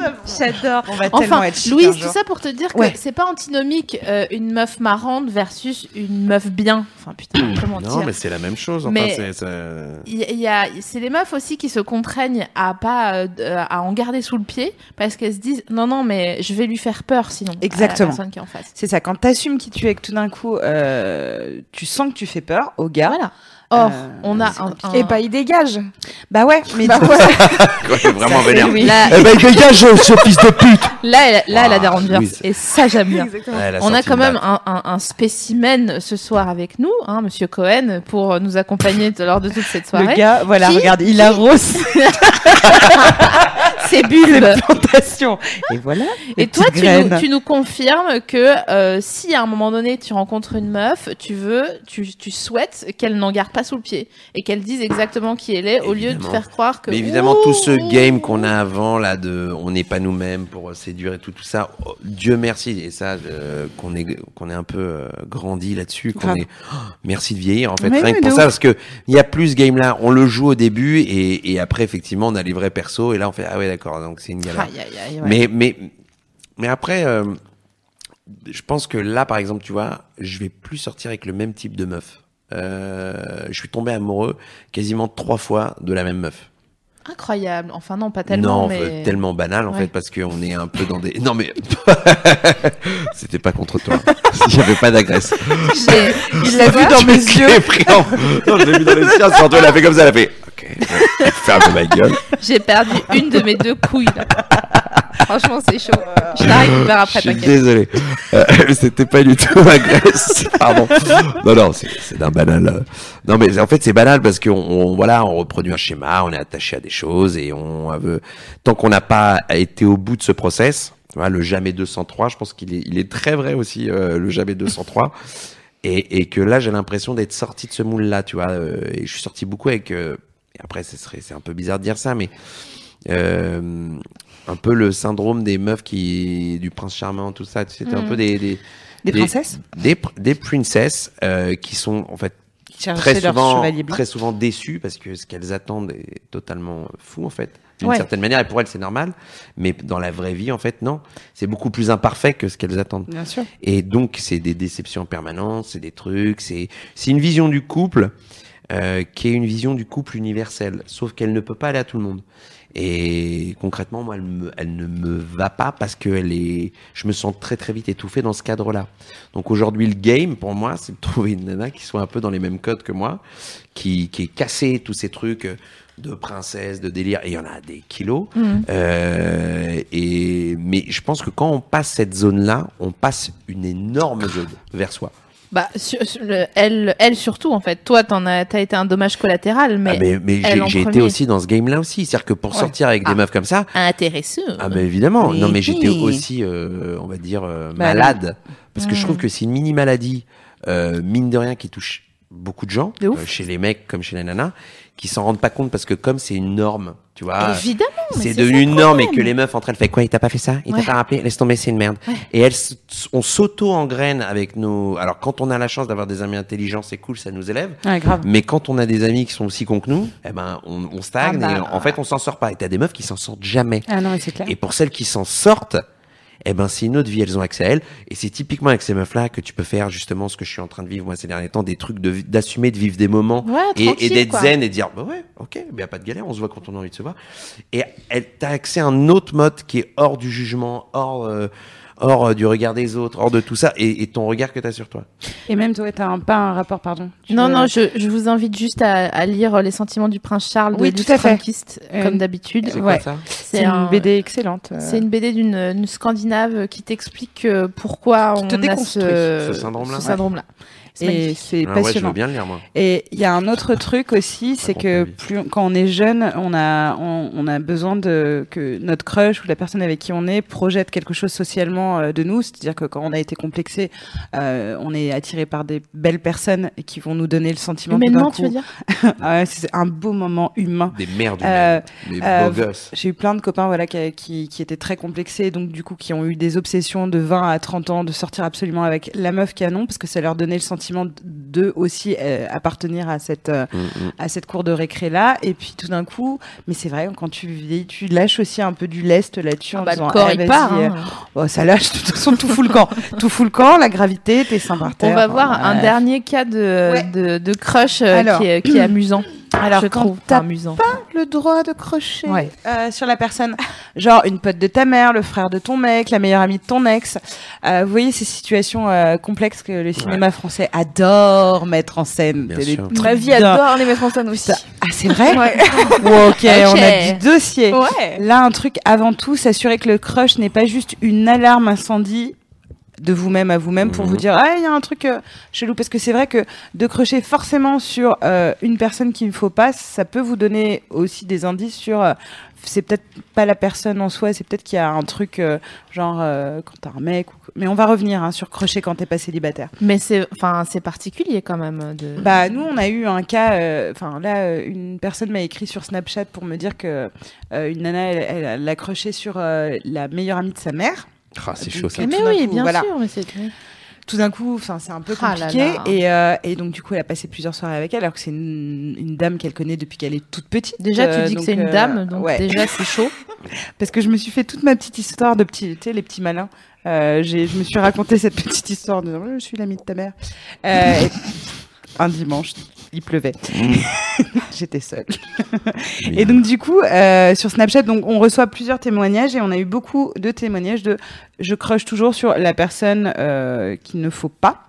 S2: Ah.
S1: J'adore.
S3: On va tellement
S1: Enfin,
S3: être chic un
S1: Louise, tout
S3: jour.
S1: ça pour te dire que
S3: Ouais.
S1: c'est pas antinomique euh, une meuf marrante versus une meuf bien. Enfin putain, comment
S2: Mmh. Non,
S1: dire
S2: mais c'est la même chose. Enfin,
S1: Mais-
S2: c'est, ça-
S1: Il y a- il y a, c'est les meufs aussi qui se contraignent à pas euh, d- euh, à en garder sous le pied parce qu'elles se disent non non mais je vais lui faire peur sinon à
S3: Exactement.
S1: la personne qui est en face.
S3: C'est ça, quand t'assumes qui tu es et que tout d'un coup, euh, tu sens que tu fais peur au gars.
S1: Voilà. Or
S3: Euh,
S1: on a
S3: c'est
S1: un, un-
S4: Et bah, ils dégagent.
S3: Bah ouais, mais
S4: Bah
S3: du coup,
S4: ouais.
S2: Quoi, je suis vraiment
S3: c'est
S2: vénère.
S3: Louis.
S1: là
S2: Eh ben, dégage, ce fils de pute
S1: là elle- là elle a
S2: Ah,
S1: des rendez-vous.
S2: Louise.
S1: et ça j'aime bien.
S2: Elle
S1: On a
S2: sorti
S1: quand
S2: une
S1: même
S2: batte.
S1: un, un- un spécimen ce soir avec nous, hein, Monsieur Cohen, pour nous accompagner de- lors de toute cette soirée.
S3: Le gars, voilà,
S1: Qui-
S3: regarde, il arrose
S1: C'est bulbe.
S3: ses plantations. Et voilà. les
S1: Et toi,
S3: petites
S1: tu
S3: graines.
S1: nous, tu nous confirmes que euh, si à un moment donné tu rencontres une meuf, tu veux, tu, tu souhaites qu'elle n'en garde pas sous le pied et qu'elle dise exactement qui elle est au lieu de
S2: Évidemment.
S1: faire croire que.
S2: Mais évidemment, tout ce
S1: Ouh.
S2: game qu'on a avant, là, de on n'est pas nous-mêmes pour euh, séduire et tout, tout ça, oh, Dieu merci. Et ça, euh, qu'on est, qu'on est un peu euh, grandi là-dessus, qu'on
S3: Grave.
S2: est. oh, merci de vieillir, en fait.
S3: Mais
S2: Rien que
S3: oui,
S2: pour
S3: de
S2: ça, parce que il y a plus ce game-là. On le joue au début et, et après, effectivement, on a les vrais persos et là, on fait, ah ouais, d'accord, donc c'est une galère.
S1: Aïe, aïe, aïe, ouais.
S2: Mais, mais, mais après, euh, je pense que là, par exemple, tu vois, je vais plus sortir avec le même type de meuf. euh, je suis tombé amoureux quasiment trois fois de la même meuf.
S1: Incroyable. Enfin, non, pas tellement.
S2: non,
S1: mais...
S2: euh, tellement banal en
S1: Ouais.
S2: fait parce qu'on est un peu dans des. Non mais c'était pas contre toi. S'il n'y avait pas d'agresse.
S1: J'ai-
S3: Il l'a vu dans mes
S2: Je
S3: yeux.
S2: l'ai pris en- Non, je l'ai vu dans les siens. Surtout, elle a fait comme ça. Elle a fait. Ok. euh, Ferme ma gueule.
S1: J'ai perdu une de mes deux couilles. là. Franchement, c'est chaud. Je la récupère
S2: Euh, Je
S1: après,
S2: suis
S1: t'inquiète.
S2: désolé. Euh, c'était pas du tout ma graisse. Pardon. Non, non, c'est c'est d'un banal. euh. Non, mais en fait, c'est banal parce qu'on on- voilà, on reproduit un schéma, on est attaché à des choses et on veut. Tant qu'on n'a pas été au bout de ce process, tu vois, le jamais 203, je pense qu'il est, il est très vrai aussi, euh, le jamais 203. Et, et que là, j'ai l'impression d'être sorti de ce moule-là, tu vois. euh, et je suis sorti beaucoup avec. euh, et après, ce serait, c'est un peu bizarre de dire ça, mais euh, un peu le syndrome des meufs qui du prince charmant tout ça c'était un peu des des,
S3: Hmm. Des princesses
S2: des, pr- des princesses euh, qui sont en fait
S3: qui cherchaient
S2: très
S3: leur
S2: souvent
S3: chevalier blanc.
S2: très souvent déçues parce que ce qu'elles attendent est totalement fou en fait d'une
S3: Ouais.
S2: certaine manière et pour elles c'est normal mais dans la vraie vie en fait non c'est beaucoup plus imparfait que ce qu'elles attendent
S3: Bien sûr.
S2: et donc, c'est des déceptions permanentes, c'est des trucs, c'est c'est une vision du couple euh, qui est une vision du couple universel, sauf qu'elle ne peut pas aller à tout le monde. Et concrètement, moi, elle, me- elle ne me va pas parce que elle est, je me sens très très vite étouffé dans ce cadre-là. Donc aujourd'hui, le game pour moi, c'est de trouver une nana qui soit un peu dans les mêmes codes que moi, qui qui est cassée tous ces trucs euh, de princesse, de délire. Et il y en a des kilos.
S1: Mm.
S2: Euh, et mais je pense que quand on passe cette zone-là, on passe une
S1: Ah.
S2: énorme zone vers soi.
S1: Bah, sur- sur le- elle, elle surtout, en fait. Toi, t'en as, t'as été un dommage collatéral, mais,
S2: Ah, mais mais
S1: elle
S2: j'ai-
S1: en
S2: j'ai été
S1: premier.
S2: aussi dans ce game-là aussi. C'est-à-dire que pour sortir avec
S1: Ah.
S2: des meufs comme ça,
S1: intéressant.
S2: Ah bah évidemment.
S3: Mais
S2: non mais j'étais
S3: oui.
S2: aussi, euh, on va dire, euh,
S1: Bah,
S3: Malade.
S2: malade. Parce que je
S1: Mm.
S2: trouve que c'est une mini maladie, euh, mine de rien, qui touche beaucoup de gens,
S1: De ouf.
S2: euh, chez les mecs comme chez les nanas, qui s'en rendent pas compte parce que comme c'est une norme, tu vois.
S1: Évidemment, mais
S2: C'est
S1: ça
S2: devenu
S1: le
S2: une norme et
S1: problème.
S2: que les meufs entre elles fait quoi Il t'a pas fait ça Il
S1: Ouais.
S2: t'a pas rappelé Laisse tomber, c'est une merde. Et elles, s- on s'auto engraine avec nos. Alors quand on a la chance d'avoir des amis intelligents, c'est cool, ça nous élève.
S3: Ouais, grave.
S2: Mais quand on a des amis qui sont aussi cons que nous, eh ben on, on stagne
S3: Ah
S2: et
S3: bah.
S2: en fait on s'en sort pas. Et t'as des meufs qui s'en sortent jamais.
S3: Ah non, mais c'est clair.
S2: Et pour celles qui s'en sortent, eh ben, c'est une autre vie, elles ont accès à elles. Et c'est typiquement avec ces meufs-là que tu peux faire justement ce que je suis en train de vivre, moi, ces derniers temps, des trucs de- d'assumer, de, vivre des moments.
S1: Ouais,
S2: et
S1: tranquille,
S2: et d'être
S1: quoi.
S2: zen et de dire, bah ouais, ok, mais y a pas de galère, on se voit quand on a envie de se voir. Et elle t'as accès à un autre mode qui est hors du jugement, hors, euh, hors euh, du regard des autres, hors de tout ça, et, et ton regard que t'as sur toi.
S3: Et même toi, t'as un, pas un rapport, pardon. Tu
S1: Non,
S3: veux-
S1: non, je, je vous invite juste à, à lire euh, Les sentiments du prince Charles
S3: Oui,
S1: de
S3: tout
S1: Luc
S3: à fait.
S1: Frankist,
S3: Euh,
S1: comme d'habitude.
S2: C'est quoi
S3: Ouais.
S2: ça
S3: C'est une
S1: un-
S3: BD excellente. euh.
S1: C'est une BD d'une une Scandinave qui t'explique euh, pourquoi
S3: Qui
S1: on
S3: te
S1: a
S3: déconstruit.
S1: ce,
S2: Ce syndrome-là.
S1: ce syndrome-là. C'est
S3: Et
S1: magnifique.
S3: c'est
S2: Ah ouais, je Ah,
S3: passionnant.
S2: veux bien le lire, moi.
S3: Et il y a un autre truc aussi, c'est
S2: compte
S3: que
S2: ma vie.
S3: plus quand on est jeune, on a on, on a besoin de que notre crush ou la personne avec qui on est projette quelque chose socialement euh, de nous, c'est-à-dire que quand on a été complexé, euh, on est attiré par des belles personnes et qui vont nous donner le sentiment tout d'un
S1: Humainement,
S3: coup-
S1: tu veux dire
S3: Ah ouais, c'est un beau moment humain.
S2: Des merdes,
S3: Euh,
S2: humaines, des
S3: euh,
S2: beaux gosses.
S3: J'ai eu plein de copains voilà qui, qui, qui étaient très complexés, donc du coup qui ont eu des obsessions de 20 à 30 ans de sortir absolument avec la meuf canon parce que ça leur donnait le sentiment d'eux aussi euh, appartenir à cette euh,
S2: Mm, mm.
S3: à cette cour de récré là et puis tout d'un coup mais c'est vrai quand tu vieillis tu lâches aussi un peu du lest là-dessus
S1: Ah
S3: en
S1: bah,
S3: disant
S1: Le corps,
S3: eh,
S1: il
S3: vas-y,
S1: part.
S3: euh,
S1: hein.
S3: oh, ça lâche de toute façon tout fout le camp tout fout le camp la gravité t'es sans par
S1: On
S3: terre
S1: va voir
S3: Enfin,
S1: un
S3: ouais.
S1: dernier cas de,
S3: Ouais.
S1: de, de crush euh,
S3: Alors.
S1: qui, est, qui est amusant.
S3: Alors,
S1: je
S3: quand
S1: trouve
S3: t'as
S1: Enfin, amusant.
S3: le droit de crocher
S1: Ouais.
S3: euh, sur la personne genre une pote de ta mère le frère de ton mec la meilleure amie de ton ex Euh, vous voyez ces situations euh, complexes que le cinéma français adore mettre en scène
S2: Bien
S3: C'est des
S2: sûr.
S3: trucs
S4: Ma vie
S3: d'un-
S4: adore les mettre en scène aussi.
S3: ah c'est vrai
S4: Ouais.
S3: Wow, ok on a
S1: Ok.
S3: du dossier
S4: ouais.
S3: Là, un truc avant tout, s'assurer que le crush n'est pas juste une alarme incendie de vous-même à vous-même pour
S2: Mhm.
S3: vous dire ah il y a un truc euh, chelou parce que c'est vrai que de crocher forcément sur euh, une personne qu'il ne faut pas ça peut vous donner aussi des indices sur euh, c'est peut-être pas la personne en soi c'est peut-être qu'il y a un truc euh, genre euh, quand t'as un mec ou- mais on va revenir hein, sur crocher quand t'es pas célibataire
S1: Mais c'est enfin, c'est particulier quand même. De...
S3: bah nous on a eu un cas euh, enfin là euh, une personne m'a écrit sur Snapchat pour me dire que euh, une nana elle, elle, elle l'a croché sur euh, la meilleure amie de sa mère
S2: Ah, c'est chaud, ça.
S1: mais
S3: tout d'un
S1: oui,
S3: coup,
S1: bien
S3: voilà.
S1: sûr. Mais c'est...
S3: tout d'un coup, enfin, c'est un peu
S1: Ah là
S3: compliqué.
S1: là.
S3: Et, euh, et donc, du coup, elle a passé plusieurs soirées avec elle, alors que c'est une, une dame qu'elle connaît depuis qu'elle est toute petite.
S1: Déjà,
S3: Euh,
S1: tu dis que
S3: donc,
S1: c'est une
S3: euh,
S1: dame, donc
S3: ouais.
S1: déjà, c'est chaud.
S3: Parce que je me suis fait toute ma petite histoire de petits, tu sais, les petits malins. Oh, Euh, j'ai- je me suis raconté cette petite histoire de je suis l'ami de ta mère. Euh, un dimanche, il pleuvait.
S2: Mm.
S3: J'étais seule. Et donc du coup, euh, sur Snapchat, donc on reçoit plusieurs témoignages et on a eu beaucoup de témoignages de je crush toujours sur la personne euh, qu'il ne faut pas.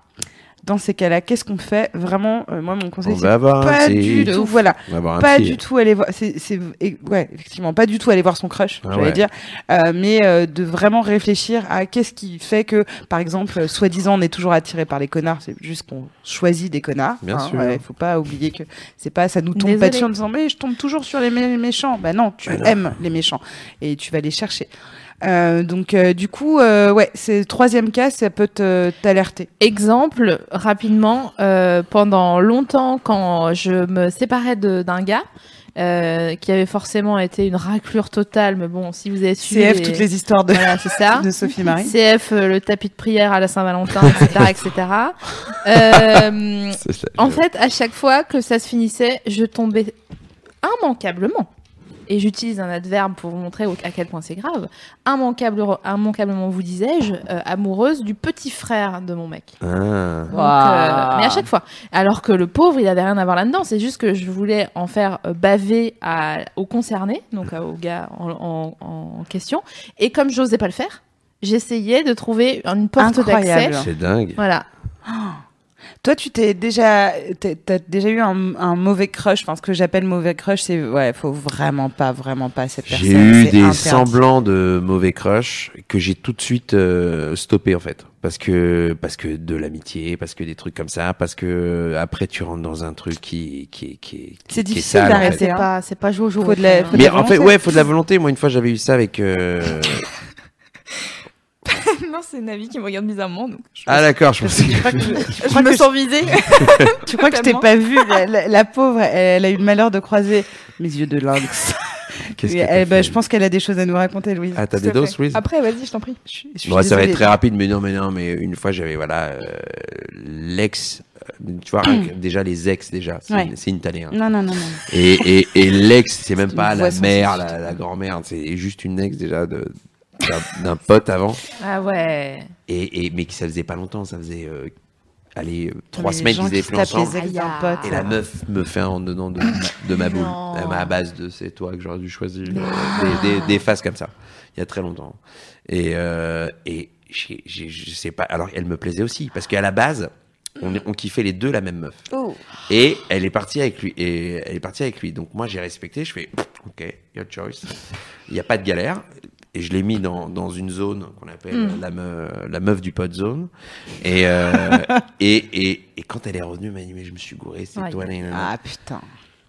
S3: Dans ces cas-là, qu'est-ce qu'on fait vraiment euh, Moi, mon
S2: on
S3: conseil, c'est
S2: va avoir un
S3: pas
S2: petit-
S3: du tout. Voilà,
S2: on va avoir un
S3: pas
S2: petit-
S3: du tout aller voir. C'est, c'est- et- ouais, effectivement, pas du tout aller voir son crush,
S2: Ah
S3: j'allais
S2: ouais.
S3: dire, Euh, mais euh, de vraiment réfléchir à qu'est-ce qui fait que, par exemple, euh, soi-disant, on est toujours attiré par les connards. C'est juste qu'on choisit des connards. hein,
S2: Bien sûr.
S3: ouais, faut pas oublier que c'est pas, ça nous tombe pas
S1: Désolée.
S3: dessus en disant mais je tombe toujours sur les, mé- les méchants. Bah non, tu aimes les méchants et tu vas les chercher. Euh, donc euh, du coup, euh, ouais, c'est troisième cas, ça peut te- t'alerter.
S1: Exemple, rapidement, euh, pendant longtemps, quand je me séparais de- d'un gars, euh, qui avait forcément été une raclure totale, mais bon, si vous avez suivi...
S3: CF, toutes les histoires de,
S1: Voilà, c'est ça.
S3: de Sophie Marie.
S1: CF, euh, le tapis de prière à la Saint-Valentin, etc., etc. Euh,
S2: C'est ça,
S1: en
S2: je-
S1: fait, à chaque fois que ça se finissait, je tombais immanquablement. Et j'utilise un adverbe pour vous montrer au- à quel point c'est grave. Immanquable, immanquablement, vous disais-je, euh, amoureuse du petit frère de mon mec.
S2: Ah.
S1: Donc, euh, mais à chaque fois. Alors que le pauvre, il avait rien à voir là-dedans. C'est juste que je voulais en faire euh, baver à, aux concernés, donc euh, aux gars en, en- en question. Et comme j'osais pas le faire, j'essayais de trouver une porte d'accès.
S3: Incroyable.
S2: C'est dingue.
S1: Voilà.
S3: Toi, tu t'es déjà, t'es- t'as déjà eu un, un mauvais crush. Enfin, ce que j'appelle mauvais crush, c'est ouais, faut vraiment pas, vraiment pas cette personne.
S2: J'ai eu
S3: c'est
S2: des
S3: interdit.
S2: semblants de mauvais crush que j'ai tout de suite euh, stoppé en fait parce que parce que de l'amitié parce que des trucs comme ça parce que euh, après tu rentres dans un truc qui qui qui, qui-
S3: C'est
S2: qui est
S3: difficile
S2: sale, en
S3: d'arrêter.
S2: fait.
S3: C'est
S1: C'est
S3: hein.
S1: pas, c'est pas Jojo.
S3: Faut de la-
S1: euh,
S3: faut de
S2: mais
S3: la
S2: en fait
S3: volonté.
S2: ouais faut de la volonté moi une fois j'avais eu ça avec euh,
S4: non, c'est Navi qui me regarde bizarrement. Donc je,
S2: ah d'accord je pensais
S3: Je crois que-
S4: je
S3: crois
S4: me
S3: que
S4: sens visée.
S3: Tu crois que je t'ai
S4: Totalement.
S3: pas vu la, la- la pauvre, elle, a eu le malheur de croiser mes yeux de lynx.
S2: qu'est-ce
S3: Oui,
S2: que t'as
S3: elle- bah,
S2: fait
S3: je pense qu'elle a des choses à nous raconter, Louise.
S2: ah t'as
S4: Tout à
S2: des doses
S4: fait.
S2: Louise
S4: Après, vas-y, je t'en prie.
S3: Je suis- je suis
S2: Bon, ça va être
S3: désolée.
S2: très rapide, mais non, mais non, mais une fois j'avais voilà euh, l'ex, euh, tu vois rien que- déjà les ex déjà, c'est
S3: Ouais.
S2: une, c'est une tannée, hein.
S3: Non, non, non, non.
S2: Et, et, et l'ex, c'est même
S3: une
S2: pas la
S3: boisson
S2: mère,
S3: sans
S2: la, la grand-mère, c'est juste une ex déjà de d'un- d'un pote avant.
S1: Ah ouais.
S2: Et, et mais qui ça faisait pas longtemps, ça faisait euh, allez euh,
S3: Putain,
S2: trois
S3: mais les
S2: semaines
S3: gens
S2: qu'ils étaient
S3: qui se
S2: plus
S3: tapent les
S2: ensemble.
S3: ex d'un
S1: Aïe,
S3: pote.
S2: Et la meuf hein. me fait en dedans de, de ma boule.
S1: Non.
S2: Elle m'a à base de c'est toi que j'aurais dû choisir. euh, des, des, des phases comme ça, il y a très longtemps. Et, euh, et j'ai- j'ai- je sais pas. Alors, elle me plaisait aussi, parce qu'à la base, on, on kiffait les deux la même meuf.
S3: Oh,
S2: Et elle est partie avec lui. Et elle est partie avec lui. Donc, moi, j'ai respecté. Je fais OK, your choice. Il n'y a pas de galère. Et je l'ai mis dans, dans une zone qu'on appelle la, me- la meuf du pod zone. Et, euh, et, et, et quand elle est revenue, elle m'a dit Mais je me suis gouré, c'est
S1: Aïe.
S2: toi. nanana
S3: Ah putain.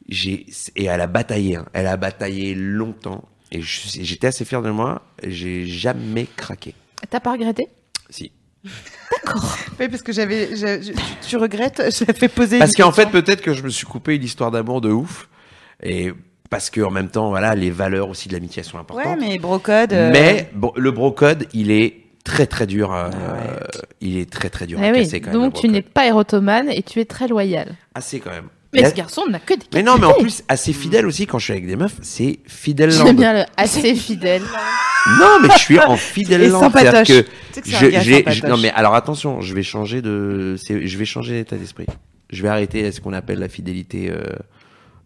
S2: j'ai et elle a bataillé hein. elle a bataillé longtemps et je- j'étais assez fier de moi j'ai jamais craqué
S1: T'as pas regretté
S2: si
S3: Oui, parce que j'avais, j'a- je- tu, tu regrettes, j'avais posé.
S2: parce
S3: une
S2: qu'en fait
S3: question.
S2: peut-être que je me suis coupé une histoire d'amour de ouf et parce que en même temps voilà les valeurs aussi de l'amitié sont importantes
S3: Ouais, mais brocode. euh,
S2: Mais, bon, le brocode il est très très dur à-
S3: Ah
S2: il est très très dur à
S1: Eh oui.
S2: casser quand même
S1: Donc
S2: le
S1: tu n'es
S2: brocode.
S1: pas érotomane et tu es très loyal.
S2: assez quand même
S1: Mais
S2: Et
S1: ce garçon n'a que des
S2: mais non mais en
S1: qualités.
S2: plus assez fidèle aussi quand je suis avec des meufs c'est fidèle land.
S1: J'aime bien le assez fidèle.
S2: Non, mais je suis en fidèle
S3: Et
S2: lente,
S3: sympatoche.
S2: c'est-à-dire que
S3: Tu sais que c'est un
S2: je,
S3: gars
S2: j'ai-
S3: sympatoche.
S2: je- non mais alors attention, je vais changer de, c'est- je vais changer d'état d'esprit. Je vais arrêter ce qu'on appelle la fidélité euh,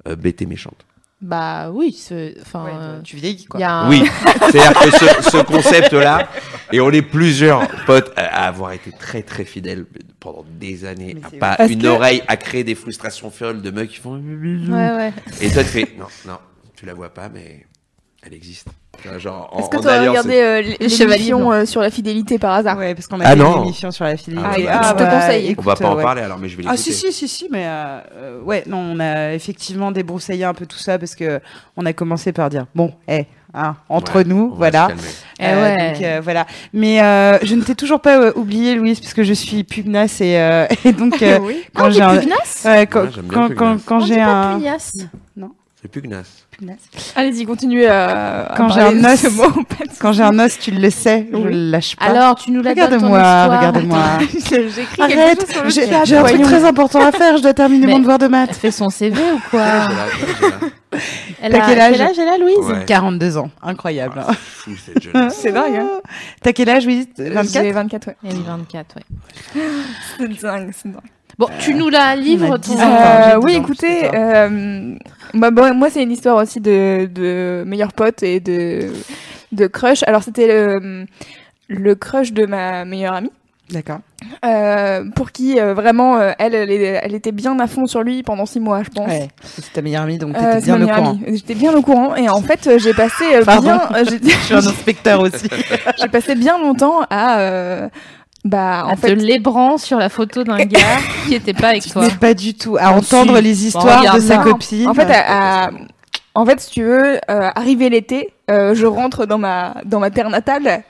S2: euh, bête et méchante.
S1: Bah oui, ce- enfin,
S3: Ouais,
S1: euh,
S3: tu vieillis
S1: il
S3: quoi.
S1: y a un-
S2: Oui, c'est-à-dire que ce, ce concept-là, et on est plusieurs potes à à avoir été très très fidèles pendant des années,
S3: Mais
S2: à
S3: c'est
S2: pas
S3: vrai.
S2: une
S3: Parce que-
S2: oreille, à créer des frustrations folles de mecs qui font.
S1: Ouais, ouais.
S2: Et toi tu fais, non, non, tu la vois pas, mais elle existe. Genre, en-
S4: Est-ce que
S2: en
S4: tu as
S2: alliance,
S4: regardé
S2: c'est-
S4: euh, les
S1: Les Chevaliers
S4: émissions,
S1: Blancs.
S4: euh, sur la fidélité par hasard
S3: Ouais, parce qu'on
S2: Ah
S3: a fait
S2: non.
S3: une émission sur la fidélité.
S2: Ah ouais, bah,
S4: je te conseille.
S2: On va
S3: écoute,
S2: pas en
S3: ouais.
S2: parler alors, mais je vais
S3: Ah
S2: l'écouter.
S3: si si si si mais euh, euh, ouais non on a effectivement débroussaillé un peu tout ça parce que on a commencé par dire bon eh hein, entre
S2: Ouais, on
S3: nous
S2: va
S3: voilà
S2: se calmer.
S1: Eh
S3: Euh,
S1: ouais.
S3: donc, euh, voilà mais euh, je ne t'ai toujours pas euh, oublié Louise parce que je suis pugnace et, euh, et donc euh,
S4: oui.
S1: Oh,
S3: quand j'ai un
S1: pugnace
S3: ouais, quand,
S2: Ouais, j'aime bien
S3: quand, quand,
S2: pugnace.
S3: quand j'ai un
S1: pugnace.
S2: C'est pugnace.
S3: pugnace.
S4: Allez-y, continuez euh, à. à
S3: Quand j'ai
S4: parler
S3: un
S4: de
S3: os.
S4: ce mot, pas de
S3: quand j'ai un os tu le sais je
S4: Oui.
S3: le lâche pas
S1: Alors, tu nous la donnes ton
S3: regarde-moi
S1: histoire.
S3: regarde-moi
S4: souci. J'ai- J'écris quelque
S3: arrête
S4: chose sur le
S3: j'ai
S4: chat.
S3: j'ai un truc
S4: voyons.
S3: très important à faire je dois terminer
S1: Mais-
S3: mon devoir de maths
S1: Elle fait son CV ou quoi
S2: Quel âge elle
S3: Ah,
S2: a, quel âge
S1: Elle
S3: T'as
S1: a
S3: quel âge
S1: Elle a Louise
S2: Ouais.
S3: 42 ans incroyable
S2: elle a Ah, Fou cette jeunesse.
S4: C'est dingue, hein.
S3: T'as quel âge, Louise
S4: J'ai 24, ouais.
S1: Elle a 24, ouais.
S4: C'est dingue, c'est dingue.
S1: Bon, tu nous la livres, ton...
S3: Euh, dix ans.
S1: Euh,
S3: Enfin, j'ai
S4: Euh, oui,
S3: dix ans, je
S4: écoutez,
S3: sais
S4: euh, bah, bon, moi c'est une histoire aussi de, de meilleur pote et de, de crush. Alors c'était le, le crush de ma meilleure amie.
S3: D'accord.
S4: euh, pour qui euh, vraiment euh, elle, elle, est- elle était bien à fond sur lui pendant six mois, je pense.
S3: Ouais. C'est ta meilleure amie, donc
S4: Euh,
S3: t'étais
S4: c'est
S3: bien
S4: ma
S3: le
S4: meilleure
S3: courant.
S4: amie. J'étais bien au courant et en fait euh, j'ai passé euh,
S3: Pardon.
S4: bien, euh, j'ai-
S3: Je suis un inspecteur aussi.
S4: j'ai passé bien longtemps à euh, bah en
S1: en
S4: fait
S1: te lébrant sur la photo d'un gars qui était pas avec toi.
S3: Mais pas du tout. À entendre les histoires de
S1: regarde,
S3: sa
S4: non.
S3: copine.
S4: En fait, à- à- en fait, si tu veux, euh, arrivé l'été, euh, je rentre dans ma dans ma terre natale,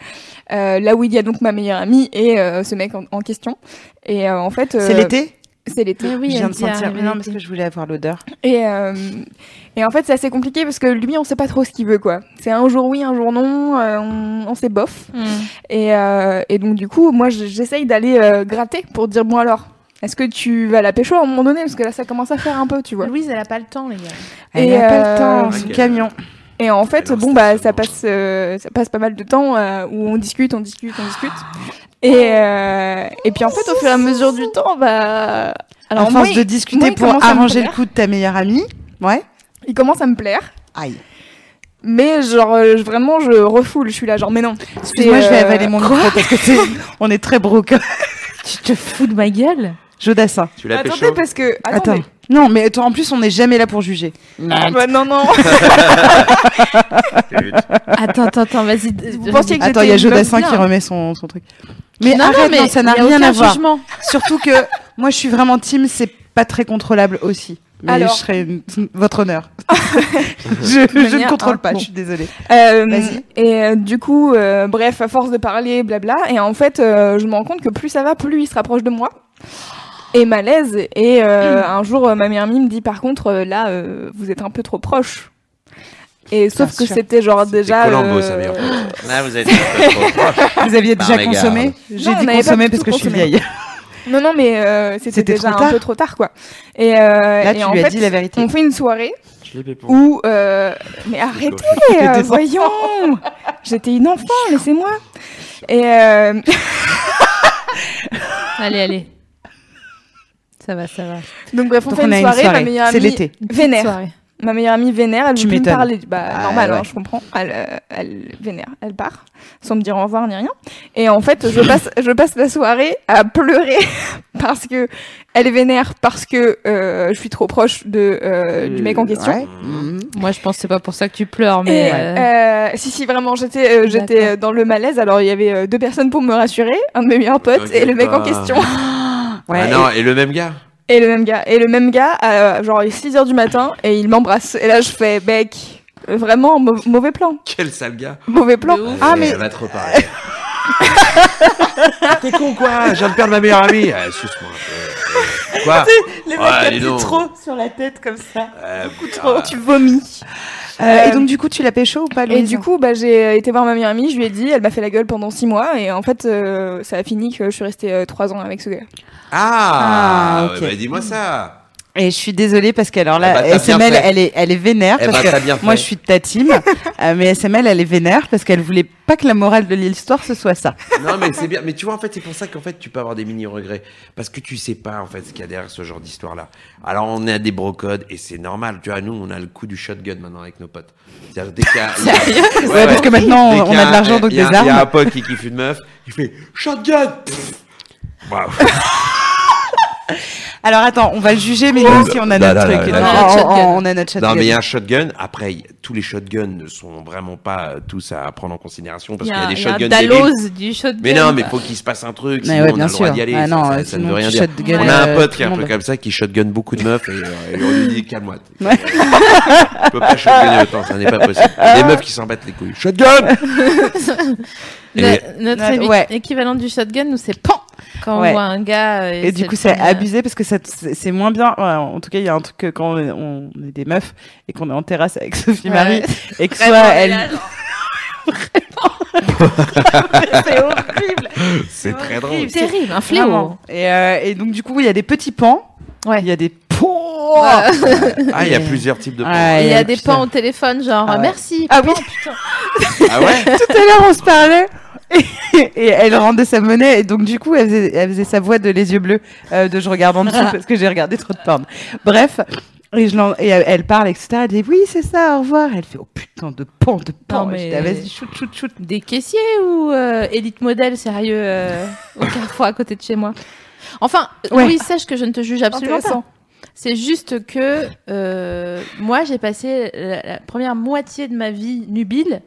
S4: euh, là où il y a donc ma meilleure amie et euh, ce mec en, en question. Et euh, en fait, euh,
S3: c'est l'été
S4: C'est l'été.
S1: Mais Eh oui,
S3: Je viens
S1: elle
S3: de
S1: dit
S3: sentir.
S1: arriver
S3: Mais non,
S1: l'été.
S3: parce que je voulais avoir l'odeur.
S4: Et euh, et en fait, c'est assez compliqué parce que lui, on sait pas trop ce qu'il veut quoi. C'est un jour oui, un jour non. euh, on, on sait bof.
S1: Hmm.
S4: Et euh, et donc du coup, moi, je- j'essaye d'aller euh, gratter pour dire bon alors. Est-ce que tu vas la pécho à un moment donné Parce que là, ça commence à faire un peu, tu vois.
S1: Louise, elle a pas le temps, les gars.
S3: Elle
S4: Et,
S3: n'a pas
S4: euh,
S3: le temps, son
S2: Ok.
S3: camion.
S4: Et en fait,
S2: Alors,
S4: bon
S2: c'était
S4: bah
S2: seulement-
S4: ça passe, euh, ça passe pas mal de temps euh, où on discute, on discute, on discute. Et euh, et puis en fait, au fur et à mesure du temps, bah alors
S3: à force
S4: moi,
S3: de
S4: il-
S3: discuter
S4: moi, il
S3: pour
S4: commence à me
S3: arranger le
S4: plaire.
S3: coup de ta meilleure amie. Ouais.
S4: il commence à me plaire,
S3: Aïe.
S4: mais genre euh, je- vraiment je refoule, je suis là genre mais non.
S3: Excuse-moi,
S4: C'est,
S3: je vais
S4: euh,
S3: avaler mon micro parce que c'est, on est très broca.
S1: Tu te fous de ma gueule
S3: Jodassin.
S2: Tu l'as pécho
S4: Attendez parce que
S3: Attends.
S4: attendez.
S3: Ah, Non, mais toi, en plus, on n'est jamais là pour juger.
S4: Bah, non non.
S1: Attends, attends, attends, vas-y.
S4: Vous pensiez que
S3: Attends, il
S4: j'étais
S3: y a
S4: une
S3: Jodassin
S4: bonne-
S3: qui remet son, son truc. Mais arrête, non, ça n'a
S1: y a
S3: rien
S1: aucun
S3: à voir.
S1: jugement.
S3: Surtout que moi, je suis vraiment team, c'est pas très contrôlable aussi. Mais
S4: Alors.
S3: je serais votre honneur. je je ne
S4: manière,
S3: contrôle
S4: hein,
S3: pas,
S4: bon.
S3: je suis désolée.
S4: Euh,
S3: Vas-y.
S4: et euh, du coup, euh, bref, à force de parler, blabla, et en fait, euh, je me rends compte que plus ça va, plus il se rapproche de moi. Et malaise. Et euh, un jour, euh, ma meilleure amie me dit, par contre, euh, là, euh, vous êtes un peu trop proche. Et sauf
S3: Bien
S4: que
S3: sûr.
S4: c'était genre déjà.
S2: Colombo, sa
S4: euh,
S2: meilleure pote. Là, vous êtes trop proche.
S3: Vous aviez
S2: Bah,
S3: déjà
S2: regarde.
S3: consommé J'ai
S4: on
S3: dit
S4: n'avait pas
S3: consommé
S4: du
S3: parce
S4: tout
S3: que je suis
S4: consommé.
S3: vieille.
S4: Non, non, mais euh, c'était
S3: C'était
S4: déjà
S3: trop
S4: un
S3: tard.
S4: peu trop tard, quoi. Et, euh,
S3: Là,
S4: et
S3: tu
S4: en
S3: lui as
S4: fait,
S3: dit la vérité.
S4: on fait une soirée
S5: Je l'ai pour.
S4: où. euh, mais arrêtez,
S3: T'étais
S4: euh,
S3: enfant.
S4: voyons J'étais une enfant, laissez-moi Et. euh,
S1: Allez, allez. Ça va, ça va.
S4: Donc bref, on
S3: Donc
S4: fait
S3: on
S4: une
S3: a une
S4: soirée,
S3: soirée.
S4: ma meilleure
S3: C'est
S4: amie
S3: l'été.
S4: vénère.
S1: Soirée.
S4: Ma meilleure amie vénère, elle
S3: Tu
S4: veut plus me
S3: m'étonnes.
S4: parler. Bah
S3: Ah,
S4: normal, hein,
S3: ouais.
S4: je comprends. Elle, euh, elle vénère, elle part sans me dire au revoir ni rien. Et en fait, je passe, je passe la soirée à pleurer parce que elle est vénère parce que euh, je suis trop proche de euh, du mec en question.
S3: Ouais. Mhm.
S1: Moi, je pense que c'est pas pour ça que tu pleures,
S4: Et,
S1: mais. euh,
S4: euh, si si vraiment j'étais euh, j'étais
S1: D'accord.
S4: euh, dans le malaise alors il y avait euh, deux personnes pour me rassurer un de mes meilleurs potes et le mec en
S2: Ah.
S4: question
S3: Ouais,
S2: Ah non, et le même gars
S4: Et le même gars. Et le même gars, euh, genre, il est 6 heures du matin et il m'embrasse. Et là, je fais, mec, euh, vraiment, mau- mauvais plan.
S2: Quel sale gars
S4: Mauvais plan.
S2: Ah, mais. Elle a trop parlé. T'es con, quoi Je viens de perdre ma meilleure amie. Ah, suce-moi un peu. Quoi
S3: Les
S2: mecs, Ouais, dis ils ont- trop
S3: sur la tête comme ça.
S2: Euh,
S4: Tu vomis.
S3: Euh, et donc du coup, tu l'as pécho ou pas
S4: Et
S3: Louise
S4: du coup, bah, j'ai été voir ma meilleure amie, je lui ai dit, elle m'a fait la gueule pendant 6 mois. Et en fait, euh, ça a fini que je suis restée 3 ans avec ce gars.
S2: Ah,
S3: Ah, ok.
S2: ouais, bah, dis-moi ça.
S3: et je suis désolée parce que alors
S2: Eh
S3: là,
S2: bah, t'as bien
S3: SML,
S2: fait.
S3: elle est, elle est vénère
S2: Eh
S3: parce
S2: bah, t'as bien
S3: que moi,
S2: fait.
S3: je suis de ta team, euh, mais SML, elle est vénère parce qu'elle voulait pas que la morale de l'histoire ce soit ça.
S2: Non, mais c'est bien. Mais tu vois, en fait, c'est pour ça qu'en fait, tu peux avoir des mini-regrets. Parce que tu sais pas, en fait, ce qu'il y a derrière ce genre d'histoire-là. Alors, on a des brocodes, et c'est normal. Tu vois, nous, on a le coup du shotgun maintenant avec nos potes. C'est-à-dire, dès qu'il y a- Ouais,
S3: Ouais, parce que maintenant,
S2: Dès
S3: on
S2: qu'il y
S3: a de l'argent, donc
S2: il y a-
S3: des
S2: Il y a un
S3: armes.
S2: pote qui kiffe une meuf, il fait shotgun Pff. Waouh.
S3: Alors attends, on va le juger, mais nous aussi, on a
S2: Là,
S3: notre
S2: là, là,
S3: truc.
S2: là,
S3: Non,
S1: là.
S3: on-
S1: Shotgun.
S3: on- on a notre shotgun.
S2: Non, mais il y a un shotgun. Après, y- tous les shotguns ne sont vraiment pas euh, tous à prendre en considération parce qu'il y a des
S1: il y a un
S2: shotguns débiles.
S1: Dalloz du shotgun.
S2: Mais non, mais faut qu'il se passe un truc, sinon
S3: ouais,
S2: on a
S3: bien
S2: le droit
S3: sûr.
S2: d'y aller.
S3: Ah
S2: ça-
S3: non,
S2: ça, ça
S3: sinon,
S2: ne veut rien
S3: tu
S2: dire.
S3: shotguns,
S2: on a
S3: euh,
S2: un pote
S3: tout
S2: qui est
S3: le
S2: un peu
S3: monde.
S2: comme ça, qui shotgun beaucoup de meufs et, euh, et on lui dit calme-toi. t'es- Tu peux pas shotgunner autant, ça n'est pas possible. Il y a des meufs qui s'en battent les couilles. Shotgun
S1: La-
S2: Et-
S1: notre
S3: Notre-
S1: évi-
S3: ouais.
S1: équivalent du shotgun, nous c'est pan quand
S3: Ouais.
S1: on voit un gars. euh,
S3: Et du
S1: le
S3: coup, c'est
S1: premier-
S3: abusé parce que ça t- c'est c'est moins bien. Ouais, en tout cas, il y a un truc que quand on est, on est des meufs et qu'on est en terrasse avec Sophie
S1: Ouais.
S3: Marie et que soit
S1: Vraiment, elle
S3: elle
S1: a-
S3: c'est horrible.
S2: C'est très drôle.
S1: C'est terrible, un fléau.
S3: Vraiment. Et, euh, et donc du coup, il y a des petits pans.
S1: Ouais.
S3: Il y a des pans.
S2: Ah, il y a plusieurs types de
S3: Ouais,
S1: Il y a des
S3: putain.
S1: pans au téléphone, genre euh,
S3: Ah ouais.
S1: merci.
S4: Ah oui
S2: Ah ouais
S3: Tout à l'heure, on se parlait. et elle rendait sa monnaie et donc du coup elle faisait, elle faisait sa voix de les yeux bleus euh, de je regarde en dessous parce que j'ai regardé trop de porn. Bref. Et, je l'en- et elle elle parle, etc. Elle dit oui, c'est ça, au revoir. Elle fait oh putain de pan, de pan.
S1: Non,
S3: Et
S1: mais-
S3: j'étais, ah, Vas-y, shoot, shoot, shoot.
S1: Des caissiers ou euh, élite modèle, sérieux, euh, au carrefour à côté de chez moi. Enfin, euh,
S3: Ouais.
S1: oui, sache que je ne te juge absolument pas.
S4: Intéressant.
S1: C'est juste que euh, moi, j'ai passé la, la première moitié de ma vie nubile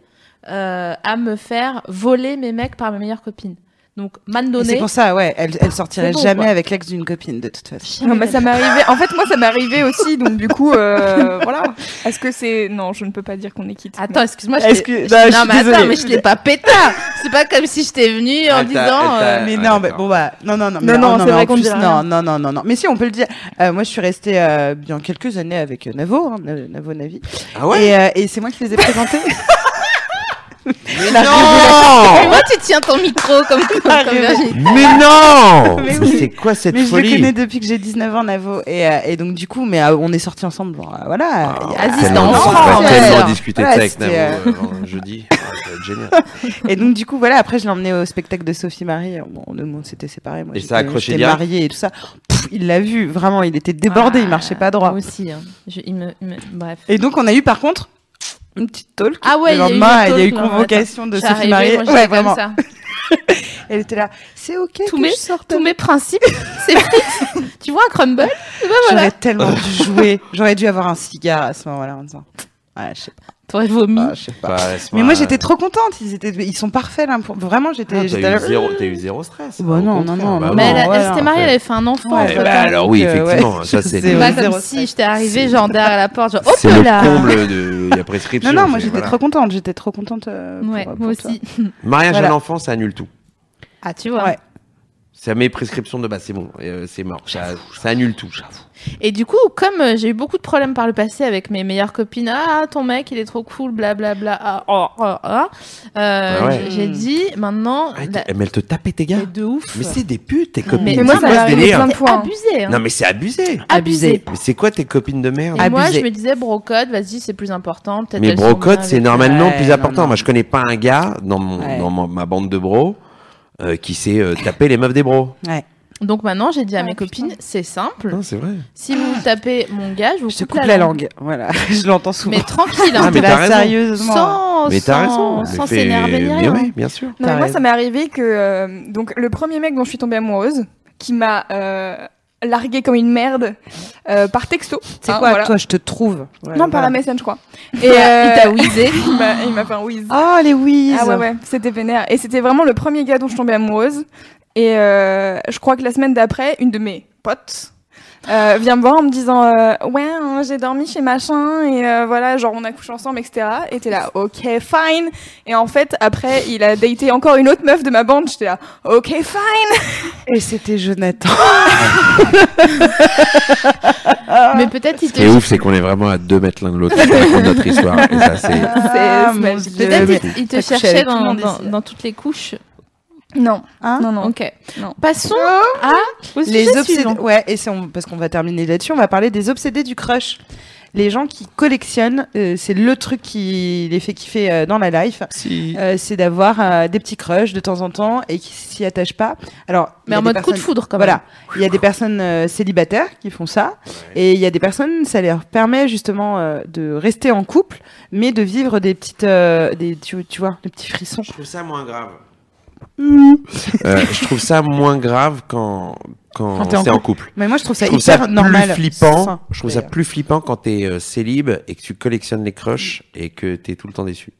S1: euh, à me faire voler mes mecs par mes meilleures copines. Donc, man
S3: Et C'est
S1: donné.
S3: pour ça, ouais, elle, elle sortirait
S1: C'est bon,
S3: jamais
S1: quoi.
S3: avec l'ex d'une copine de toute façon.
S1: Jamais
S4: Non, mais
S1: de
S4: ça m'est arrivé. En fait, moi, ça m'est arrivé aussi. Donc, du coup, euh, voilà. Est-ce que c'est. Non, je ne peux pas dire qu'on est quitte.
S1: Attends, excuse-moi. bah, je
S3: Est-ce
S1: t'ai-
S3: que- non, je
S1: non,
S3: suis
S1: mais attends,
S3: désolée.
S1: mais je t'ai pas pétard. C'est pas comme si je t'ai venu en
S2: Elle t'a-
S1: disant.
S2: elle t'a-
S1: euh,
S3: Mais
S2: Ah,
S3: non, mais
S2: d'accord.
S3: bon bah non non non mais
S4: Non, non, c'est
S3: en
S4: vrai qu'on
S3: plus,
S4: dira
S3: non
S4: rien.
S3: non non non non mais si on peut le dire. Euh, moi je suis restée euh, bien quelques années avec euh, Navo, hein, Na- Navo Navi.
S2: Ah ouais
S3: Et, euh, et c'est moi qui les ai présentés.
S2: Mais
S3: la
S1: Mais
S2: non
S1: moi, tu tiens ton micro comme, comme, comme Virginie.
S2: Mais non
S3: Mais
S2: Mais
S3: oui.
S2: C'est quoi cette
S3: mais je le
S2: folie
S3: connais depuis que j'ai 19 ans Navo et, euh, et donc du coup mais euh, on est sortis ensemble bon, euh, voilà. il y a-
S1: Aziz,
S3: c'est
S1: dans
S2: Ah,
S1: le
S3: longtemps,
S2: Tellement- On va
S1: Ouais.
S3: alors.
S2: tellement discuter de
S3: Ouais,
S2: ça avec Navo
S3: c'était, euh,
S2: euh, avant jeudi. Ah, ça va être génial.
S3: Et donc du coup voilà après je l'ai emmené au spectacle de Sophie Marie. Bon, on, on s'était séparés moi.
S2: Et
S3: j'étais-
S2: ça a accroché
S3: J'étais
S2: direct
S3: mariée et tout ça. Pff, il l'a vu vraiment il était débordé il marchait pas droit.
S1: Moi aussi. hein. Je- il me- il me- bref.
S3: Et donc on a eu par contre une petite talk.
S1: Ah ouais,
S3: le
S1: il y a eu
S3: lendemain,
S1: une
S3: il y a eu
S1: talk, là,
S3: convocation de
S1: J'ai arrivé,
S3: Sophie Marie.
S1: moi, j'étais
S3: Ouais,
S1: comme
S3: vraiment.
S1: ça.
S3: Elle était là. C'est ok
S1: Tous
S3: que
S1: mes-
S3: je sorte.
S1: Tous mes principes, c'est frites. tu vois un crumble Et ben voilà.
S3: J'aurais tellement dû jouer. J'aurais dû avoir un cigare à ce moment-là en disant. Ouais, je sais
S1: T'aurais vomi.
S3: pas, je sais pas.
S2: Bah, laisse-moi-
S3: Mais moi j'étais trop contente. Ils étaient, ils sont parfaits là. Pour... Vraiment, j'étais.
S2: Ah, t'as
S3: j'étais
S2: eu
S3: là-
S2: zéro- T'as eu zéro stress.
S3: Bah
S2: Au
S3: non, non,
S2: contraire,
S3: non,
S2: bah
S3: non,
S1: Mais
S2: oui.
S1: elle, elle
S3: voilà,
S1: s'était
S3: en
S1: mariée,
S2: fait.
S1: elle avait fait un enfant.
S3: Ouais,
S1: entre
S2: Eh bah,
S1: temps.
S2: alors oui,
S3: Donc, euh,
S2: effectivement,
S3: ouais.
S2: ça c'est
S3: C'est
S2: le-
S1: pas
S3: ouais, zéro
S1: comme si
S3: stress.
S1: j'étais arrivée
S2: C'est-
S1: genre derrière la porte, genre hop
S2: c'est
S1: là.
S2: le comble de la prescription.
S3: Non, non, moi
S2: c'est-
S3: j'étais
S2: voilà.
S3: trop contente. J'étais trop contente. euh, pour-
S1: Ouais,
S3: pour
S1: moi
S3: toi.
S1: aussi.
S2: Mariage
S3: Voilà.
S2: à l'enfant, ça annule tout.
S1: Ah, tu vois.
S3: Ouais.
S2: Ça met prescription de base, c'est bon, euh, c'est mort. Ça, ça annule tout, j'avoue.
S1: Et du coup, comme euh, j'ai eu beaucoup de problèmes par le passé avec mes meilleures copines, ah ton mec il est trop cool, blablabla, ah, oh, oh, oh, euh,
S2: Ah ouais.
S1: j'ai- j'ai dit maintenant, bah,
S2: Ah,
S1: la-
S2: t'es- Mais elle te tapait tes gars.
S1: c'est de ouf.
S2: Mais c'est des putes, tes copines.
S1: Mais
S2: c'est
S4: moi, ça
S2: quoi
S4: m'est
S2: ce
S4: arrivé
S2: délire
S4: plein de
S1: C'est
S4: fois, hein.
S1: abusé. hein.
S2: Non, mais c'est abusé.
S1: abusé.
S2: Mais c'est quoi tes copines de merde
S1: Et moi,
S3: Abusé.
S1: je me disais brocode, vas-y, c'est plus important. Peut-être
S2: Mais
S1: elles sont
S2: brocode,
S1: bien
S2: c'est
S1: avec-
S2: normalement
S3: Ouais,
S2: plus
S3: non,
S2: important.
S3: non.
S2: Moi, je connais pas un gars dans, mon,
S3: Ouais.
S2: dans mon- ma bande de bros euh, qui sait euh, taper les meufs des bros.
S3: Ouais.
S1: Donc maintenant, j'ai dit à
S4: Ah,
S1: mes
S4: putain.
S1: copines, c'est simple.
S2: Non, c'est vrai.
S1: Si vous tapez mon gars, je vous
S3: Je te coupe la langue. Voilà. Je l'entends souvent.
S1: Mais tranquille,
S2: Ah,
S1: hein.
S3: T'es
S2: mais t'as
S3: là
S2: raison.
S3: sérieusement.
S1: sans,
S2: Mais t'as
S1: sans,
S2: raison.
S1: sans
S2: Mais fais-
S1: s'énerver ni
S2: Mais
S1: rien.
S2: oui, bien sûr.
S4: Non, mais
S3: T'as
S4: moi,
S3: raison.
S4: ça m'est arrivé que euh, donc le premier mec dont je suis tombée amoureuse, qui m'a euh, larguée comme une merde euh, par texto.
S3: C'est
S4: hein,
S3: quoi
S4: voilà.
S3: Toi, je te trouve. Voilà,
S4: Non, par la
S3: voilà.
S4: MSN, je crois.
S1: Et euh, il t'a
S4: euh,
S1: whizzé.
S4: il m'a- il m'a fait un whiz.
S3: Oh les whiz.
S4: Ah ouais, ouais, c'était vénère. Et c'était vraiment le premier gars dont je tombais amoureuse. Et euh, je crois que la semaine d'après, une de mes potes euh, vient me voir en me disant euh, Ouais, hein, j'ai dormi chez machin, et euh, voilà, genre on a couché ensemble, etc. Et t'es là, ok, fine. Et en fait, après, il a daté encore une autre meuf de ma bande, j'étais là, ok, fine.
S3: Et c'était Jonathan.
S1: Mais peut-être il
S2: Ce qui est
S1: te
S2: ouf, c'est qu'on est vraiment à deux mètres l'un de l'autre pour raconter notre histoire. Et ça, c'est.
S4: Ah,
S3: mon
S4: magique.
S3: Dieu.
S1: Peut-être
S3: Mais-
S1: il- il te
S3: T'as couché
S1: cherchait
S3: avec tout le
S1: dans,
S3: monde
S1: dans,
S3: ici.
S1: dans toutes les couches.
S4: Non,
S3: Hein
S4: non, non.
S1: Ok.
S4: Non.
S1: Passons à au
S3: les
S1: sujet
S3: obsédés.
S1: suivant.
S3: Ouais, et c'est on- parce qu'on va terminer là-dessus, on va parler des obsédés du crush. Les gens qui collectionnent, euh, c'est le truc qui les fait kiffer euh, dans la life.
S2: Si.
S3: Euh, c'est d'avoir euh, des petits crushs de temps en temps et qui s'y attachent pas. Alors, il y
S1: Mais
S3: a
S1: en
S3: des
S1: mode coup de
S3: personnes-
S1: foudre, quand
S3: Voilà,
S1: même.
S3: il y a des personnes euh, célibataires qui font ça, et il y a des personnes, ça leur permet justement euh, de rester en couple, mais de vivre des petites, euh, des, tu, tu vois, des petits frissons.
S2: Je trouve ça moins grave.
S1: Mm.
S2: Euh, je trouve ça moins grave quand, quand,
S3: Quand t'es en
S2: c'est en
S3: couple.
S2: couple.
S3: Mais moi, je trouve ça
S2: Je trouve
S3: hyper
S2: ça
S3: normal.
S2: plus flippant.
S3: sain,
S2: je trouve ça
S3: d'ailleurs.
S2: plus flippant quand t'es euh, célib et que tu collectionnes les crushs et que t'es tout le temps déçu.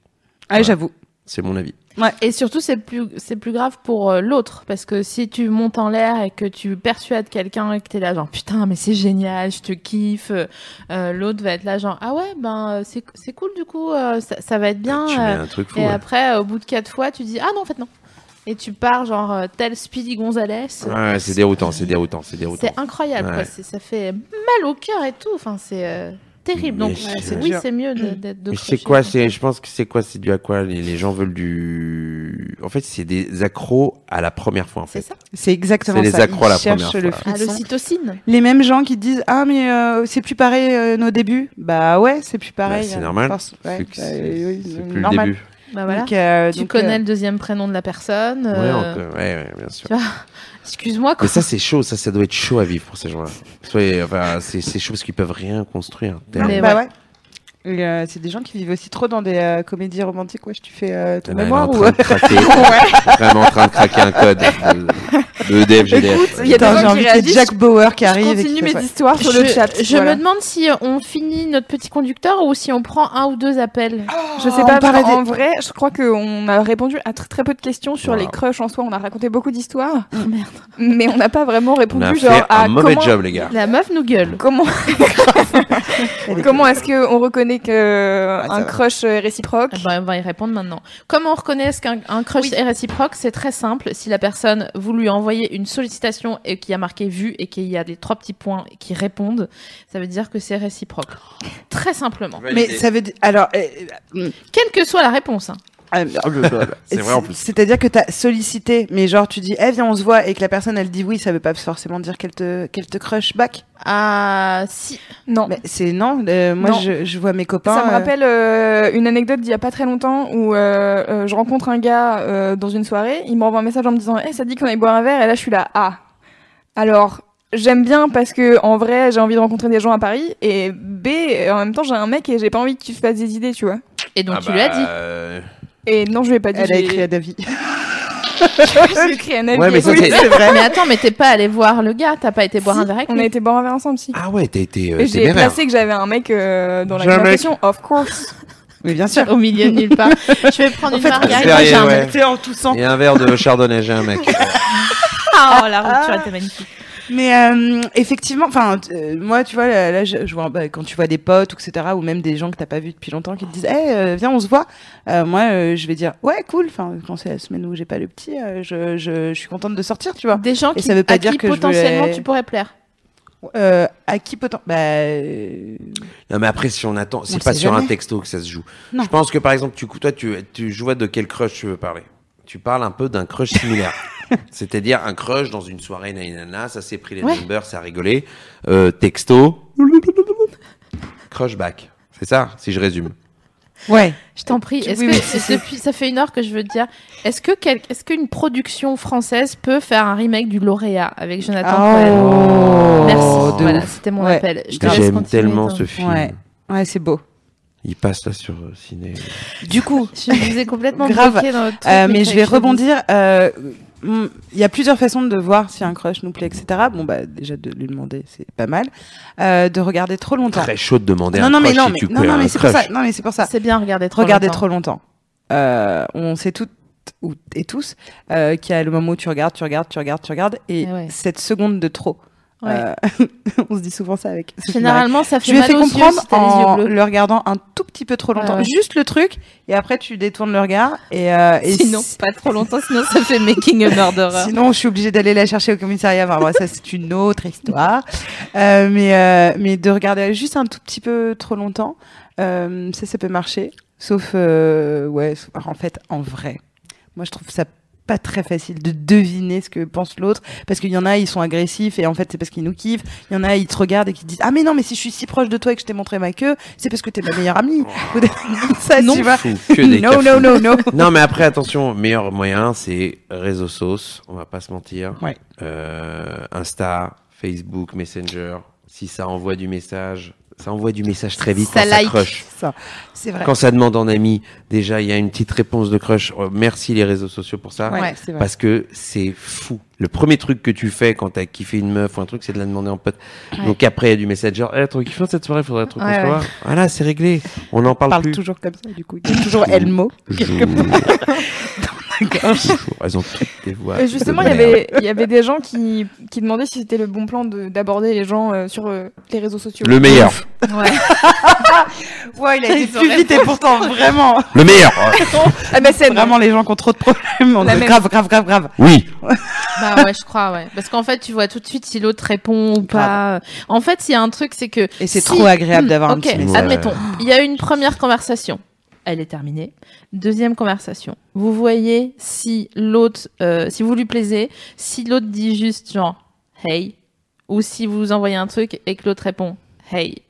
S3: Ah, j'avoue.
S2: C'est mon avis.
S1: Et surtout, c'est plus, c'est plus grave pour euh, l'autre. Parce que si tu montes en l'air et que tu persuades quelqu'un et que t'es là, genre, putain, mais c'est génial, je te kiffe. euh, euh, l'autre va être là, genre, ah ouais, ben, euh, c'est, c'est cool, du coup, euh, ça, ça va être bien.
S2: tu mets
S1: euh,
S2: un truc fou. hein.
S1: et
S2: ouais.
S1: après, au bout de quatre fois, tu dis, ah non, en fait, non. Et tu pars, genre, euh, tel Speedy Gonzalez.
S2: Ouais, c'est déroutant, c'est déroutant, c'est déroutant.
S1: C'est incroyable, quoi.
S2: Ouais.
S1: C'est- ça fait mal au cœur et tout. Enfin, c'est euh, terrible.
S2: Mais
S1: Donc,
S2: c'est-
S1: c'est- oui, c'est mieux de- d'être de,
S2: Mais c'est
S1: crochet,
S2: quoi C'est, je pense que c'est quoi C'est dû à quoi les, les gens veulent du. En fait, c'est des accros à la première fois. En
S1: C'est
S2: fait.
S1: ça, Ah,
S3: C'est exactement
S2: C'est les
S3: ça.
S2: accros
S3: Ils
S2: à la
S3: cherchent
S2: première
S3: le
S2: fois.
S4: Ah,
S1: à
S3: frisson.
S1: l'ocytocine.
S3: Les mêmes gens qui disent ah mais euh, c'est plus pareil euh, nos débuts. Bah ouais, c'est plus pareil.
S2: c'est
S3: euh,
S2: normal.
S3: force- ouais,
S2: C'est que
S3: bah,
S2: c'est-
S3: oui, oui,
S2: c'est
S3: oui,
S2: plus
S3: normal.
S2: le début.
S1: Bah voilà.
S3: Donc, euh,
S1: tu
S3: donc,
S1: connais
S3: euh,
S1: le deuxième prénom de la personne.
S2: Ouais,
S1: euh,
S2: on peut- ouais, ouais, bien sûr.
S1: Excuse-moi. quoi.
S2: Mais ça, c'est chaud. Ça, ça doit être chaud à vivre pour ces gens-là. Soyez- enfin, c'est c'est chaud parce qu'ils peuvent rien construire.
S3: non,
S1: Mais
S3: bah ouais. Et, euh, c'est des gens qui vivent aussi trop dans des euh, comédies romantiques. Wesh, tu fais euh, ton
S2: Là, elle est
S3: mémoire
S2: en
S3: ou
S2: train de craquer. Vraiment en train de craquer un code de, E de EDF, GDF.
S4: Écoute, il y a des
S3: Putain,
S4: gens
S3: j'ai
S4: qui
S3: envie qu'il y ait
S4: réagissent.
S3: Jack Bauer qui
S4: Je
S3: arrive. et qui
S4: continue
S3: fasse-
S4: mes
S3: ouais.
S4: histoires sur le
S1: Je-
S4: chat.
S1: je
S4: voilà.
S1: me demande si on finit notre petit conducteur ou si on prend un ou deux appels.
S4: Je sais
S3: on
S4: pas,
S3: parlait
S4: en
S3: des-
S4: vrai, je crois qu'on a répondu à très très peu de questions sur
S2: Wow.
S4: les crushs en soi. On a raconté beaucoup d'histoires,
S1: merde.
S4: mais on n'a pas vraiment
S2: On a
S4: répondu
S2: fait
S4: genre à
S2: un mauvais
S4: comment,
S2: job, les gars.
S1: La meuf nous gueule.
S4: comment
S3: Elle est-
S4: comment est-ce que on reconnaît que
S3: Ah, ça
S4: un
S3: va.
S4: crush est réciproque
S1: Ah bah, on va y répondre maintenant. Comment on reconnaît est-ce qu'un un crush est réciproque C'est très simple. Si la personne, vous lui envoyez une sollicitation et qu'il y a marqué vu et qu'il y a les trois petits points qui répondent, ça veut dire que c'est réciproque. Très simplement.
S3: Mais ça veut dire. Alors, euh, euh,
S1: Quelle que soit la réponse. hein.
S3: euh,
S2: C'est vrai en plus.
S3: C'est-à-dire que t'as sollicité, mais genre tu dis, eh viens, on se voit, et que la personne elle dit oui, ça veut pas forcément dire qu'elle te, qu'elle te crush back.
S1: Ah, si.
S4: Non.
S3: Mais c'est non. euh, moi,
S4: Non.
S3: Je, je vois mes copains.
S4: Ça me
S3: euh,
S4: rappelle euh, une anecdote d'il y a pas très longtemps où euh, euh, je rencontre un gars euh, dans une soirée, il m'envoie un message en me disant "Eh, ça te dit qu'on aille boire un verre" et là je suis là "Ah." Alors, j'aime bien parce que en vrai, j'ai envie de rencontrer des gens à Paris et B euh, en même temps, j'ai un mec et j'ai pas envie que tu te fasses des idées, tu vois.
S1: Et donc
S2: Ah
S1: tu lui as
S2: bah,
S1: dit.
S2: euh,
S4: Et non, je lui ai pas dit
S3: Elle a
S4: j'ai-
S3: écrit à David.
S4: j'ai écrit un avis.
S2: Ouais, mais ça,
S4: Oui,
S2: c'est-
S3: C'est vrai.
S1: Mais attends, mais t'es pas allé voir le gars, t'as pas été boire
S4: si,
S1: un verre avec
S4: On a
S1: lui.
S4: été boire un verre ensemble, si.
S2: Ah ouais, t'as été euh,
S4: Et j'ai
S2: sévère.
S4: placé que j'avais un mec euh, dans la
S5: J'ai un mec.
S4: conversation, of course.
S3: Mais bien sûr.
S1: Au milieu de nulle part. Je vais prendre
S3: En
S1: une
S3: fait,
S1: margarine.
S2: c'est
S1: moi, j'ai
S2: rien,
S1: un
S2: ouais.
S1: mec.
S3: C'est en toussant.
S2: Et un verre de chardonnay, j'ai un mec.
S1: Oh, la rupture était magnifique.
S3: Mais euh, effectivement, enfin, t- euh, moi, tu vois, là, là, je, je vois bah, quand tu vois des potes, ou etc., ou même des gens que t'as pas vu depuis longtemps qui te disent, eh, euh, viens, on se voit. Euh, moi, euh, je vais dire, ouais, cool. Enfin, quand c'est la semaine où j'ai pas le petit, euh, je, je, je suis contente de sortir, tu vois.
S1: Des gens
S3: Et
S1: qui,
S3: ça veut pas
S1: à
S3: dire
S1: qui
S3: que je
S1: potentiellement
S3: voulais-
S1: tu pourrais plaire.
S3: Euh, à qui peut-on Bah, euh,
S2: Non, mais après, si on attend,
S3: On
S2: c'est
S3: le
S2: pas
S3: sait
S2: sur un
S3: jamais.
S2: texto que ça se joue.
S3: Non.
S2: Je pense que par exemple, tu, toi, tu, tu je vois de quel crush tu veux parler. Tu parles un peu d'un crush similaire. C'est-à-dire un crush dans une soirée nanana, ça s'est pris les
S1: Ouais.
S2: numbers, ça a rigolé. Euh, texto. crush back. C'est ça, si je résume.
S3: ouais.
S1: Je t'en prie.
S3: Tu-
S1: Est-ce
S3: oui,
S1: que
S3: oui, si, si.
S1: depuis ça fait une heure que je veux te dire, est-ce que quel- est-ce qu'une production française peut faire un remake du lauréat avec Jonathan Cohen Merci.
S3: Oh. de
S1: Voilà,
S3: ouf.
S1: c'était mon
S3: Ouais.
S1: appel. Je te laisse
S2: J'aime
S1: continuer,
S2: tellement
S1: toi.
S2: ce film.
S3: Ouais. Ouais, c'est beau.
S2: Il passe là sur euh, ciné.
S3: Du coup,
S1: Je vous ai complètement
S3: Grave.
S1: bloqué dans notre truc,
S3: Euh, mais
S1: il
S3: je
S1: fallait
S3: vais
S1: que te dise.
S3: rebondir. euh, mm, Il y a plusieurs façons de voir si un crush nous plaît, etc. Bon, bah, déjà de lui demander, c'est pas mal. Euh, de regarder trop longtemps.
S2: Très chaud de demander
S3: Non,
S2: un
S3: non, mais
S2: crush
S3: non,
S2: si
S3: mais,
S2: tu
S3: non,
S2: peux
S3: non,
S2: un
S3: mais c'est pour
S2: crush.
S3: ça. Non, mais c'est pour ça.
S1: C'est bien regarder trop.
S3: Regarder
S1: longtemps.
S3: trop longtemps. Euh, on sait toutes ou- et tous euh, qu'il y a le moment où tu regardes, tu regardes, tu regardes, tu regardes, et
S1: Eh ouais.
S3: cette seconde de trop.
S1: Ouais.
S3: Euh, on se dit souvent ça avec. Sophie Marie.
S1: Généralement, ça fait
S3: Je lui ai
S1: mal
S3: fait
S1: aux yeux
S3: comprendre
S1: si t'as les yeux
S3: en
S1: bleus.
S3: le regardant un tout petit peu trop longtemps.
S1: Ouais, ouais.
S3: Juste le truc, et après tu détournes le regard. Et, euh, et
S1: Sinon,
S3: si-
S1: pas trop longtemps, sinon ça fait making a murderer.
S3: sinon, je suis obligée d'aller la chercher au commissariat. Enfin, bon, ça, c'est une autre histoire. Euh, mais, euh, mais de regarder juste un tout petit peu trop longtemps, euh, ça, ça peut marcher. Sauf, euh, ouais, sauf- en fait, en vrai. Moi, je trouve ça pas très facile de deviner ce que pense l'autre parce qu'il y en a ils sont agressifs et en fait c'est parce qu'ils nous kiffent il y en a ils te regardent et qui te disent ah mais non mais si je suis si proche de toi et que je t'ai montré ma queue c'est parce que t'es ma meilleure amie Ou des- ça
S2: Non,
S3: tu vois
S2: fou, que des
S3: non
S2: cafous.
S3: non non non
S2: Non, mais après, attention, meilleur moyen, c'est réseau sauce, on va pas se mentir.
S3: Ouais.
S2: Euh, Insta, Facebook, Messenger. Si ça envoie du message, ça envoie du message très vite
S1: Ça
S2: quand
S1: like.
S2: ça crush.
S3: Ça, c'est vrai
S2: Quand ça demande en ami, déjà, il y a une petite réponse de crush. Euh, Merci les réseaux sociaux pour ça.
S3: ouais, c'est vrai
S2: Parce que c'est fou. Le premier truc que tu fais quand t'as kiffé une meuf ou un truc, c'est de la demander en pote.
S1: Ouais.
S2: Donc après, il y a du message genre, eh, trop kiffant cette soirée, faudrait trop qu'on
S3: Ouais,
S2: se
S3: ouais.
S2: voit. Voilà, c'est réglé. On en parle,
S3: parle
S2: plus.
S3: toujours comme ça, du coup. Il y a toujours Elmo.
S2: Jour. Jour. Elles ont toutes des voix.
S4: Euh, Justement, il y avait, il y avait des gens qui, qui demandaient si c'était le bon plan de- d'aborder les gens euh, sur euh, les réseaux sociaux.
S2: Le meilleur.
S1: Ouais.
S3: Ouais, il a été
S1: Ils ont
S3: plus vite et pourtant, vraiment.
S2: Le meilleur.
S4: Ah bah c'est
S3: Vraiment, les gens qui ont trop de problèmes. On
S4: La
S3: dit
S4: même.
S3: grave, grave, grave, grave.
S2: Oui.
S1: Bah ouais, je crois, ouais. Parce qu'en fait, tu vois tout de suite si l'autre répond ou pas. euh. En fait, il y a un truc, c'est que.
S3: Ah Et c'est
S1: si-
S3: trop agréable d'avoir
S1: Ok,
S3: un petit
S2: message.
S1: admettons. Il y a une première conversation. Elle est terminée. Deuxième conversation. Vous voyez si l'autre, euh, si vous lui plaisez, si l'autre dit juste genre hey, ou si vous envoyez un truc et que l'autre répond hey.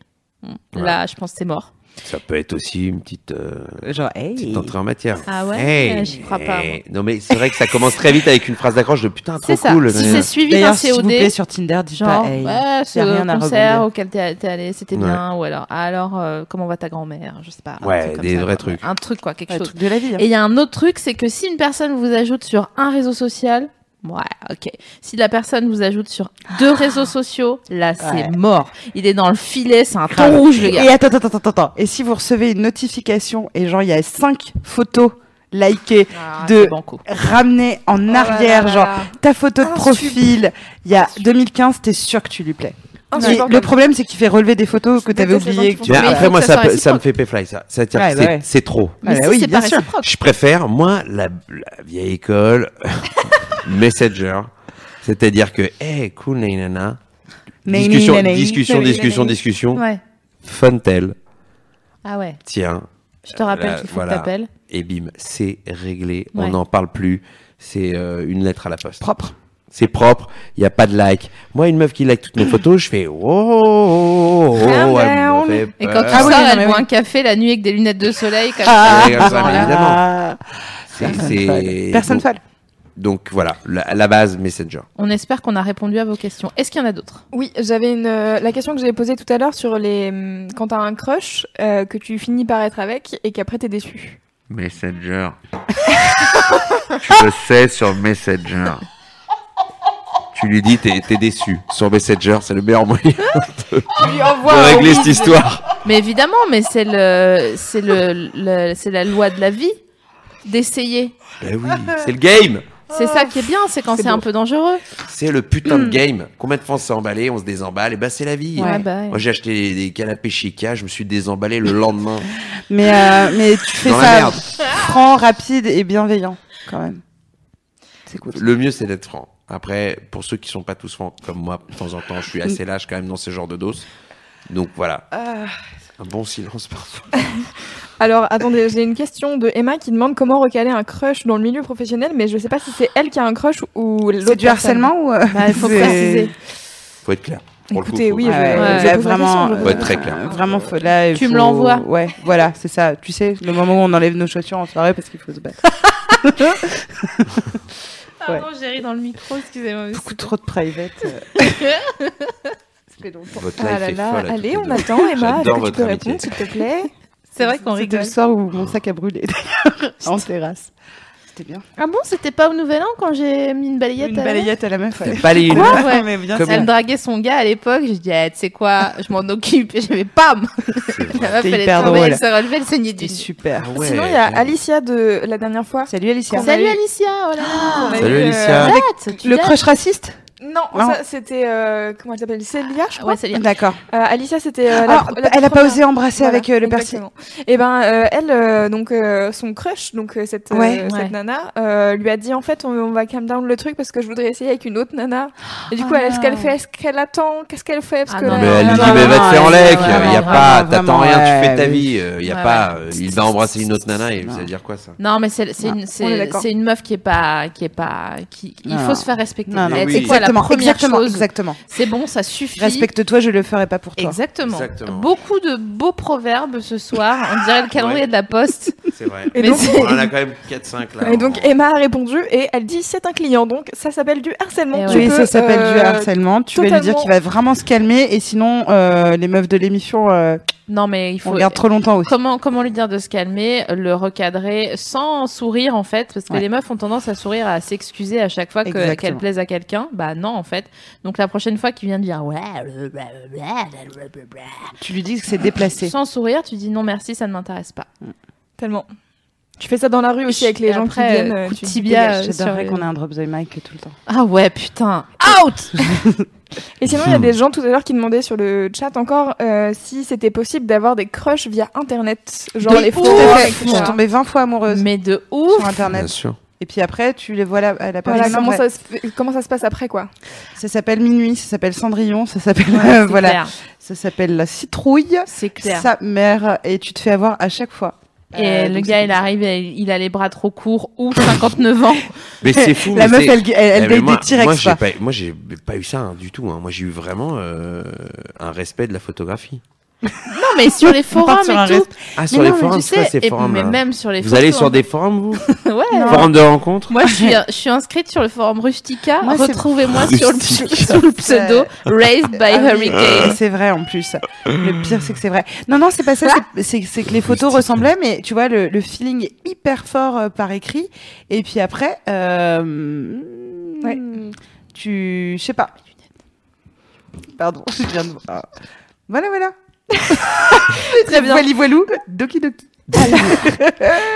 S1: Bon, Là, je pense que c'est mort.
S2: Ça peut être aussi une petite, euh,
S3: Genre, hey.
S2: petite entrée en matière.
S1: Ah ouais,
S2: Hey.
S1: j'y crois pas,
S2: Hey. Non, mais c'est vrai que ça commence très vite avec une phrase d'accroche de putain, trop
S1: C'est ça.
S2: cool.
S1: si
S2: nanana.
S1: c'est suivi d'un
S3: D'ailleurs, s'il vous
S1: COD,
S3: plaît, sur Tinder, dis
S1: genre,
S3: pas hey.
S1: ouais,
S3: Y a
S1: ce
S3: rien à
S1: concert
S3: rebondir.
S1: auquel t'es t'es allé, c'était
S2: Ouais.
S1: bien, ou alors, ah, alors, euh, comment va ta grand-mère, je sais pas. un
S2: Ouais,
S1: truc comme
S2: des
S1: ça,
S2: vrais
S1: quoi.
S2: trucs.
S1: Un truc, quoi, quelque
S3: Ouais,
S1: chose.
S3: truc de la vie. hein.
S1: Et il y a un autre truc, c'est que si une personne vous ajoute sur un réseau social, ouais, ok. Si la personne vous ajoute sur deux
S3: Ah.
S1: réseaux sociaux, là, c'est
S3: Ouais.
S1: mort. Il est dans le filet, c'est un
S3: Grave.
S1: ton rouge, le gars.
S3: Et attends, attends, attends, attends. Et si vous recevez une notification et genre il y a cinq photos likées,
S1: Ah,
S3: de-
S1: c'est banco.
S3: ramenées en
S4: Oh là
S3: arrière,
S4: là
S3: genre
S4: là.
S3: ta photo de
S4: Insupportable.
S3: profil, il y a 2015, t'es sûr que tu lui plais. Et
S4: Insupportable.
S3: le problème, c'est qu'il fait relever des photos
S4: Je
S3: que t'avais
S4: déteste les gens
S3: oubliées.
S4: qui
S3: que
S2: Tu
S3: tu-
S2: vois,
S1: Mais il
S2: après,
S1: faut
S2: moi,
S1: que
S2: ça,
S1: ça
S2: peut-
S1: soit
S2: ça me fait péfly, ça. Ça tire-
S3: Ouais,
S2: c'est
S3: bah ouais.
S2: c'est trop.
S1: Mais
S3: Ah bah
S1: si,
S3: oui,
S1: c'est
S3: bien
S1: pas
S3: sûr.
S1: réciproque.
S2: Je préfère, moi, la, la vieille école, Messenger. C'est-à-dire que, hey, cool, nanana.
S3: Nanani,
S2: Discussion,
S3: nanani,
S2: discussion,
S3: nanani,
S2: discussion,
S3: nanani.
S2: discussion.
S1: Ouais.
S2: Funtel.
S1: Ah ouais.
S2: Tiens.
S1: Je te rappelle
S2: Là,
S1: qu'il faut
S2: voilà.
S1: que t'appelles.
S2: Et bim, c'est réglé. On
S1: Ouais.
S2: n'en parle plus. C'est euh, une lettre à la poste.
S3: Propre.
S2: C'est propre. Il n'y a pas de like. Moi, une meuf qui like toutes mes photos, je fais oh, oh, oh, oh,
S4: Ah,
S2: elle me
S4: merde.
S2: fait
S1: Et quand
S2: peur.
S1: tu
S3: Ah
S1: sors,
S3: oui, non,
S1: elle
S3: mais
S1: boit
S3: oui.
S1: un café la nuit avec des lunettes de soleil, comme
S2: Ah,
S1: ça.
S2: mais comme ça, mais
S1: Voilà.
S2: évidemment.
S3: Ah,
S2: C'est-
S3: personne
S2: c'est-
S3: folle. Personne
S2: donc-
S3: folle.
S2: Donc voilà, la, la base Messenger.
S1: On espère qu'on a répondu à vos questions. Est-ce qu'il y en a d'autres
S4: Oui, j'avais une euh, la question que j'avais posée tout à l'heure sur les hum, quand t'as un crush euh, que tu finis par être avec et qu'après t'es déçu.
S2: Messenger. tu le sais sur Messenger. Tu lui dis, t'es t'es déçu. Sur Messenger, c'est le meilleur moyen
S4: Tu lui envoies
S2: de
S4: un
S2: régler
S4: oui.
S2: cette histoire.
S1: Mais évidemment, mais c'est le, c'est le, le- c'est la loi de la vie d'essayer.
S2: Ben oui, c'est le game.
S1: C'est ça qui est bien, c'est quand
S4: C'est
S1: c'est un
S4: beau.
S1: peu dangereux.
S2: C'est le putain
S4: Hmm.
S2: de game. Combien de fois on s'est emballé, on se désemballe, et bah c'est la vie.
S1: Ouais, bah ouais.
S2: Moi j'ai acheté des canapés Chica, je me suis désemballé le lendemain.
S3: Mais, euh, mais tu fais
S2: Dans la
S3: ça
S2: merde.
S3: franc, rapide et bienveillant, quand même. C'est cool.
S2: Le mieux c'est d'être franc. Après, pour ceux qui sont pas tous francs comme moi, de temps en temps, je suis assez lâche quand même dans ce genre de doses. Donc voilà.
S4: Ah.
S2: Un bon silence parfois.
S4: Alors attendez, j'ai une question de Emma qui demande comment recaler un crush dans le milieu professionnel, mais je sais pas si c'est elle qui a un crush ou l'autre.
S3: C'est du
S4: personne.
S3: harcèlement ou euh,
S1: Bah, il faut
S3: c'est-
S1: préciser.
S2: Faut être clair. Pour le coup,
S4: Écoutez,
S2: faut-
S4: oui,
S3: Ouais,
S4: je-
S3: ouais,
S4: je
S3: là,
S4: pose la
S3: vraiment,
S4: question, je
S2: Faut être très clair.
S3: euh, Vraiment, faut, là,
S1: Tu me
S3: faut-
S1: l'envoies.
S3: Ouais, voilà, c'est ça. Tu sais, le moment où on enlève nos chaussures en soirée parce qu'il faut se battre.
S1: Pardon, j'ai ri dans le micro, excusez-moi.
S3: Beaucoup trop de private. euh. Ça fait longtemps.
S2: Votre life
S4: Ah là
S2: est
S4: là,
S2: folle à
S4: allez,
S2: toutes
S4: on
S2: les deux.
S4: attend Emma, est-ce
S2: J'adore
S4: que tu
S2: votre
S4: peux
S2: amitié.
S4: répondre s'il te plaît
S1: C'est vrai qu'on
S3: C'était
S1: rigole.
S3: le soir où mon sac a brûlé, d'ailleurs, en terrasse. C'était bien.
S1: Ah bon, c'était pas au Nouvel An quand j'ai mis une balayette
S3: Une
S1: à la
S3: balayette à la meuf. ouais.
S2: Pas les
S1: Quoi Ouais.
S3: mais bien
S2: Comme-
S1: Elle draguait son gars à l'époque, j'ai dit, ah, tu sais quoi, je m'en occupe, et j'avais pam La meuf,
S3: C'était
S1: elle est
S3: hyper
S1: tombée,
S3: drôle.
S1: elle s'est relevée, elle saignait du
S3: C'était
S1: nez.
S3: super.
S2: Ah Ouais,
S4: Sinon, il y a
S2: carrément.
S4: Alicia de la dernière fois.
S3: Salut Alicia.
S4: Qu'on a
S1: Salut
S4: eu-
S1: Alicia, oh là là
S4: Qu'on a
S2: Salut,
S4: eu, euh,
S2: Alicia.
S1: Arrête, tu
S3: Ah, Le
S1: l'as-
S3: crush raciste
S4: Non,
S3: Non.
S4: ça, c'était euh, comment elle s'appelle Célia, je crois.
S1: Ouais, Salut.
S3: D'accord.
S4: Euh, Alicia, c'était. euh, la
S3: Alors,
S4: pr- la
S3: Ah, elle a pas
S4: première.
S3: osé embrasser
S4: Voilà,
S3: avec euh, le persil.
S4: exactement. Et ben, euh, elle, euh, donc euh, son crush, donc euh, cette, euh,
S3: Ouais.
S4: cette
S1: Ouais.
S4: nana, euh, lui a dit en fait, on, on va calm down le truc parce que je voudrais essayer avec une autre nana. Et du coup,
S1: Oh
S4: elle, est-ce
S1: non.
S4: qu'elle fait, est-ce qu'elle attend, qu'est-ce qu'elle fait parce
S1: Ah
S4: que
S1: non,
S4: là-
S2: Mais elle lui dit,
S3: non,
S2: mais va
S3: non,
S2: te faire en
S3: ouais,
S2: lec.
S3: ouais,
S2: Il y a
S3: ouais,
S2: pas,
S3: ouais,
S2: t'attends
S3: ouais,
S2: rien, tu fais ta
S3: ouais,
S2: vie. euh, Il y a
S1: Ouais,
S2: pas, euh, il va embrasser une autre nana et
S3: Non.
S2: vous allez dire quoi ça
S1: Non, mais c'est c'est une,
S4: on est
S1: c'est
S4: d'accord.
S1: c'est une meuf qui est pas, qui est pas, qui. Il
S3: Non,
S1: faut
S3: non.
S1: se faire respecter.
S4: Ah
S3: Non, non,
S1: Eh,
S2: oui.
S1: c'est quoi la
S3: exactement,
S1: première
S3: exactement,
S1: chose
S3: exactement.
S1: C'est bon, ça suffit.
S3: Respecte-toi, je le ferai pas pour toi.
S1: Exactement.
S2: Exactement.
S1: Beaucoup de beaux proverbes ce soir. On dirait le calendrier
S2: Ouais.
S1: de la poste.
S2: C'est vrai.
S4: Et
S1: Mais
S4: donc,
S1: c'est-
S2: On en a quand même 4-5 là.
S4: et donc
S3: Oh.
S4: Emma a répondu et elle dit c'est un client donc ça s'appelle du harcèlement.
S1: Et
S4: Tu
S1: ouais.
S3: Oui,
S4: peux,
S3: ça s'appelle du
S4: euh,
S3: harcèlement. Tu vas lui dire
S4: totalement.
S3: qu'il va vraiment se calmer et sinon, euh, les meufs de l'émission, euh,
S1: Non, mais il
S3: on
S1: faut.
S3: regarde trop longtemps aussi.
S1: Comment, comment lui dire de se calmer, le recadrer sans sourire en fait, parce que
S3: Ouais.
S1: les meufs ont tendance à sourire, à s'excuser à chaque fois que- qu'elles
S3: Exactement.
S1: plaisent à quelqu'un. Bah non en fait. Donc la prochaine fois qu'il vient de dire ouais,
S3: Tu lui dis que c'est déplacé.
S1: sans sourire, tu dis non merci, ça ne m'intéresse pas.
S4: Tellement. Tu fais ça dans la rue aussi avec les
S1: Et
S4: gens
S1: après,
S4: qui viennent.
S1: euh,
S4: euh,
S1: coup de
S4: tu dis,
S1: tibia,
S4: dégage.
S1: euh,
S3: J'adorerais
S1: sur-
S3: qu'on ait un drop the mic tout le temps.
S1: Ah ouais putain. Out.
S4: Et sinon, il y a des gens tout à l'heure qui demandaient sur le chat encore euh, si c'était possible d'avoir des crushs via internet, genre
S1: De
S4: les
S1: ouf.
S4: photos,
S3: Tout à fait. Je
S4: etc.
S3: suis tombée 20 fois amoureuse
S1: Mais de ouf.
S3: sur
S2: Bien
S3: internet.
S2: sûr.
S3: Et puis après, tu les vois là, à la
S4: Voilà,
S3: personne en vrai.
S4: comment ça, se fait- comment ça se passe après quoi
S3: Ça s'appelle Minuit, ça s'appelle Cendrillon, ça s'appelle
S1: Ah, C'est
S3: euh, voilà,
S1: clair.
S3: ça s'appelle la citrouille,
S1: C'est clair.
S3: sa mère et tu te fais avoir à chaque fois.
S1: Et
S3: Euh,
S1: le
S3: donc
S1: gars,
S3: c'est-
S1: il arrive, il il a les bras trop courts ou 59 ans.
S2: Mais c'est fou.
S3: La
S2: mais
S3: meuf,
S2: c'est-
S3: elle, elle, elle
S2: Eh, mais
S3: date
S2: moi-
S3: des T-Rex.
S2: Moi, j'ai
S3: quoi.
S2: pas, moi, j'ai pas eu ça hein, du tout. hein. Moi, j'ai eu vraiment euh, un respect de la photographie.
S1: Non, mais sur les forums
S3: sur un
S1: et tout.
S3: reste.
S2: Ah,
S1: Mais
S2: sur les
S1: non, mais
S2: forums,
S1: tu
S2: c'est quoi
S1: sais,
S2: ces
S1: et-
S2: forums
S1: mais
S2: là
S1: même sur les
S2: Vous allez
S1: photos,
S2: sur des forums, vous
S1: hein. ouais.
S2: Forums de rencontres
S1: Moi, je suis, je suis inscrite sur le forum Rustica.
S3: Moi, c'est-
S1: Retrouvez-moi sur le,
S2: Rustica.
S1: sur le pseudo Raised by
S3: Ah oui.
S1: Hurricane.
S3: C'est vrai en plus. Le pire, c'est que c'est vrai. Non, non, c'est pas ça. c'est- C'est c'est que les photos ressemblaient, mais tu vois, le, le feeling est hyper fort euh, par écrit. Et puis après, euh,
S4: Ouais.
S3: tu. Je sais pas. Pardon, je viens de. ah. Voilà, voilà.
S4: Très bien.
S3: Voili voilou, doki doki. Ah,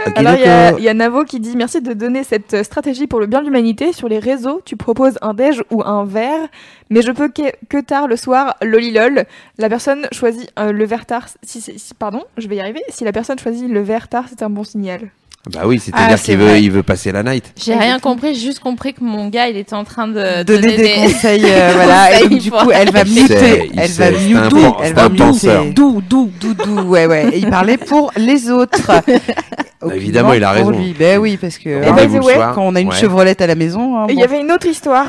S2: Ok,
S4: Alors, il y, a-
S3: euh,
S2: d'accord.
S4: il y a Navo qui dit Merci de donner cette euh, stratégie pour le bien de l'humanité. Sur les réseaux, tu proposes un déj ou un verre, mais je peux que, que tard le soir, lolilol. La personne choisit euh, le verre tard. Si, c'est- si- pardon, je vais y arriver. Si la personne choisit le verre tard, c'est un bon signal.
S2: Bah oui, c'est-à-dire
S3: Ah, c'est
S2: qu'il veut,
S3: vrai.
S2: il veut passer la night.
S1: J'ai rien compris, j'ai juste compris que mon gars, il était en train de
S3: Donner des conseils, euh, voilà. Et
S1: conseils
S3: donc, du
S1: pour-
S3: coup, elle va
S2: Il sait,
S3: muter.
S2: il
S3: Elle va
S2: sait, c'est un
S3: muter.
S2: pen-
S3: Elle
S2: c'est
S3: va
S2: un
S3: muter.
S2: penseur.
S3: Doux, doux, doux, doux. Ouais, ouais. Et il parlait pour les autres.
S2: Évidemment, il a
S3: Aucunement
S2: raison.
S3: Pour lui. Ben oui, parce
S1: Euh,
S3: que.
S4: Eh ben,
S2: Rendez-vous le
S4: ouais,
S2: soir.
S3: Quand on a une
S2: Ouais,
S3: chevrolette à la maison, hein,
S4: Et Il
S3: bon.
S4: y avait une autre histoire.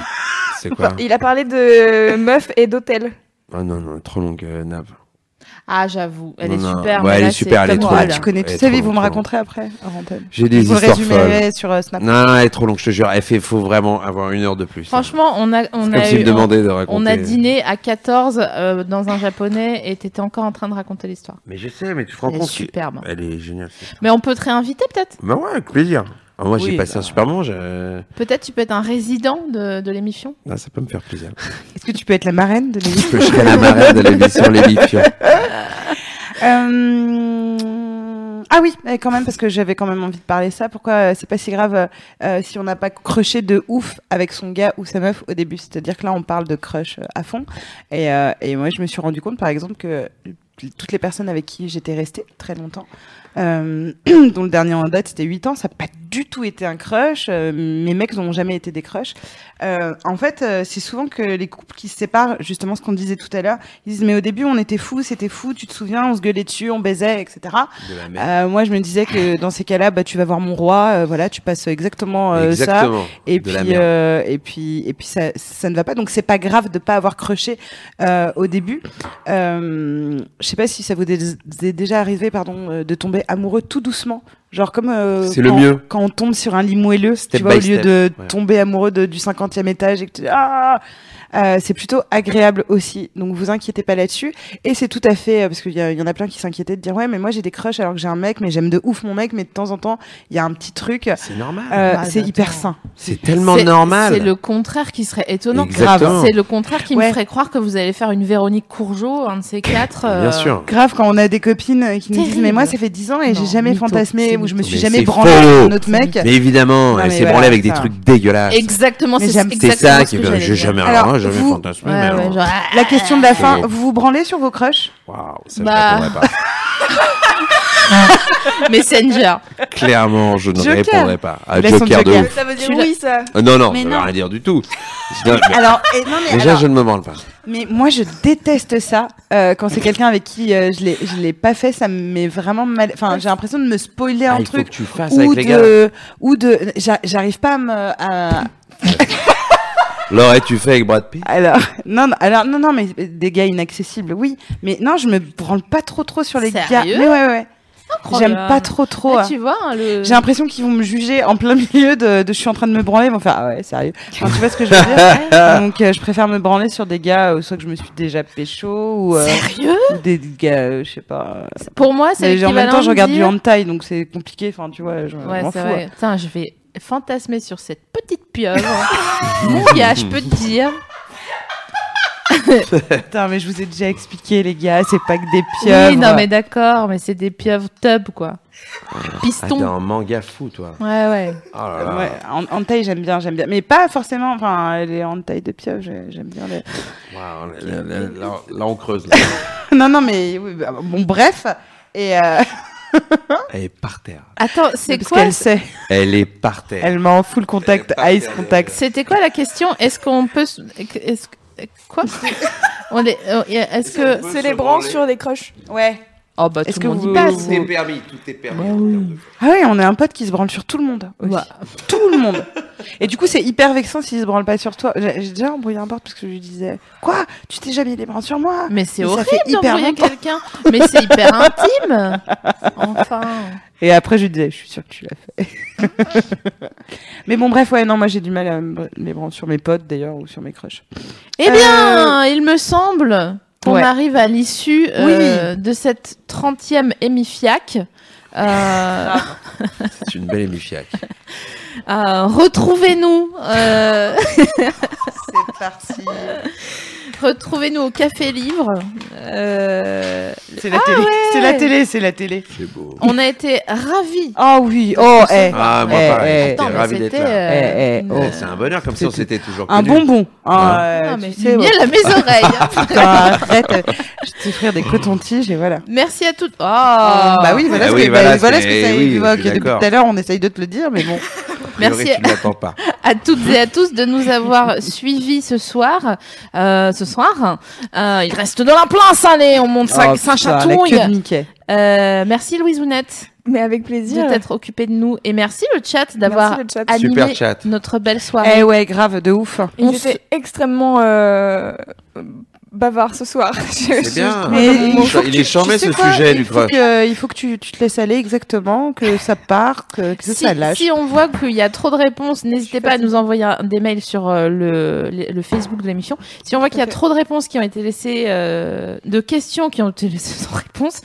S2: C'est quoi
S4: Il a parlé de meufs et d'hôtels.
S2: Ah non, non, trop longue, euh, Nav.
S1: Ah, j'avoue, elle
S2: Non,
S1: est
S2: non.
S1: super.
S2: Ouais,
S1: mais
S2: elle
S1: là,
S2: est super,
S1: c'est
S2: elle est
S1: comme
S2: trop
S1: moi,
S3: Ah,
S2: belle.
S1: là.
S3: tu connais
S2: Elle est
S3: toute sa vie,
S2: trop
S3: vous me
S2: longue.
S3: raconterez après. hors antenne.
S2: J'ai
S3: Je
S2: des
S3: vous le
S2: histoires folles.
S3: résumerez sur euh, Snap.
S2: Non, non, elle est trop longue, je te jure. Elle fait, faut vraiment avoir une heure de plus. hein.
S1: Franchement, on a, on
S2: c'est
S1: a
S2: comme s'il
S1: eu.
S2: me demandait de raconter.
S1: On a dîné à 14 euh, dans un japonais et t'étais encore en train de raconter l'histoire.
S2: Mais je sais, mais tu te rends
S1: Elle est
S2: compte. que-
S1: superbe. hein.
S2: Elle est géniale. cette-
S1: Mais on peut te réinviter peut-être
S2: Bah ouais, avec plaisir. Ah, moi, j'ai
S3: Oui,
S2: passé
S3: bah.
S2: un super moment. je-
S1: Peut-être tu peux être un résident de, de l'émission
S2: Ah, ça peut me faire plaisir.
S3: Est-ce que tu peux être la marraine de l'émission
S2: que je serai la marraine de l'émission Les Bifions.
S3: Euh, Ah oui, eh, quand même, parce que j'avais quand même envie de parler ça. Pourquoi euh, c'est pas si grave euh, euh, si on n'a pas crushé de ouf avec son gars ou sa meuf au début C'est-à-dire que là, on parle de crush euh, à fond. Et, euh, et moi, je me suis rendu compte, par exemple, que toutes les personnes avec qui j'étais restée très longtemps, euh, dont le dernier en date, c'était 8 ans, ça n'a pas du tout été un crush. euh, mes mecs n'ont jamais été des crushs. Euh, en fait, euh, c'est souvent que les couples qui se séparent, justement ce qu'on disait tout à l'heure, ils disent mais au début on était fous, c'était fou, tu te souviens, on se gueulait dessus, on baisait, etc.
S2: De la merde.
S3: Euh, moi je me disais que dans ces cas-là, bah tu vas voir mon roi, euh, voilà, tu passes exactement, euh, ça.
S2: Exactement.
S3: Et
S2: de
S3: puis,
S2: la merde.
S3: euh, et puis, et puis, ça, ça ne va pas. Donc, c'est pas grave de pas avoir crushé euh, au début. Euh, je sais pas si ça vous dé- est déjà arrivé, pardon, euh, de tomber amoureux tout doucement, genre comme euh,
S2: C'est le
S3: quand-
S2: mieux.
S3: quand on tombe sur un lit moelleux,
S2: Step
S3: tu vois, au
S2: by
S3: lieu
S2: step,
S3: de
S2: ouais.
S3: tomber amoureux de- du 50e étage et que tu dis, ah Euh, c'est plutôt agréable aussi. Donc vous inquiétez pas là-dessus. Et c'est tout à fait, euh, parce qu'il y, a- il y en a plein qui s'inquiétaient de dire, ouais, mais moi j'ai des crushs alors que j'ai un mec, mais j'aime de ouf mon mec, mais de temps en temps, il y a un petit truc. Euh,
S2: C'est normal.
S1: bah,
S3: c'est
S1: attends.
S3: hyper sain.
S2: c'est tellement
S1: C'est-
S2: normal.
S1: C'est le contraire qui serait étonnant.
S2: Exactement.
S1: C'est le contraire qui me
S3: Ouais.
S1: ferait croire que vous allez faire une Véronique Courgeot, un de ces quatre. euh,
S2: Bien sûr.
S3: Grave quand on a des copines euh, qui nous disent,
S1: Terrible.
S3: mais moi ça fait 10 ans
S1: Non,
S3: et j'ai jamais
S1: mytho, c'est
S3: fantasmé ou je me
S2: mytho.
S3: suis
S2: Mais
S3: jamais
S2: c'est
S3: branlé
S2: faux.
S3: avec un autre mec.
S2: Mais évidemment,
S3: Non,
S2: elle
S3: mais
S2: s'est
S3: voilà,
S2: branlée avec des
S3: ça.
S2: trucs dégueulasses.
S1: Exactement,
S3: Mais
S1: c'est
S3: j'aime-
S2: C'est
S1: exactement
S2: ça
S1: ce
S2: qui
S1: que
S2: veut.
S1: j'allais
S2: J'ai
S1: dire.
S2: jamais,
S3: Alors,
S2: vraiment, jamais
S3: vous-
S2: fantasmé.
S1: Ouais,
S2: mais
S1: ouais,
S2: alors-
S1: genre, ah,
S3: La question de la fin,
S2: C'est-
S3: vous vous branlez sur vos crushs
S2: Waouh, ça
S1: Bah.
S2: je répondrai
S1: ah, Messenger.
S2: pas. Clairement, je ne
S3: Joker.
S2: répondrai pas. Ah,
S3: Laisse son
S2: Joker de
S3: Joker.
S2: ouf.
S4: Ça veut dire
S1: Tu l'as-
S4: oui, ça.
S2: Euh, Non, non,
S3: Mais
S2: ça veut
S3: non.
S2: rien dire du tout. Non, mais-
S3: Alors, et- non, mais
S2: Déjà,
S3: alors-
S2: je ne me branle pas.
S3: Mais moi, je déteste ça. euh, quand c'est quelqu'un avec qui euh, je l'ai, je l'ai pas fait, ça me met vraiment mal. Enfin, j'ai l'impression de me spoiler
S2: Ah,
S3: un
S2: il faut que
S3: truc
S2: tu fasses
S3: ou
S2: avec les gars.
S3: de, ou de, j'a- j'arrive pas à me. à-
S2: L'aurais tu fait avec Brad Pitt
S3: Alors, non, non, alors non, non, mais des gars inaccessibles, oui. Mais non, je me branle pas trop, trop sur les gars.
S1: Sérieux
S3: Mais ouais, ouais.
S1: Incroyable.
S3: J'aime pas trop, trop.
S1: Ah,
S3: hein.
S1: tu vois, hein, le...
S3: J'ai l'impression qu'ils vont me juger en plein milieu de, de je suis en train de me branler, ils vont faire ah ouais sérieux. Enfin, tu vois ce que je veux dire Donc euh, je préfère me branler sur des gars euh, soit que je me suis déjà pécho ou, euh,
S1: Sérieux
S3: ou des gars euh, je sais pas. euh,
S1: Pour moi, c'est
S3: Mais en
S1: l'équivalent
S3: même temps, je
S1: de
S3: regarde du
S1: dire-
S3: hentai, donc c'est compliqué. Enfin, tu vois, je
S1: Ouais,
S3: m'en fous.
S1: c'est vrai. Putain, je vais fantasmer sur cette petite pieuvre. Mon gars, je peux te dire.
S3: Putain, mais je vous ai déjà expliqué, les gars, c'est pas que des pieuvres.
S1: Oui, non, mais d'accord, mais c'est des pieuvres tub, quoi. Oh,
S2: Ah,
S1: Piston.
S2: t'es un manga fou, toi.
S1: Ouais, ouais.
S2: Oh là là.
S3: Ouais, en hentai, j'aime bien, j'aime bien. Mais pas forcément, enfin, les hentai de pieuvres, j'ai- j'aime bien les.
S2: Waouh, là, là, là, là, on creuse. là.
S3: non, non, mais oui, bah, bon, bref. Et euh,
S2: Elle est par terre.
S1: Attends, c'est
S3: parce
S1: quoi
S3: qu'elle sait,
S2: Elle est par terre.
S3: elle m'a en full contact,
S2: Elle est
S3: ice
S2: pas-
S3: contact.
S1: C'était quoi la question Est-ce qu'on peut. s- Est-ce... que- Quoi On est... euh, Est-ce que.
S4: Se les branle sur des croches.
S3: Ouais.
S1: Oh, bah, tout
S3: Est-ce que
S1: le monde
S3: vous-
S1: y passe.
S3: Tout est
S2: permis, tout est permis.
S3: Ah oui, on a un pote qui se branle sur tout le monde. aussi.
S1: Ouais.
S3: Tout le monde. Et du coup, c'est hyper vexant s'il se branle pas sur toi. J'ai j'ai déjà embrouillé un porte parce que je lui disais Quoi Tu t'es jamais mis les bras sur moi
S1: Mais c'est
S3: Mais ça
S1: horrible
S3: fait hyper
S1: d'embrouiller
S3: longtemps.
S1: quelqu'un. Mais c'est hyper intime. Enfin.
S3: Et après, je lui disais Je suis sûre que tu l'as fait. mais bon, bref, ouais, non, moi j'ai du mal à me br- les bras sur mes potes d'ailleurs ou sur mes crushs.
S1: Eh bien, il me semble qu'on
S3: Euh, Ouais.
S1: arrive à l'issue euh, de cette 30e émifiac. Euh,
S3: Ah.
S2: C'est une belle émifiaque.
S1: euh, Retrouvez-nous. euh,
S3: C'est parti.
S1: Retrouvez-nous au Café Livre. Euh,
S3: C'est la, télé. C'est la télé, c'est la télé.
S2: C'est beau.
S1: on a été ravis.
S3: Oh oui, oh,
S1: c'est-
S3: eh.
S2: Ah, moi,
S3: Eh, eh,
S2: pareil. J'étais
S1: mais
S2: ravi d'être
S1: c'était,
S2: là.
S1: euh,
S3: Eh, eh,
S1: une-
S3: oh.
S2: Eh, C'est un bonheur, comme si on s'était toujours
S3: Un
S2: connus.
S3: bonbon. Ah,
S1: Ah,
S3: tu
S1: mais
S3: sais,
S1: du miel à mes oreilles. hein.
S3: Putain, arrête. Je vais t'offrir des cotons-tiges et voilà.
S1: Merci à toutes. Oh.
S3: bah oui, voilà,
S2: Ah
S3: ce,
S2: oui,
S3: que,
S2: voilà,
S3: bah, voilà ce
S2: c'est- eh
S3: que ça
S2: oui, je suis
S3: évoque. Depuis
S2: d'accord.
S3: tout à l'heure, on essaye de te le dire, mais bon.
S2: A priori,
S1: Merci.
S2: Tu ne l'attends pas.
S1: à toutes et à tous de nous avoir suivis ce soir. Euh, ce soir, Euh, il reste de la place, allez, on
S2: Ah,
S1: monte
S3: Oh,
S1: ça,
S2: bah,
S3: putain,
S1: Saint-Chatouille.
S3: la queue de Mickey.
S1: Euh, merci Louise Ounette
S4: Mais avec plaisir.
S1: d'être occupée de nous et merci le chat d'avoir
S4: euh. Merci le chat.
S1: animé
S2: Super chat.
S1: notre belle
S3: Eh
S1: soirée.
S3: ouais, grave, de ouf.
S4: Ils
S1: on se-
S4: étaient extrêmement euh, bavards ce soir. Je- je-
S2: C'est bien.
S4: je-
S3: Mais
S4: Bon,
S3: il faut
S2: il
S3: que
S2: est
S3: tu-
S2: charmé,
S3: tu sais
S2: ce
S3: quoi
S2: sujet,
S3: il
S2: du
S3: faut,
S2: crush.
S3: que, euh, il faut que tu, tu te laisses aller exactement, que ça part, que, que
S1: Si,
S3: ça Eh, lâche.
S1: si on voit qu'il y a trop de réponses, n'hésitez
S4: suis
S1: pas à
S4: fatiguée.
S1: nous envoyer un- des mails sur euh, le, le, le Facebook de l'émission. Si on voit qu'il y a
S4: Tout à fait.
S1: trop de réponses qui ont été laissées, euh, de questions qui ont été laissées sans réponse,